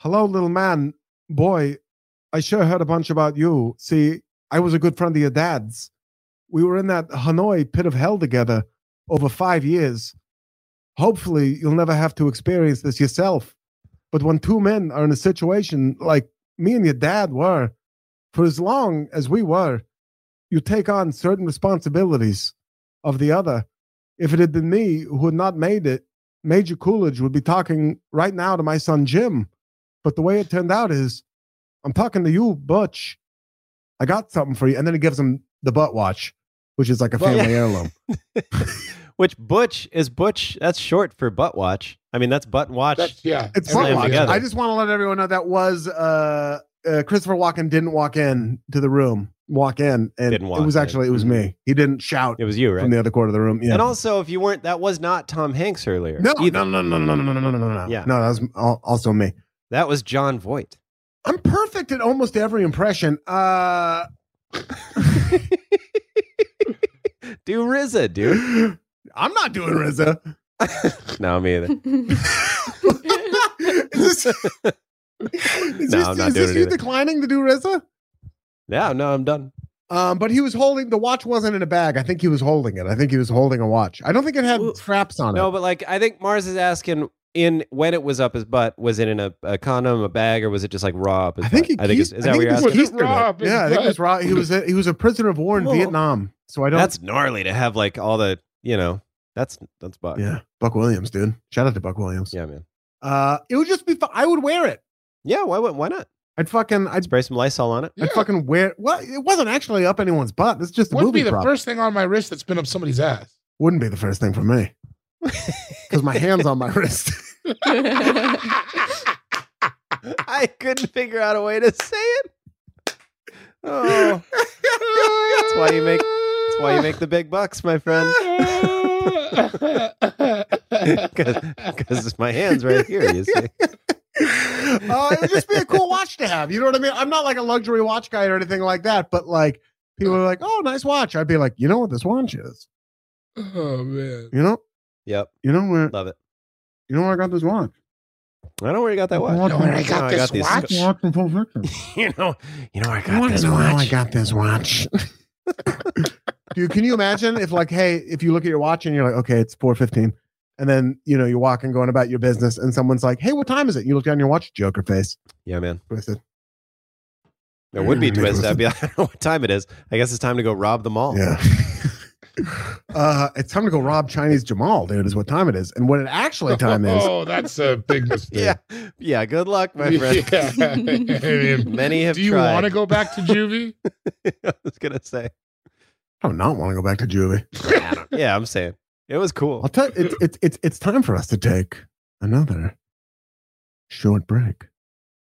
Hello, little man, boy. I sure heard a bunch about you. See, I was a good friend of your dad's. We were in that Hanoi pit of hell together over five years. Hopefully, you'll never have to experience this yourself. But when two men are in a situation like me and your dad were, for as long as we were, you take on certain responsibilities of the other. If it had been me who had not made it, Major Coolidge would be talking right now to my son Jim. But the way it turned out is, I'm talking to you, Butch. I got something for you. And then he gives him the butt watch, which is like a
Well,
family
yeah.
heirloom.
Which Butch is Butch. That's short for butt watch. I mean, that's butt watch.
That's yeah.
It's
Slam
butt
everything.
watch.
together.
I just want to let everyone know that was uh, uh, Christopher Walken didn't walk in to the room, walk in, and
Didn't walk
it was
in.
actually it was me. He didn't shout
it was you,
from
right?
the other quarter of the room. Yeah.
And also, if you weren't, that was not Tom Hanks earlier.
no,
either.
no, no, no, no, no, no, no, no, no.
Yeah.
No, that was al- also me.
That was John Voight.
I'm perfect at almost every impression. Uh,
Do RZA, dude.
I'm not doing RZA.
no, me either.
is this, is
No,
this-
I'm not
is
doing
this
it
you
either.
declining to do RZA?
No, no, I'm done.
Um, but he was holding the watch wasn't in a bag. I think he was holding it. I think he was holding a watch. I don't think it had
Ooh.
straps on it.
No, but like I think Mars is asking in when it was up his butt, was it in a, a condom, a bag, or was it just like raw up his
I think
butt?
he
I think is,
keep-
is
I
that
think
what you're
it was
asking?
He's
Easter egg.
robbed his
yeah, I think it was
butt.
Rob. He was a, he was a prisoner of war in
Whoa.
Vietnam. So I don't.
That's gnarly to have like all the you know, that's that's butt.
yeah, Buck Williams, dude. Shout out to Buck Williams.
Yeah, man.
Uh, it would just be. fu- I would wear it.
Yeah, why would why not?
I'd fucking. I'd.
Spray some Lysol on it.
Yeah.
I'd fucking wear. Well, it wasn't actually up anyone's butt. It's just a
Wouldn't
movie
be the
prop.
first thing on my wrist that's been up somebody's ass.
Wouldn't be the first thing for me because my hands on my wrist.
I couldn't figure out a way to say it. Oh, that's why you make that's why you make the big bucks, my friend. Because my hands right here, you see.
uh, it would just be a cool watch to have. You know what I mean? I'm not like a luxury watch guy or anything like that, but like people are like, "Oh, nice watch." I'd be like, "You know what this watch is?
oh man.
You know,
Yep,
you know where,
love it.
you know where I got this watch?
I don't know where you got that watch.
You know where I
got this
these-
watch?
Watch from Pulp Fiction.
you know, you know, I
I want to know how I got this watch. Dude, can you imagine if like, hey, if you look at your watch and you're like, okay, it's 415. And then, you know, you're walking, going about your business, and someone's like, hey, what time is it? You look down your watch, Joker face.
Yeah, man.
Twisted.
There would be
Yeah,
twist.
twisted.
I'd be like, I don't know what time it is. I guess it's time to go rob the mall.
Yeah. Oh. uh, it's time to go rob Chinese Jamal, dude, is what time it is. And what it actually time is.
Oh, that's a big mistake.
Yeah. Yeah, Good luck, my friend.
Yeah. I mean,
Many have
do you
tried.
want to go back to juvie?
I was gonna say.
I do not want to go back to juvie.
Yeah, I'm saying it was
I'll
cool.
tell you, it's it's it's it's time for us to take another short break.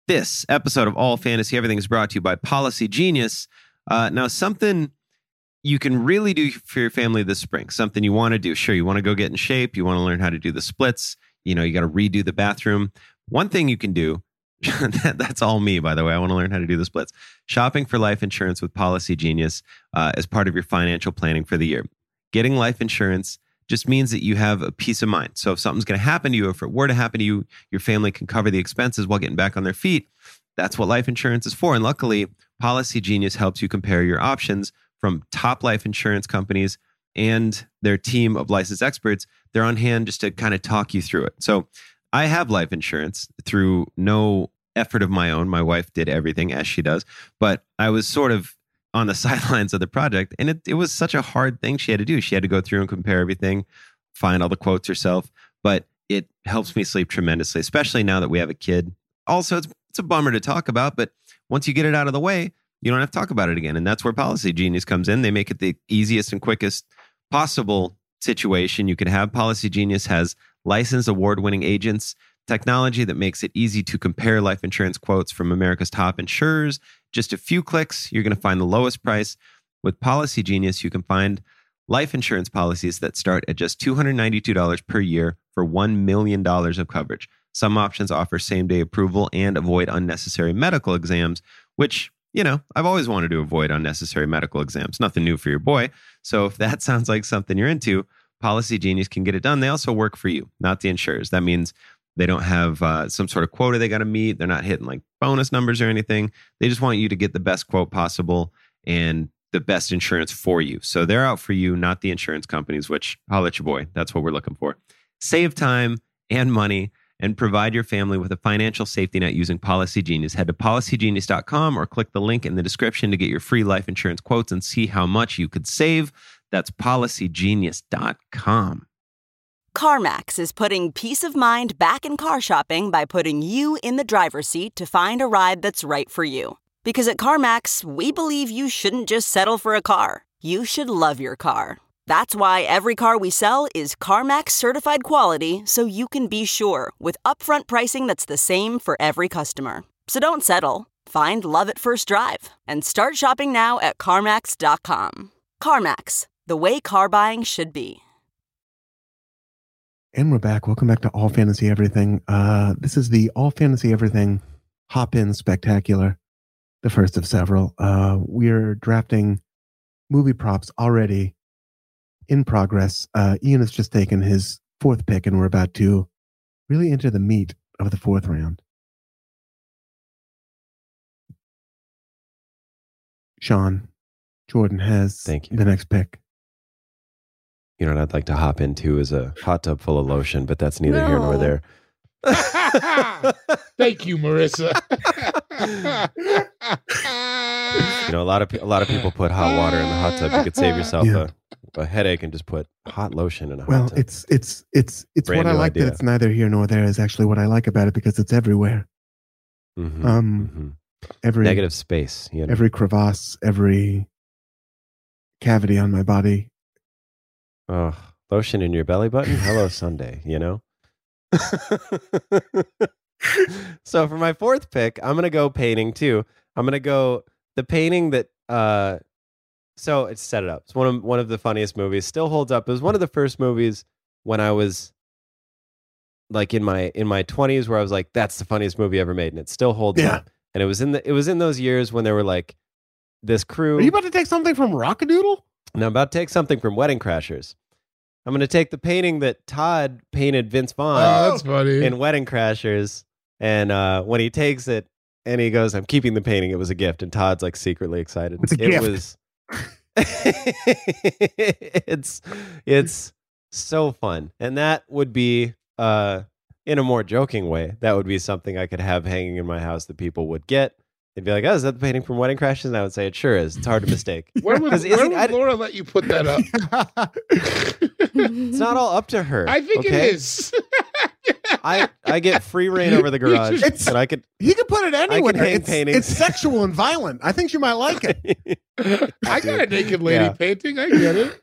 This episode of All Fantasy Everything is brought to you by Policy Genius. Uh, now, something you can really do for your family this spring, something you want to do. Sure, you want to go get in shape, you want to learn how to do the splits, you know, you got to redo the bathroom. One thing you can do, that, that's all me, by the way. I want to learn how to do the splits. Shopping for life insurance with Policy Genius uh, as part of your financial planning for the year. Getting life insurance just means that you have a peace of mind. So if something's going to happen to you, if it were to happen to you, your family can cover the expenses while getting back on their feet. That's what life insurance is for. And luckily, Policy Genius helps you compare your options from top life insurance companies and their team of licensed experts. They're on hand just to kind of talk you through it. So I have life insurance through no effort of my own. My wife did everything as she does, but I was sort of on the sidelines of the project. And it, it was such a hard thing she had to do. She had to go through and compare everything, find all the quotes herself. But it helps me sleep tremendously, especially now that we have a kid. Also, it's, it's a bummer to talk about, but once you get it out of the way, you don't have to talk about it again. And that's where Policy Genius comes in. They make it the easiest and quickest possible situation you could have. Policy Genius has licensed award winning agents, technology that makes it easy to compare life insurance quotes from America's top insurers. Just a few clicks, you're going to find the lowest price. With Policy Genius, you can find life insurance policies that start at just $292 per year for $1 million of coverage. Some options offer same day approval and avoid unnecessary medical exams, which, you know, I've always wanted to avoid unnecessary medical exams. Nothing new for your boy. So if that sounds like something you're into, Policy Genius can get it done. They also work for you, not the insurers. That means they don't have uh, some sort of quota they got to meet. They're not hitting like bonus numbers or anything. They just want you to get the best quote possible and the best insurance for you. So they're out for you, not the insurance companies, which I'll let your boy. That's what we're looking for. Save time and money and provide your family with a financial safety net using Policy Genius. Head to policygenius.com or click the link in the description to get your free life insurance quotes and see how much you could save. That's policygenius.com.
CarMax is putting peace of mind back in car shopping by putting you in the driver's seat to find a ride that's right for you. Because at CarMax, we believe you shouldn't just settle for a car, you should love your car. That's why every car we sell is CarMax certified quality so you can be sure with upfront pricing that's the same for every customer. So don't settle. Find love at first drive and start shopping now at CarMax.com. CarMax, the way car buying should be.
And we're back. Welcome back to All Fantasy Everything. Uh, this is the All Fantasy Everything Hop In Spectacular, the first of several. Uh, we're drafting movie props already in progress. Uh, Ian has just taken his fourth pick, and we're about to really enter the meat of the fourth round. Sean, Jordan has
Thank you.
the next pick.
You know what I'd like to hop into is a hot tub full of lotion, but that's neither here nor
No.
there.
Thank you, Marissa.
You know, a lot of pe- a lot of people put hot water in the hot tub. You could save yourself
Yeah.
a, a headache and just put hot lotion in a hot
Well,
tub.
it's it's it's it's
Brand
what I
new
like
idea.
that it's neither here nor there is actually what I like about it because it's everywhere.
Mhm,
Um,
mhm.
every
negative space. You know?
every crevasse, every cavity on my body.
Ugh, lotion in your belly button. Hello, Sunday. You know. so for my fourth pick, I'm gonna go painting too. I'm gonna go the painting that. uh So it's set it up. It's one of one of the funniest movies. Still holds up. It was one of the first movies when I was like in my in my 20s where I was like, that's the funniest movie ever made, and it still holds
Yeah.
up. And it was in the it was in those years when there were like this crew.
Are you about to take something from Rockadoodle?
Now I'm about to take something from Wedding Crashers. I'm going to take the painting that Todd painted Vince
oh,
Vaughn
that's funny.
in Wedding Crashers, and uh, when he takes it and he goes, "I'm keeping the painting. It was a gift," and Todd's like secretly excited.
It's a
it
gift.
was. it's it's so fun, and that would be uh, in a more joking way. That would be something I could have hanging in my house that people would get. They'd be like, "Oh, is that the painting from Wedding Crashers?" And I would say, "It sure is. It's hard to mistake."
where would,
'Cause
where
isn't-
would
I-
Laura let you put that up?
It's not all up to her.
I think
okay?
it is.
I, I get free reign over the garage,
It's-
and I could.
You can put it anywhere.
hang
it's,
paintings.
it's sexual and violent. I think you might like it.
I got a naked lady
Yeah.
painting. I get it.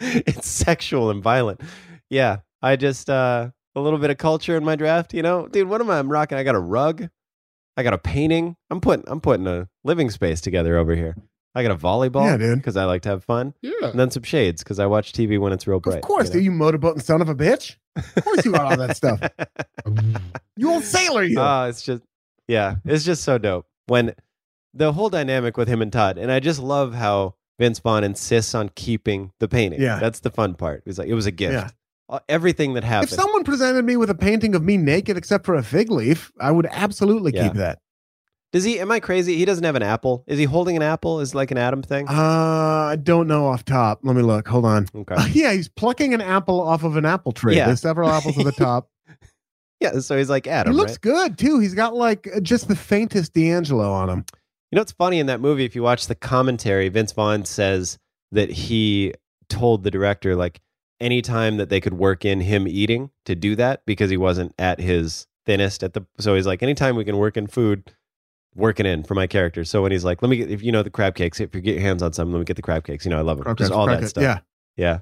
it's sexual and violent. Yeah, I just uh, a little bit of culture in my draft. You know, dude, what am I? I'm rocking. I got a rug. I got a painting. I'm putting I'm putting a living space together over here. I got a
Yeah,
volleyball
dude.
because I like to have fun,
Yeah.
and then some shades because I watch TV when it's real bright.
Of course,
you
you, motorboat and son of a bitch. Of course, you got all that stuff.
know?
You old sailor, you.
Oh, it's just yeah, it's just so dope when the whole dynamic with him and Todd, and I just love how Vince Vaughn insists on keeping the painting.
Yeah.
that's the fun part. He's like, it was a gift.
Yeah.
Uh, Everything that happened.
if someone presented me with a painting of me naked except for a fig leaf, I would absolutely
Yeah.
keep that.
Does he? Am I crazy? He doesn't have an apple. Is he holding an apple? Is it like an Adam thing?
Uh, I don't know off top. Let me look. Hold on.
Okay.
Oh, yeah, he's plucking an apple off of an apple tree.
Yeah.
There's several apples at the top.
Yeah. So he's like Adam.
he looks
right?
good too. He's got like uh, just the faintest D'Angelo on him.
You know, it's funny in that movie, if you watch the commentary, Vince Vaughn says that he told the director, like, anytime that they could work in him eating to do that because he wasn't at his thinnest at the. So he's like, anytime we can work in food, working in for my character. So when he's like, let me get, if you know the crab cakes, if you get your hands on some, let me get the crab cakes. You know, I love them.
Crab
Just
cakes,
all
crab
that
cakes,
stuff.
yeah.
Yeah.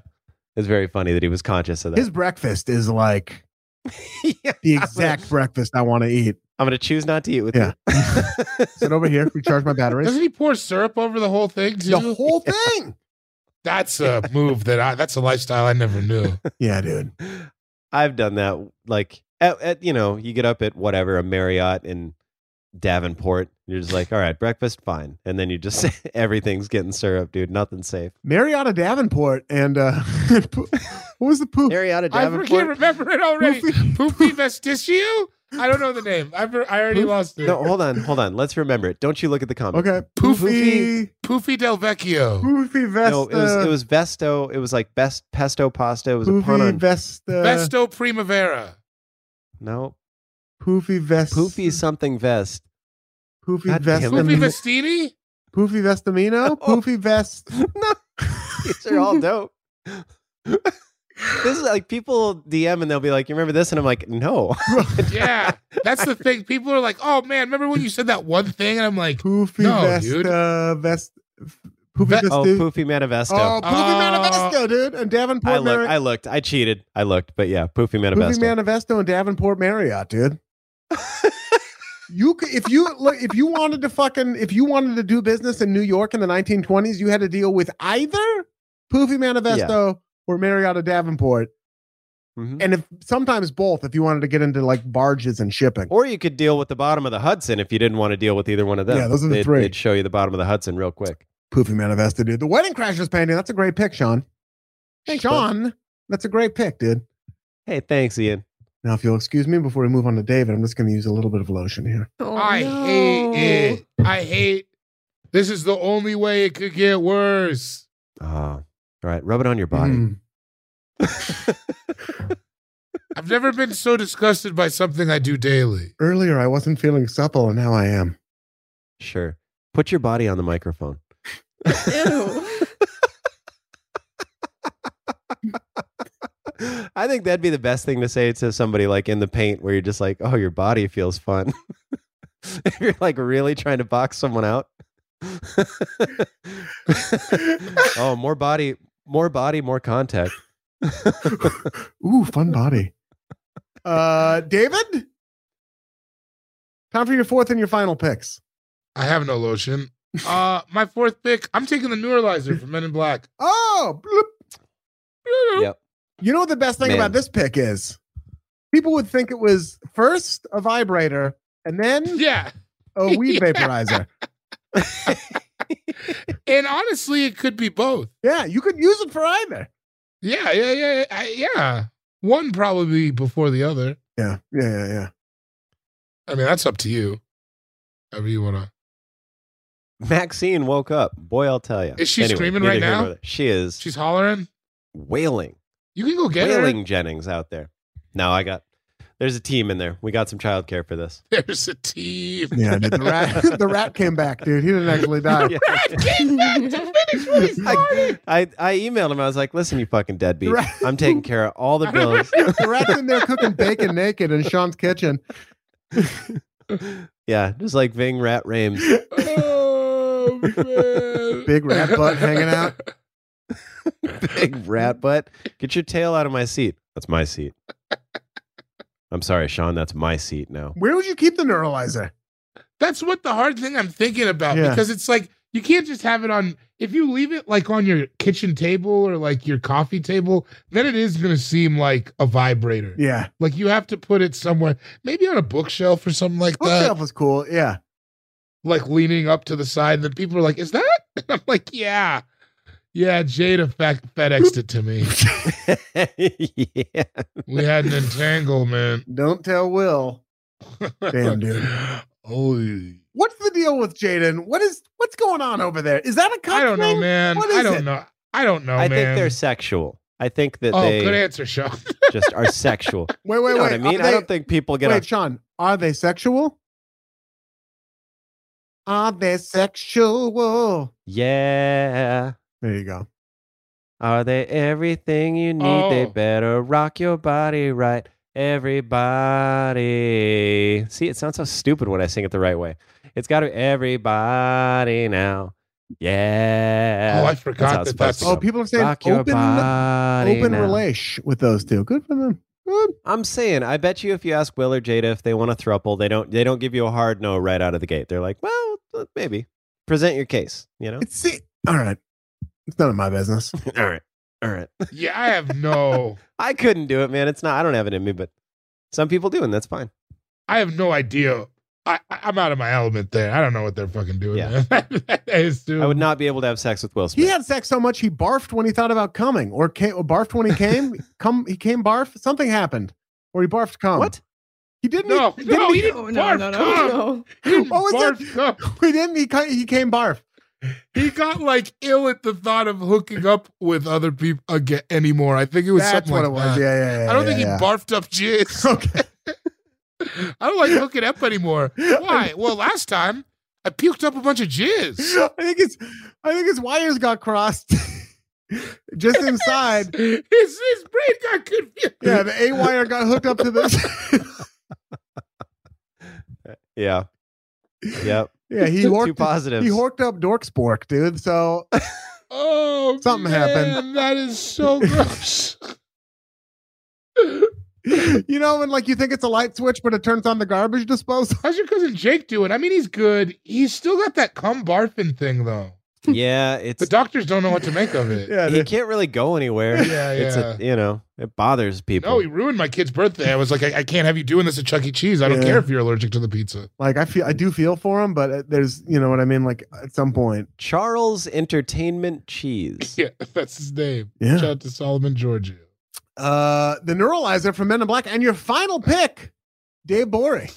It's very funny that he was conscious of that.
His breakfast is like the exact breakfast I want to eat.
I'm going to choose not to eat with
Yeah.
you.
Sit over here, recharge my batteries.
Doesn't he pour syrup over the whole thing too?
The whole thing.
that's a move that I. That's a lifestyle I never knew.
Yeah, dude.
I've done that. Like at, at you know, you get up at whatever a Marriott in Davenport. You're just like, all right, breakfast, fine, and then you just everything's getting syrup, dude. Nothing's safe.
Marietta Davenport and uh, what was the poop?
Marriott at
I can't
Davenport.
remember it already.
Poofy-
Poopy Vesticio? I don't know the name. I've, I already lost it.
No, hold on, hold on. Let's remember it. Don't you look at the comment.
Okay,
Poofy.
poofy,
Poofy Del Vecchio.
poofy Vesta.
No, it was it was Vesto. It was like best pesto pasta. It was a pun
poofy uh,
on
Vesta.
Vesto Primavera.
no
Poofy Vest.
poofy something vest.
Poofy
God
Vest.
damn it.
Poofy
Poofy
Vestini?
Poofy Vestamino. Poofy Vest.
no, these are all dope. this is like people DM and they'll be like, "You remember this?" And I'm like, "No."
Yeah. That's the thing. People are like, oh man, remember when you said that one thing? And I'm like,
Poofy
No, dude.
Vesta. Vest. Poofy
Ve-
Vesta.
Oh,
Oh,
Poofy Manifesto.
Poofy
Oh.
Manifesto, dude, and Davenport.
I looked.
Marriott.
I looked. I cheated. I looked. But yeah, Poofy
Poofy
Manifesto.
Manifesto and Davenport Marriott, dude. you could, if you look, if you wanted to fucking if you wanted to do business in New York in the 1920s, you had to deal with either Poofy Manifesto or Marriott of Davenport,
Mhm.
and if sometimes both, if you wanted to get into like barges and shipping.
Or you could deal with the bottom of the Hudson if you didn't want to deal with either one of them.
Yeah, those are the
they'd,
three.
They'd show you the bottom of the Hudson real quick.
Poofy Manifesto, dude. The Wedding Crashers painting. That's a great pick, Sean. Sean, that's a great pick, dude.
Hey, thanks, Ian.
Now, if you'll excuse me before we move on to David, I'm just going to use a little bit of lotion here.
Oh,
I
no.
hate it. I hate this is the only way it could get worse.
Oh, all right. Rub it on your body.
Mm.
I've never been so disgusted by something I do daily.
Earlier, I wasn't feeling supple, and now I am.
Sure. Put your body on the microphone.
Ew.
I think that'd be the best thing to say to somebody like in the paint where you're just like, oh, your body feels fun. if you're like really trying to box someone out. oh, more body, more body, more contact.
Ooh, fun body. Uh, David, time for your fourth and your final picks.
I have no lotion. Uh my fourth pick, I'm taking the neuralizer for Men in Black.
Oh, bloop.
Yep.
You know what the best thing
Man.
about this pick is? People would think it was first a vibrator and then
Yeah.
a weed vaporizer.
And honestly, it could be both.
Yeah, you could use it for either.
Yeah, yeah, yeah, I, yeah. One probably before the other.
Yeah, yeah, yeah, yeah.
I mean, that's up to you. However you wanna.
Maxine woke up. Boy, I'll tell you.
Is she screaming right now?
She is.
She's hollering.
wailing,
You can go get
wailing
her.
Jennings out there. Now I got. There's a team in there. We got some childcare for this.
There's a team.
Yeah, dude, the rat, the rat came back, dude. He didn't actually die.
Yeah.
Rat came back to finish what he
I, I, I emailed him. I was like, "Listen, you fucking deadbeat.
Right.
I'm taking care of all the bills.
The rat's in there cooking bacon naked in Sean's kitchen.
yeah, just like Ving Rat Rames.
Oh man.
Big rat butt hanging out.
Big rat butt. Get your tail out of my seat. That's my seat. I'm sorry, Sean. That's my seat now.
Where would you keep the neuralizer?
That's what the hard thing I'm thinking about
Yeah.
because it's like you can't just have it on if you leave it like on your kitchen table or like your coffee table, then it is gonna seem like a vibrator.
Yeah.
Like you have to put it somewhere, maybe on a bookshelf or something like that.
Bookshelf was cool. Yeah.
Like leaning up to the side, and then people are like, "Is that?" And I'm like, "Yeah, yeah." Jada fe- FedExed it to me. Oh,
yeah.
We had an entanglement.
Don't tell Will. Damn, dude.
Oh,
What's the deal with Jaden? What is what's going on over there? Is that a cup
I don't know,
thing?
man.
What is
I don't
it?
know. I don't know,
I
man.
think they're sexual. I think that
oh,
they
good answer, Sean.
just are sexual.
Wait, wait,
You know
wait.
what I mean?
Are
I
they-
don't think people get
wait,
off-
Sean. Are they sexual? Are they sexual?
Yeah.
There you go.
Are they everything you need? They
Oh.
better rock your body right. Everybody. See, it sounds so stupid when I sing it the right way. It's got to everybody now. Yeah.
Oh, I
That's
forgot
how it's
that
supposed to
that's-
Oh,
go.
people are saying
Rock your
open,
body
open
now.
relation with those two. Good for them. Good.
I'm saying, I bet you if you ask Will or Jada if they want a thruple, they don't. They don't give you a hard no right out of the gate. They're like, well, uh, maybe present your case. You know.
It's see. All right. It's none of my business.
all right, all right.
yeah, I have no,
I couldn't do it, man. It's not. I don't have it in me, but some people do, and that's fine.
I have no idea. I, I- I'm out of my element there. I don't know what they're fucking doing.
Yeah.
man. That is too-
I would not be able to have sex with Will
He
Smith.
had sex so much he barfed when he thought about coming, or, came, or barfed when he came. come, he came barf. Something happened, or he barfed cum.
What?
He didn't.
No,
he,
no,
didn't
he
he,
didn't
Oh, No,
barf
no, no, no,
cum.
no.
He didn't
What was
barf cum.
he didn't. He, ca- he came barf.
He got like ill at the thought of hooking up with other people again anymore. I think it was
That's
something
what
like
it was.
that.
Yeah, yeah, yeah.
I don't think
yeah,
he barfed up jizz. Okay. I don't like hooking up anymore. Why? Well, last time I puked up a bunch of jizz.
yeah. I think it's. I think his wires got crossed. Just inside.
His, his brain got confused.
Yeah, the A wire got hooked up to this.
Yeah. Yep.
yeah, he
Two
horked.
positives.
He horked up Dorkspork, dude. So
Oh,
Something
man,
happened.
That is so gross.
you know when like you think it's a light switch, but it turns on the garbage disposal.
How's your cousin Jake doing? I mean, he's good. He's still got that cum barfing thing though.
yeah.
The
It's
doctors don't know what to make of it.
Yeah,
he can't really go anywhere.
Yeah,
It's
yeah.
a, you know, it bothers people.
No, he ruined my kid's birthday. I was like, I, I can't have you doing this at Chuck E. Cheese. I don't
Yeah.
care if you're allergic to the pizza.
like I feel I do feel for him, but uh, there's you know what I mean. Like at some point,
Charles Entertainment Cheese.
Yeah, that's his name.
Yeah.
Shout out to Solomon Georgia.
uh, the neuralizer from Men in Black, and your final pick, Dave Bory.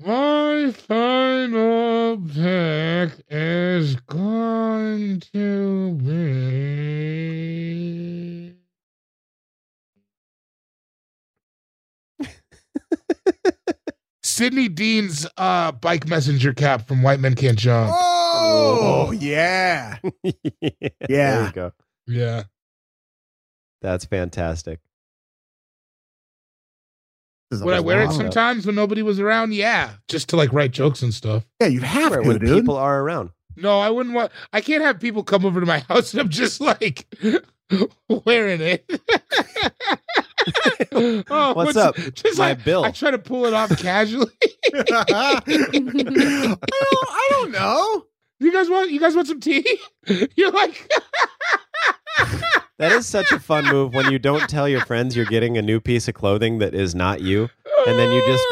My final pick is going to be. Sydney Dean's uh, bike messenger cap from White Men Can't Jump.
Oh yeah,
There
Yeah.
you go.
Yeah.
That's fantastic.
Would I wear it
Wow.
sometimes when nobody was around? Yeah. Just to like write jokes and stuff.
Yeah, you have
Right,
to,
when
dude.
people are around.
No, I wouldn't want. I can't have people come over to my house and I'm just like wearing it. oh,
What's up?
Just
My
like
bill.
I try to pull it off casually.
I, don't, I don't know.
You guys want? You guys want some tea? You're like,
That is such a fun move when you don't tell your friends you're getting a new piece of clothing that is not you. And then you just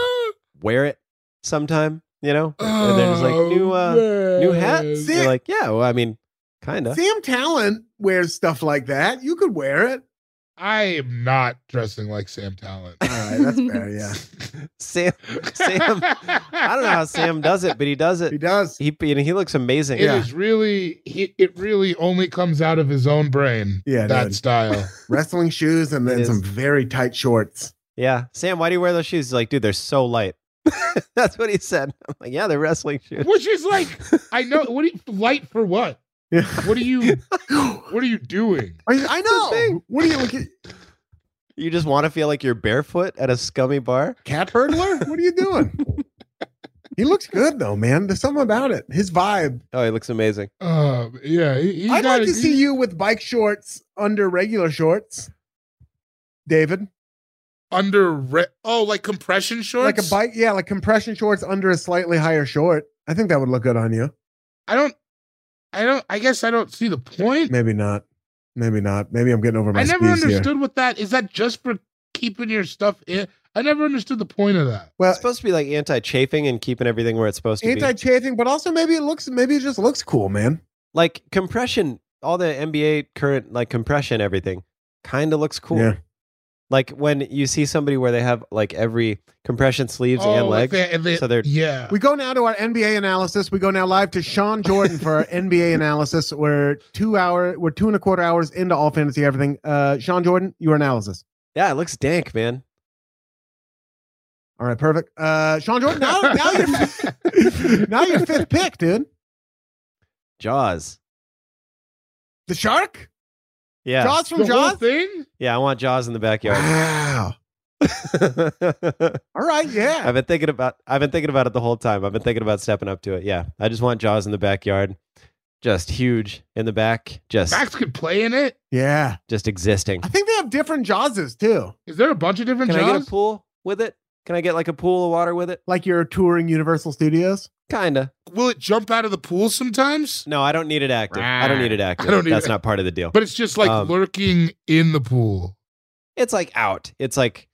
Wear it sometime, you know? and they're just like,
Oh,
new uh, new hat?
hats.
You're like, yeah, well, I mean, kind of.
Sam Talent wears stuff like that. You could wear it.
I am not dressing like Sam Talent.
All right, that's fair. Yeah,
Sam, Sam, I don't know how Sam does it, but he does
he
it.
does.
He, and he looks amazing.
It is really he, it really only comes out of his own brain.
Yeah,
that
dude.
style.
Wrestling shoes and
It
then
is.
some very tight shorts.
Yeah. Sam, why do you wear those shoes? He's like, dude, they're so light. That's what he said. I'm like, yeah, they're wrestling shoes.
Which is like, I know. What do you light for? What?
Yeah.
What are you? What are you doing?
I, I know.
thing.
What are you like,
You just want to feel like you're barefoot at a scummy bar?
cat burglar? What are you doing? he looks good though, man. There's something about it. His vibe.
Oh, he looks amazing.
Uh, yeah. He, he's
I'd
got
like
a-
to see you with bike shorts under regular shorts, David.
under re- oh, like compression
Like
shorts.
a bike, yeah, like compression shorts under a slightly higher short. I think that would look good on you.
I don't. I don't. I guess I don't see the point.
Maybe not. Maybe not. Maybe I'm getting over my
I never
skis here.
understood what that is. That just for keeping your stuff in. I never understood the point of that.
Well,
It's supposed to be like anti chafing and keeping everything where it's supposed to be.
anti-chafing, but also maybe it looks, maybe it just looks cool, man.
like compression all the nba current like compression everything kind of looks cool
Yeah.
Like when you see somebody where they have like every compression sleeves
Oh,
and
if
leg,
they- if they-
so they're
yeah.
We go now to our NBA analysis. We go now live to Sean Jordan for our NBA analysis. We're two hour, we're two and a quarter hours into all fantasy everything. Uh, Sean Jordan, your analysis.
Yeah, it looks dank, man.
All right, perfect. Uh, Sean Jordan, now, now you're now your fifth pick, dude.
Jaws.
The shark.
Yeah,
Jaws from Jaws.
thing.
Yeah, I want Jaws in the backyard.
Wow. All right, yeah.
I've been thinking about I've been thinking about it the whole time. I've been thinking about stepping up to it. Yeah. I just want Jaws in the backyard. Just huge in the back. Just
Max could play in it.
yeah.
Just existing.
I think they have different Jawses too.
Is there a bunch of different
Can I get a
jobs?
pool with it? Can I get like a pool of water with it?
Like you're touring Universal Studios.
Kinda.
Will it jump out of the pool sometimes?
No, I don't need it active. I don't need it active.
I don't need
That's
it-
not part of the deal.
But it's just like
Um,
lurking in the pool.
it's like out. It's like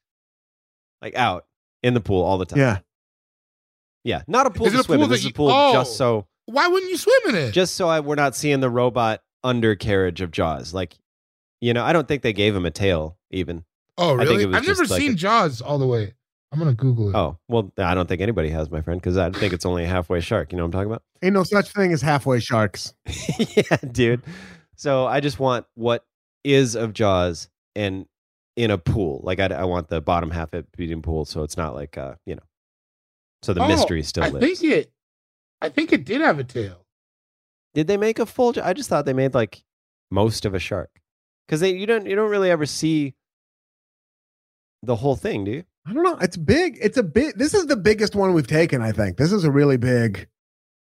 like out in the pool all the time.
Yeah.
Yeah. Not a pool
Is it
to
a
swim
pool
in.
that
This is a
you-
pool
Oh.
just so
Why wouldn't you swim in it?
just so I, we're not seeing the robot undercarriage of Jaws. Like, you know, I don't think they gave him a tail even.
oh,
I think
really?
it was
I've never
just like
seen
a-
Jaws all the way. I'm gonna Google it.
Oh, well, I don't think anybody has, my friend, because I think it's only a halfway shark. You know what I'm talking about?
Ain't no such thing as halfway sharks.
yeah, dude. So I just want what is of Jaws and in a pool. Like, I, I want the bottom half of being pool. So it's not like, uh, you know, so the
Oh,
mystery still
I
lives.
think it. I think it did have a tail.
Did they make a full? I just thought they made like most of a shark because they you don't you don't really ever see the whole thing, do you?
I don't know. It's big. It's a big. This is the biggest one we've taken. I think this is a really big.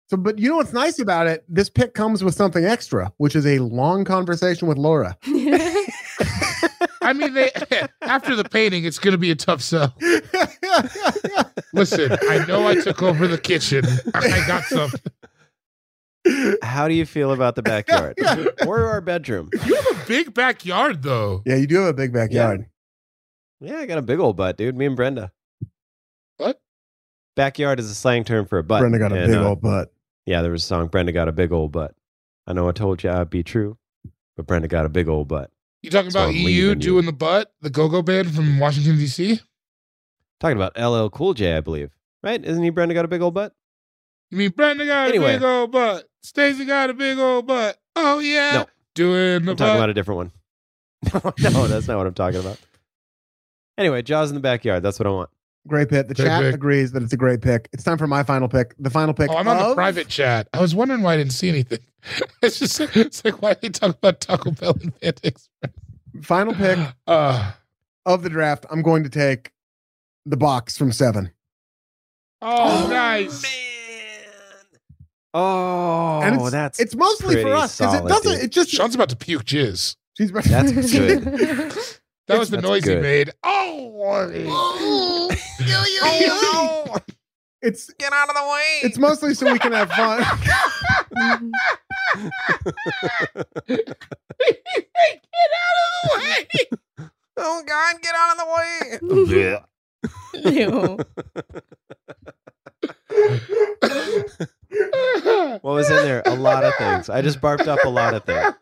So, but you know what's nice about it? This pick comes with something extra, which is a long conversation with Laura.
I mean, they after the painting, it's going to be a tough sell. Listen, I know I took over the kitchen. I got some.
How do you feel about the backyard or our bedroom?
You have a big backyard, though.
Yeah, you do have a big backyard.
Yeah, I got a big old butt, dude. Me and Brenda.
What?
Backyard is a slang term for a butt.
Brenda got a
and,
big
uh,
old butt.
Yeah, there was a song. Brenda got a big old butt. I know I told you I'd be true, but Brenda got a big old butt.
You talking
So
about
I'm
EU
leaving you.
doing the butt, the go-go band from Washington D.C.
Talking about LL Cool J, I believe. Right? Isn't he Brenda got a big old butt?
You mean Brenda got
Anyway.
a big old butt? Stacy got a big old butt. Oh yeah,
No.
doing the
I'm talking about
butt.
a different one. no, no, that's not what I'm talking about. Anyway, Jaws in the backyard. That's what I want.
Great pick. The
Great
chat
pick.
agrees that it's a great pick. It's time for my final pick. The final pick.
Oh, I'm on
of-
the private chat. I was wondering why I didn't see anything. It's just it's like why they talk about Taco Bell and Panda Express.
Final pick
Uh,
of the draft. I'm going to take the box from seven.
oh, nice.
Oh,
And it's,
that's
it's mostly for
pretty
us because it
solid,
doesn't.
dude.
It just.
Sean's about to puke jizz.
she's right.
That's good.
That was the
That's
noise he
good.
made. Oh,
Oh, It's get out of the way. It's mostly so we can have fun.
Ew.
what was in there? A lot of things. I just barfed up a lot of things.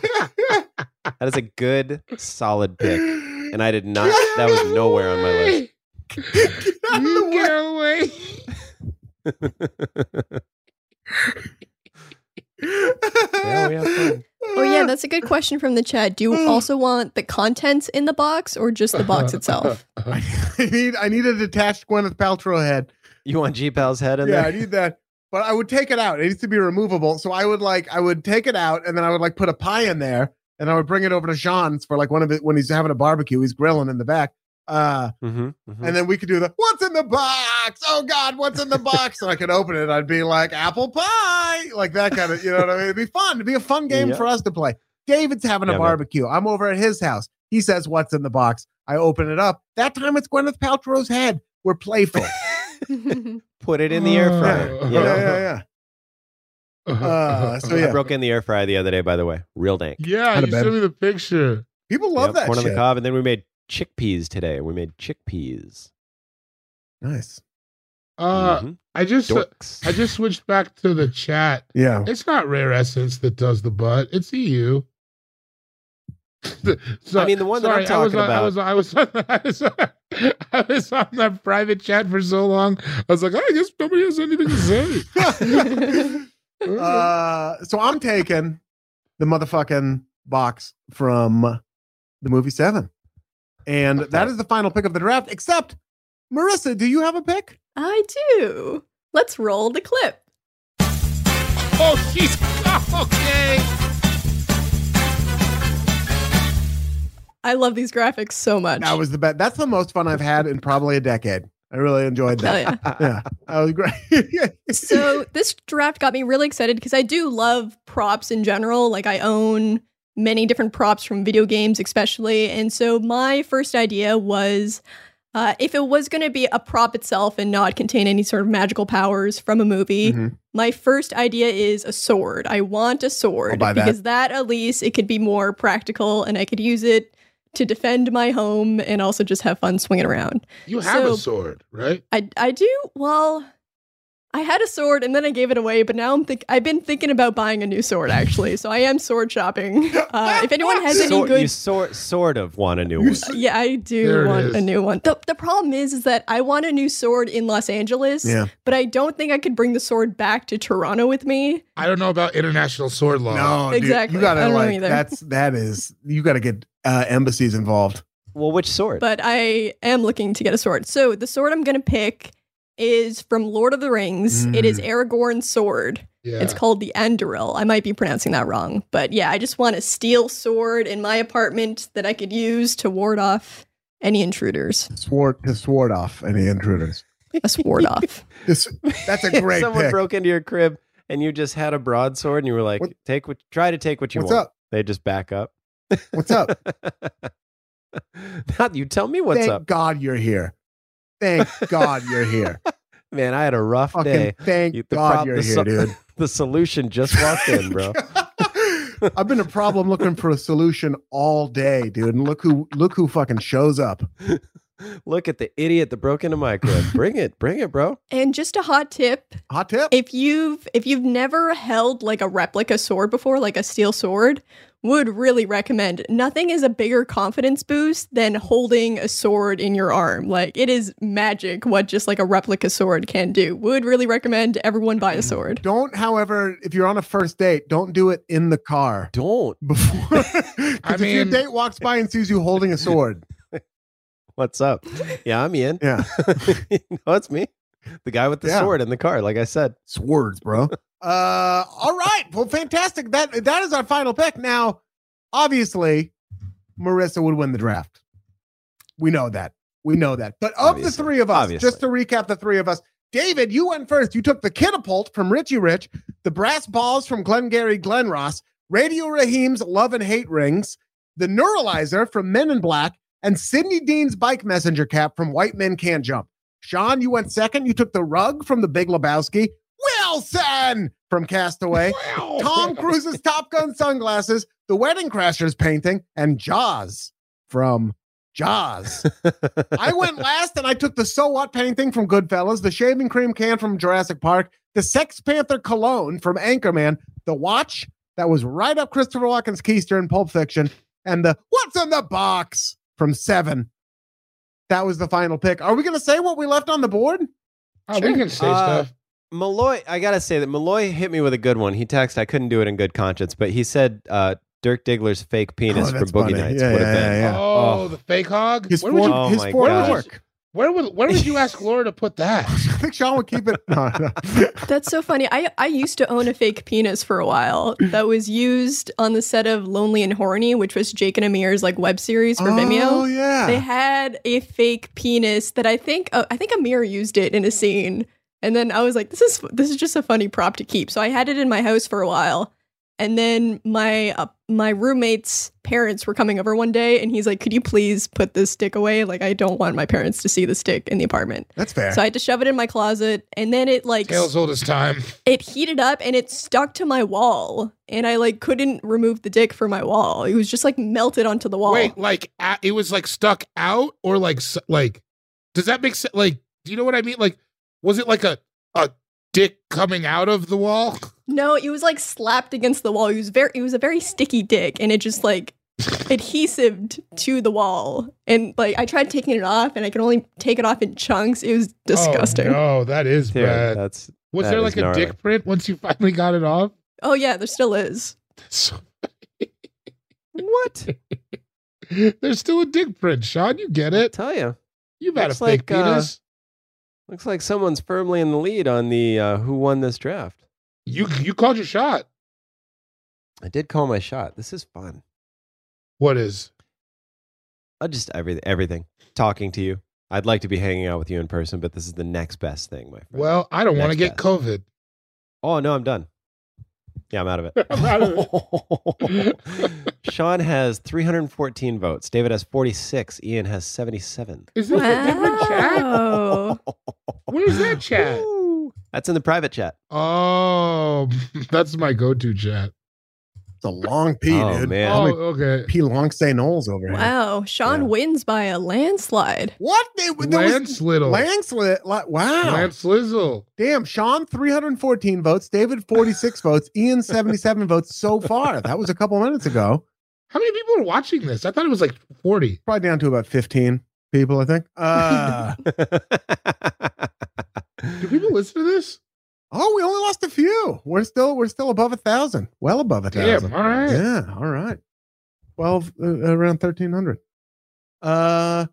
that is a good, solid pick, and I did not. That was nowhere on my list.
You get out of the way.
Yeah, we have fun.
Oh yeah, that's a good question from the chat. Do you also want the contents in the box or just the box itself?
I need I need a detached Gwyneth Paltrow head.
You want G Pal's head in
Yeah, I
there?
need that. But I would take it out. It needs to be removable. So I would like I would take it out and then I would like put a pie in there and I would bring it over to Sean's for like one of it when he's having a barbecue, he's grilling in the back. Uh
Mm-hmm, mhm.
and then we could do the what's in the box? Oh God, what's in the box? and I could open it. I'd be like apple pie, like that kind of you know what I mean? It'd be fun. It'd be a fun game
Yeah.
for us to play. David's having
Yeah,
a
man.
barbecue. I'm over at his house. He says, What's in the box? I open it up. That time it's Gwyneth Paltrow's head. We're playful.
Put it in the air
Oh.
fryer.
Yeah,
you know?
yeah, yeah, yeah. Uh, so
I
yeah,
broke in the air fryer the other day, by the way. Real dank.
Yeah,
Kinda
you
better.
sent me the picture.
people love
Yep,
that
Corn on
shit.
the cob, and then we made chickpeas today. We made chickpeas.
Nice.
Uh,
Mhm.
I just
Dorks.
I just switched back to the chat.
Yeah.
It's not Rare Essence that does the butt. It's EU. So-
I mean, the one that I'm
sorry, I was
talking
on-
about.
I was, on- I was, on- I was, I was on that private chat for so long. I was like, I guess nobody has anything to say.
uh, so I'm taking the motherfucking box from the movie Seven, and that is the final pick of the draft. Except, Marissa, do you have a pick?
I do. Let's roll the clip.
Oh, she's okay.
I love these graphics so much.
That was the best. That's the most fun I've had in probably a decade. I really enjoyed that.
Oh,
yeah. that was great.
so this draft got me really excited because I do love props in general. Like I own many different props from video games, especially. And so my first idea was uh, if it was going to be a prop itself and not contain any sort of magical powers from a movie,
Mhm.
my first idea is a sword. I want a sword
buy that.
because that at least it could be more practical and I could use it to defend my home and also just have fun swinging around.
You have
So-
a sword, right?
I I do well. I had a sword and then I gave it away, but now I'm think I've been thinking about buying a new sword actually. So I am sword shopping. Uh, if anyone has any
Sort- you
good,
sort sort of want a new one.
yeah,
There
I do
it
want a
is.
new one. The the problem is is that I want a new sword in Los Angeles,
Yeah.
but I don't think I could bring the sword back to Toronto with me.
I don't know about international sword law.
No, dude,
Exactly.
you gotta
I don't know
like
either.
that's that is you gotta get uh, embassies involved.
Well, which sword?
But I am looking to get a sword. So the sword I'm going to pick is from Lord of the Rings. It is Aragorn's sword.
Yeah.
It's called the Enderil. I might be pronouncing that wrong, but yeah, I just want a steel sword in my apartment that I could use to ward off any intruders.
Sword to sword off any intruders.
A sword off.
This, that's a great
Someone
pick.
broke into your crib and you just had a broadsword and you were like, "Take what? Try to take what you
What's
want."
up?
They just back up.
What's up?
Not you. Tell me what's
Thank
up.
God you're here. Thank God you're here.
Man, I had a rough
Fucking
day.
thank
You-
God you're
the
here,
sol-
dude.
The solution just walked in, bro.
I've been a problem looking for a solution all day, dude. And look who look who fucking shows up.
Look at the idiot that broke into my crib. Bring it, bring it, bro.
And just a hot tip.
Hot tip.
If you've if you've never held like a replica sword before, like a steel sword, would really recommend. Nothing is a bigger confidence boost than holding a sword in your arm. Like it is magic what just like a replica sword can do. Would really recommend everyone buy a sword.
Don't, however, if you're on a first date, don't do it in the car.
Don't.
Before
I
if your
mean-
date walks by and sees you holding a sword.
What's up? Yeah, I'm Ian.
Yeah.
you know, it's me. The guy with the
Yeah.
sword in the car, like I said.
Swords, bro. Uh all right. Well, fantastic. That that is our final pick. Now, obviously, Marissa would win the draft. We know that. We know that. But of the
Obviously.
three of us,
Obviously.
just to recap the three of us, David, you went first. You took the catapult from Richie Rich, the brass balls from Glengarry Glen Ross, Radio Raheem's Love and Hate Rings, the Neuralizer from Men in Black, and Sidney Dean's bike messenger cap from White Men Can't Jump. Sean, you went second. You took the rug from the Big Lebowski. Wilson from Castaway, Tom
Oh,
Cruise's Top Gun sunglasses, the Wedding Crashers painting, and Jaws from Jaws. I went last and I took the So What painting from Goodfellas, the shaving cream can from Jurassic Park, the Sex Panther cologne from Anchorman, the watch that was right up Christopher Walken's keister in Pulp Fiction, and the What's in the Box from Seven. That was the final pick. Are we going to say what we left on the board?
Oh, we can say
Uh,
stuff.
Malloy, I gotta say that Malloy hit me with a good one. He texted, I couldn't do it in good conscience, but he said uh, Dirk Diggler's fake penis
Oh,
from
that's
Boogie
funny.
Nights
Yeah,
would have
yeah,
been.
yeah, yeah.
Oh, the fake hog.
His
where would you?
form-
Oh
his
my
form
gosh.
work.
Where would? Where would you ask Laura to put that?
I think Sean would keep it. No, no.
That's so funny. I, I used to own a fake penis for a while that was used on the set of Lonely and Horny, which was Jake and Amir's like web series for
Oh
Vimeo.
yeah.
They had a fake penis that I think uh, I think Amir used it in a scene, and then I was like, this is this is just a funny prop to keep. So I had it in my house for a while, and then my uh, my roommate's parents were coming over one day, and he's like, could you please put this stick away? Like I don't want my parents to see the stick in the apartment.
That's fair.
So I had to shove it in my closet, and then it like
Tales old as time.
it heated up and it stuck to my wall and i like couldn't remove the dick from my wall it was just like melted onto the wall
Wait, like a it was like stuck out, or like s- like? Does that make sense? Like, do you know what I mean? Like, was it like a a dick coming out of the wall?
no it was like slapped against the wall it was very it was a very sticky dick and it just like adhesived to the wall. And like I tried taking it off and I could only take it off in chunks. It was disgusting.
Oh, no, that is
Dude,
bad.
That's
Was
that
there
is
like a
gnarly.
dick print once you finally got it off?
Oh, yeah, there still is.
So-
What?
There's still a dick print, Sean. You get it?
tell you,
You've had a
Looks like,
fake
uh,
penis.
looks like someone's firmly in the lead on the uh, who won this draft.
You you called your shot.
I did call my shot. This is fun.
What is?
I just every, everything talking to you. I'd like to be hanging out with you in person, but this is the next best thing, my friend.
Well, I don't want to
Next
get
best.
COVID.
Oh no, I'm done. Yeah, I'm out of
I'm out of it.
it. Sean has 314 votes. David has 46. Ian has 77.
Is this a different chat?
Wow.
Where's that chat?
Woo. That's in the private chat.
Oh, that's my go-to chat.
It's a long P,
Oh,
dude.
man.
Oh,
I'm a
okay.
P long St. Knowles over here.
Wow. Sean
Yeah.
wins by a landslide.
What? They, there
Lance
was,
Little.
Lance Li- li- Wow.
Lance Lizzle.
Damn, Sean, 314 votes, David, 46 votes, Ian, 77 votes so far. That was a couple minutes ago.
How many people are watching this? I thought it was like 40.
Probably down to about 15 people, I think. Uh,
Do people listen to this?
oh, we only lost a few. We're still we're still above a thousand. Well above a
Damn,
thousand.
all right.
Yeah, all right. 12 uh, around 1300. Uh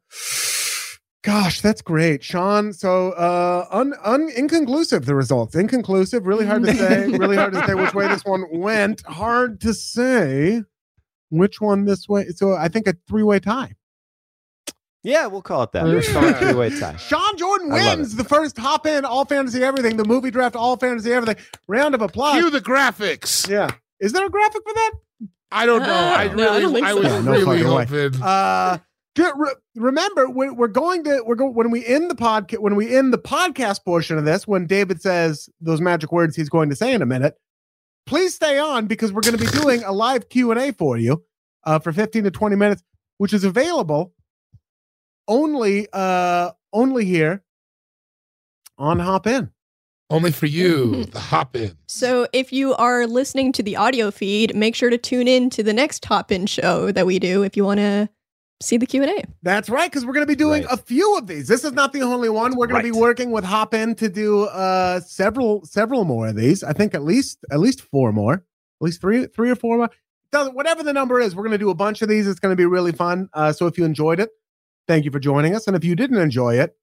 gosh, that's great. Sean, so uh un, un inconclusive the results. Inconclusive, really hard to say, really hard to say which way this one went. Hard to say which one this way. So I think a three-way tie.
yeah, we'll call it that.
Yeah.
We're still on three-way tie.
Sean Jordan
I love
wins
it.
the first hop in all fantasy everything, the movie draft all fantasy everything. Round of applause.
Cue the graphics.
yeah. Is there a graphic for that?
I don't know.
Ah,
I
no,
really,
I don't think
I
so.
was
Yeah, no
really
fucking way.
hoping.
Uh, ju- re- remember, we're, we're going to we're going when we end the podcast when we end the podcast portion of this. When David says those magic words he's going to say in a minute, please stay on because we're going to be doing a live Q and A for you uh, for fifteen to twenty minutes, which is available only uh, only here on Hop In.
Only for you, the hop in.
So if you are listening to the audio feed, make sure to tune in to the next Top In show that we do if you want to see the Q&A.
That's right, because we're going to be doing
Right.
a few of these. This is not the only one. We're going to be
Right.
working with Hop In to do uh, several, several more of these. I think at least, at least four more, at least three, three or four more. Doesn't whatever the number is, we're going to do a bunch of these. It's going to be really fun. Uh, so if you enjoyed it, thank you for joining us. And if you didn't enjoy it,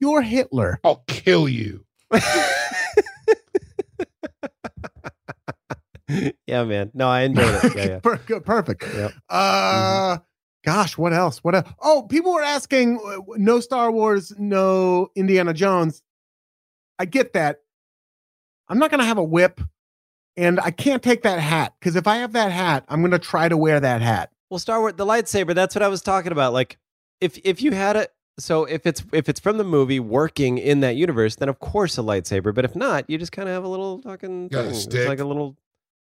you're Hitler.
I'll kill you.
yeah, man. No, I enjoyed it. Yeah, yeah.
Per- good, Perfect.
Yep. Mm-hmm.
Uh, gosh, what else? What? el- Oh, people were asking, uh, no Star Wars, no Indiana Jones. I get that. I'm not gonna have a whip, and I can't take that hat because if I have that hat, I'm gonna try to wear that hat.
Well, Star Wars, the lightsaber. That's what I was talking about. Like, if if you had it, so if it's if it's from the movie working in that universe, then of course a lightsaber. But if not, you just kind of have a little fucking
Got a
thing. It's
stick.
like a little,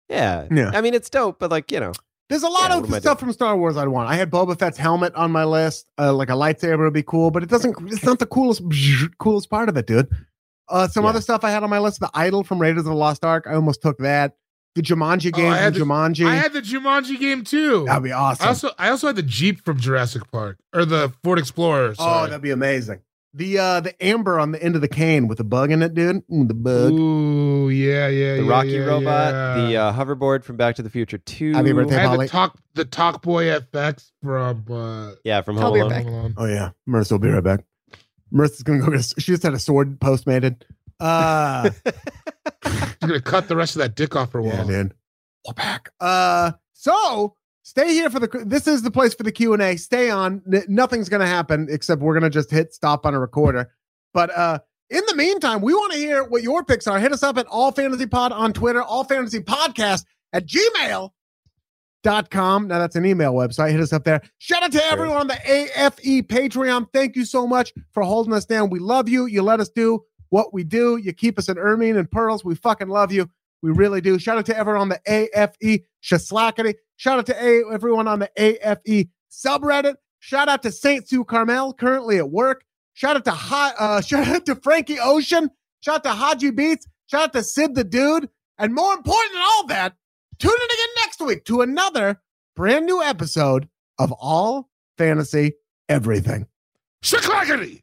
yeah.
Yeah.
I mean, it's dope, but like you know,
There's a lot
Yeah,
of
what am I
stuff from Star Wars I'd want. I had Boba Fett's helmet on my list. Uh, like a lightsaber would be cool, but it doesn't. It's not the coolest coolest part of it, dude. Uh, some
Yeah.
other stuff I had on my list: the idol from Raiders of the Lost Ark. I almost took that. The Jumanji
Oh,
game
I had
from
the-
Jumanji.
I had the Jumanji game too.
That'd be awesome.
I also I also had the Jeep from Jurassic Park or the Ford Explorer.
oh,
Sorry.
that'd be amazing. The uh the amber on the end of the cane with the bug in it, dude. Mm, the bug.
Ooh, yeah, yeah.
the
yeah,
Rocky
yeah,
robot,
yeah.
the uh, hoverboard from Back to the Future Two.
Happy birthday.
I had
Polly.
the talk the talk boy FX from uh
Yeah, from
I'll
Home
be
Alone.
right back.
Home Alone.
Oh yeah, Marissa will be right back. Marissa's gonna go get. A, s- she just had a sword postmated. Uh,
She's gonna cut the rest of that dick off her wall.
yeah, dude. We're back. Uh, so stay here for the. This is the place for the Q and A. Stay on. N- nothing's gonna happen except we're gonna just hit stop on a recorder. But uh, in the meantime, we want to hear what your picks are. Hit us up at All Fantasy Pod on Twitter. All Fantasy Podcast at Gmail. Dot com. Now that's an email website. Hit us up there. Shout out to everyone on the AFE Patreon. Thank you so much for holding us down. We love you. You let us do what we do. You keep us in Ermine and Pearls. We fucking love you. We really do. Shout out to everyone on the AFE Shaslackity. Shout out to a- everyone on the AFE subreddit. Shout out to Saint Sue Carmel, currently at work. Shout out to Hi- uh, shout out to Frankie Ocean. Shout out to Haji Beats. Shout out to Sid the Dude. And more important than all that, tune in again next week to another brand new episode of All Fantasy Everything.
Shaklackety!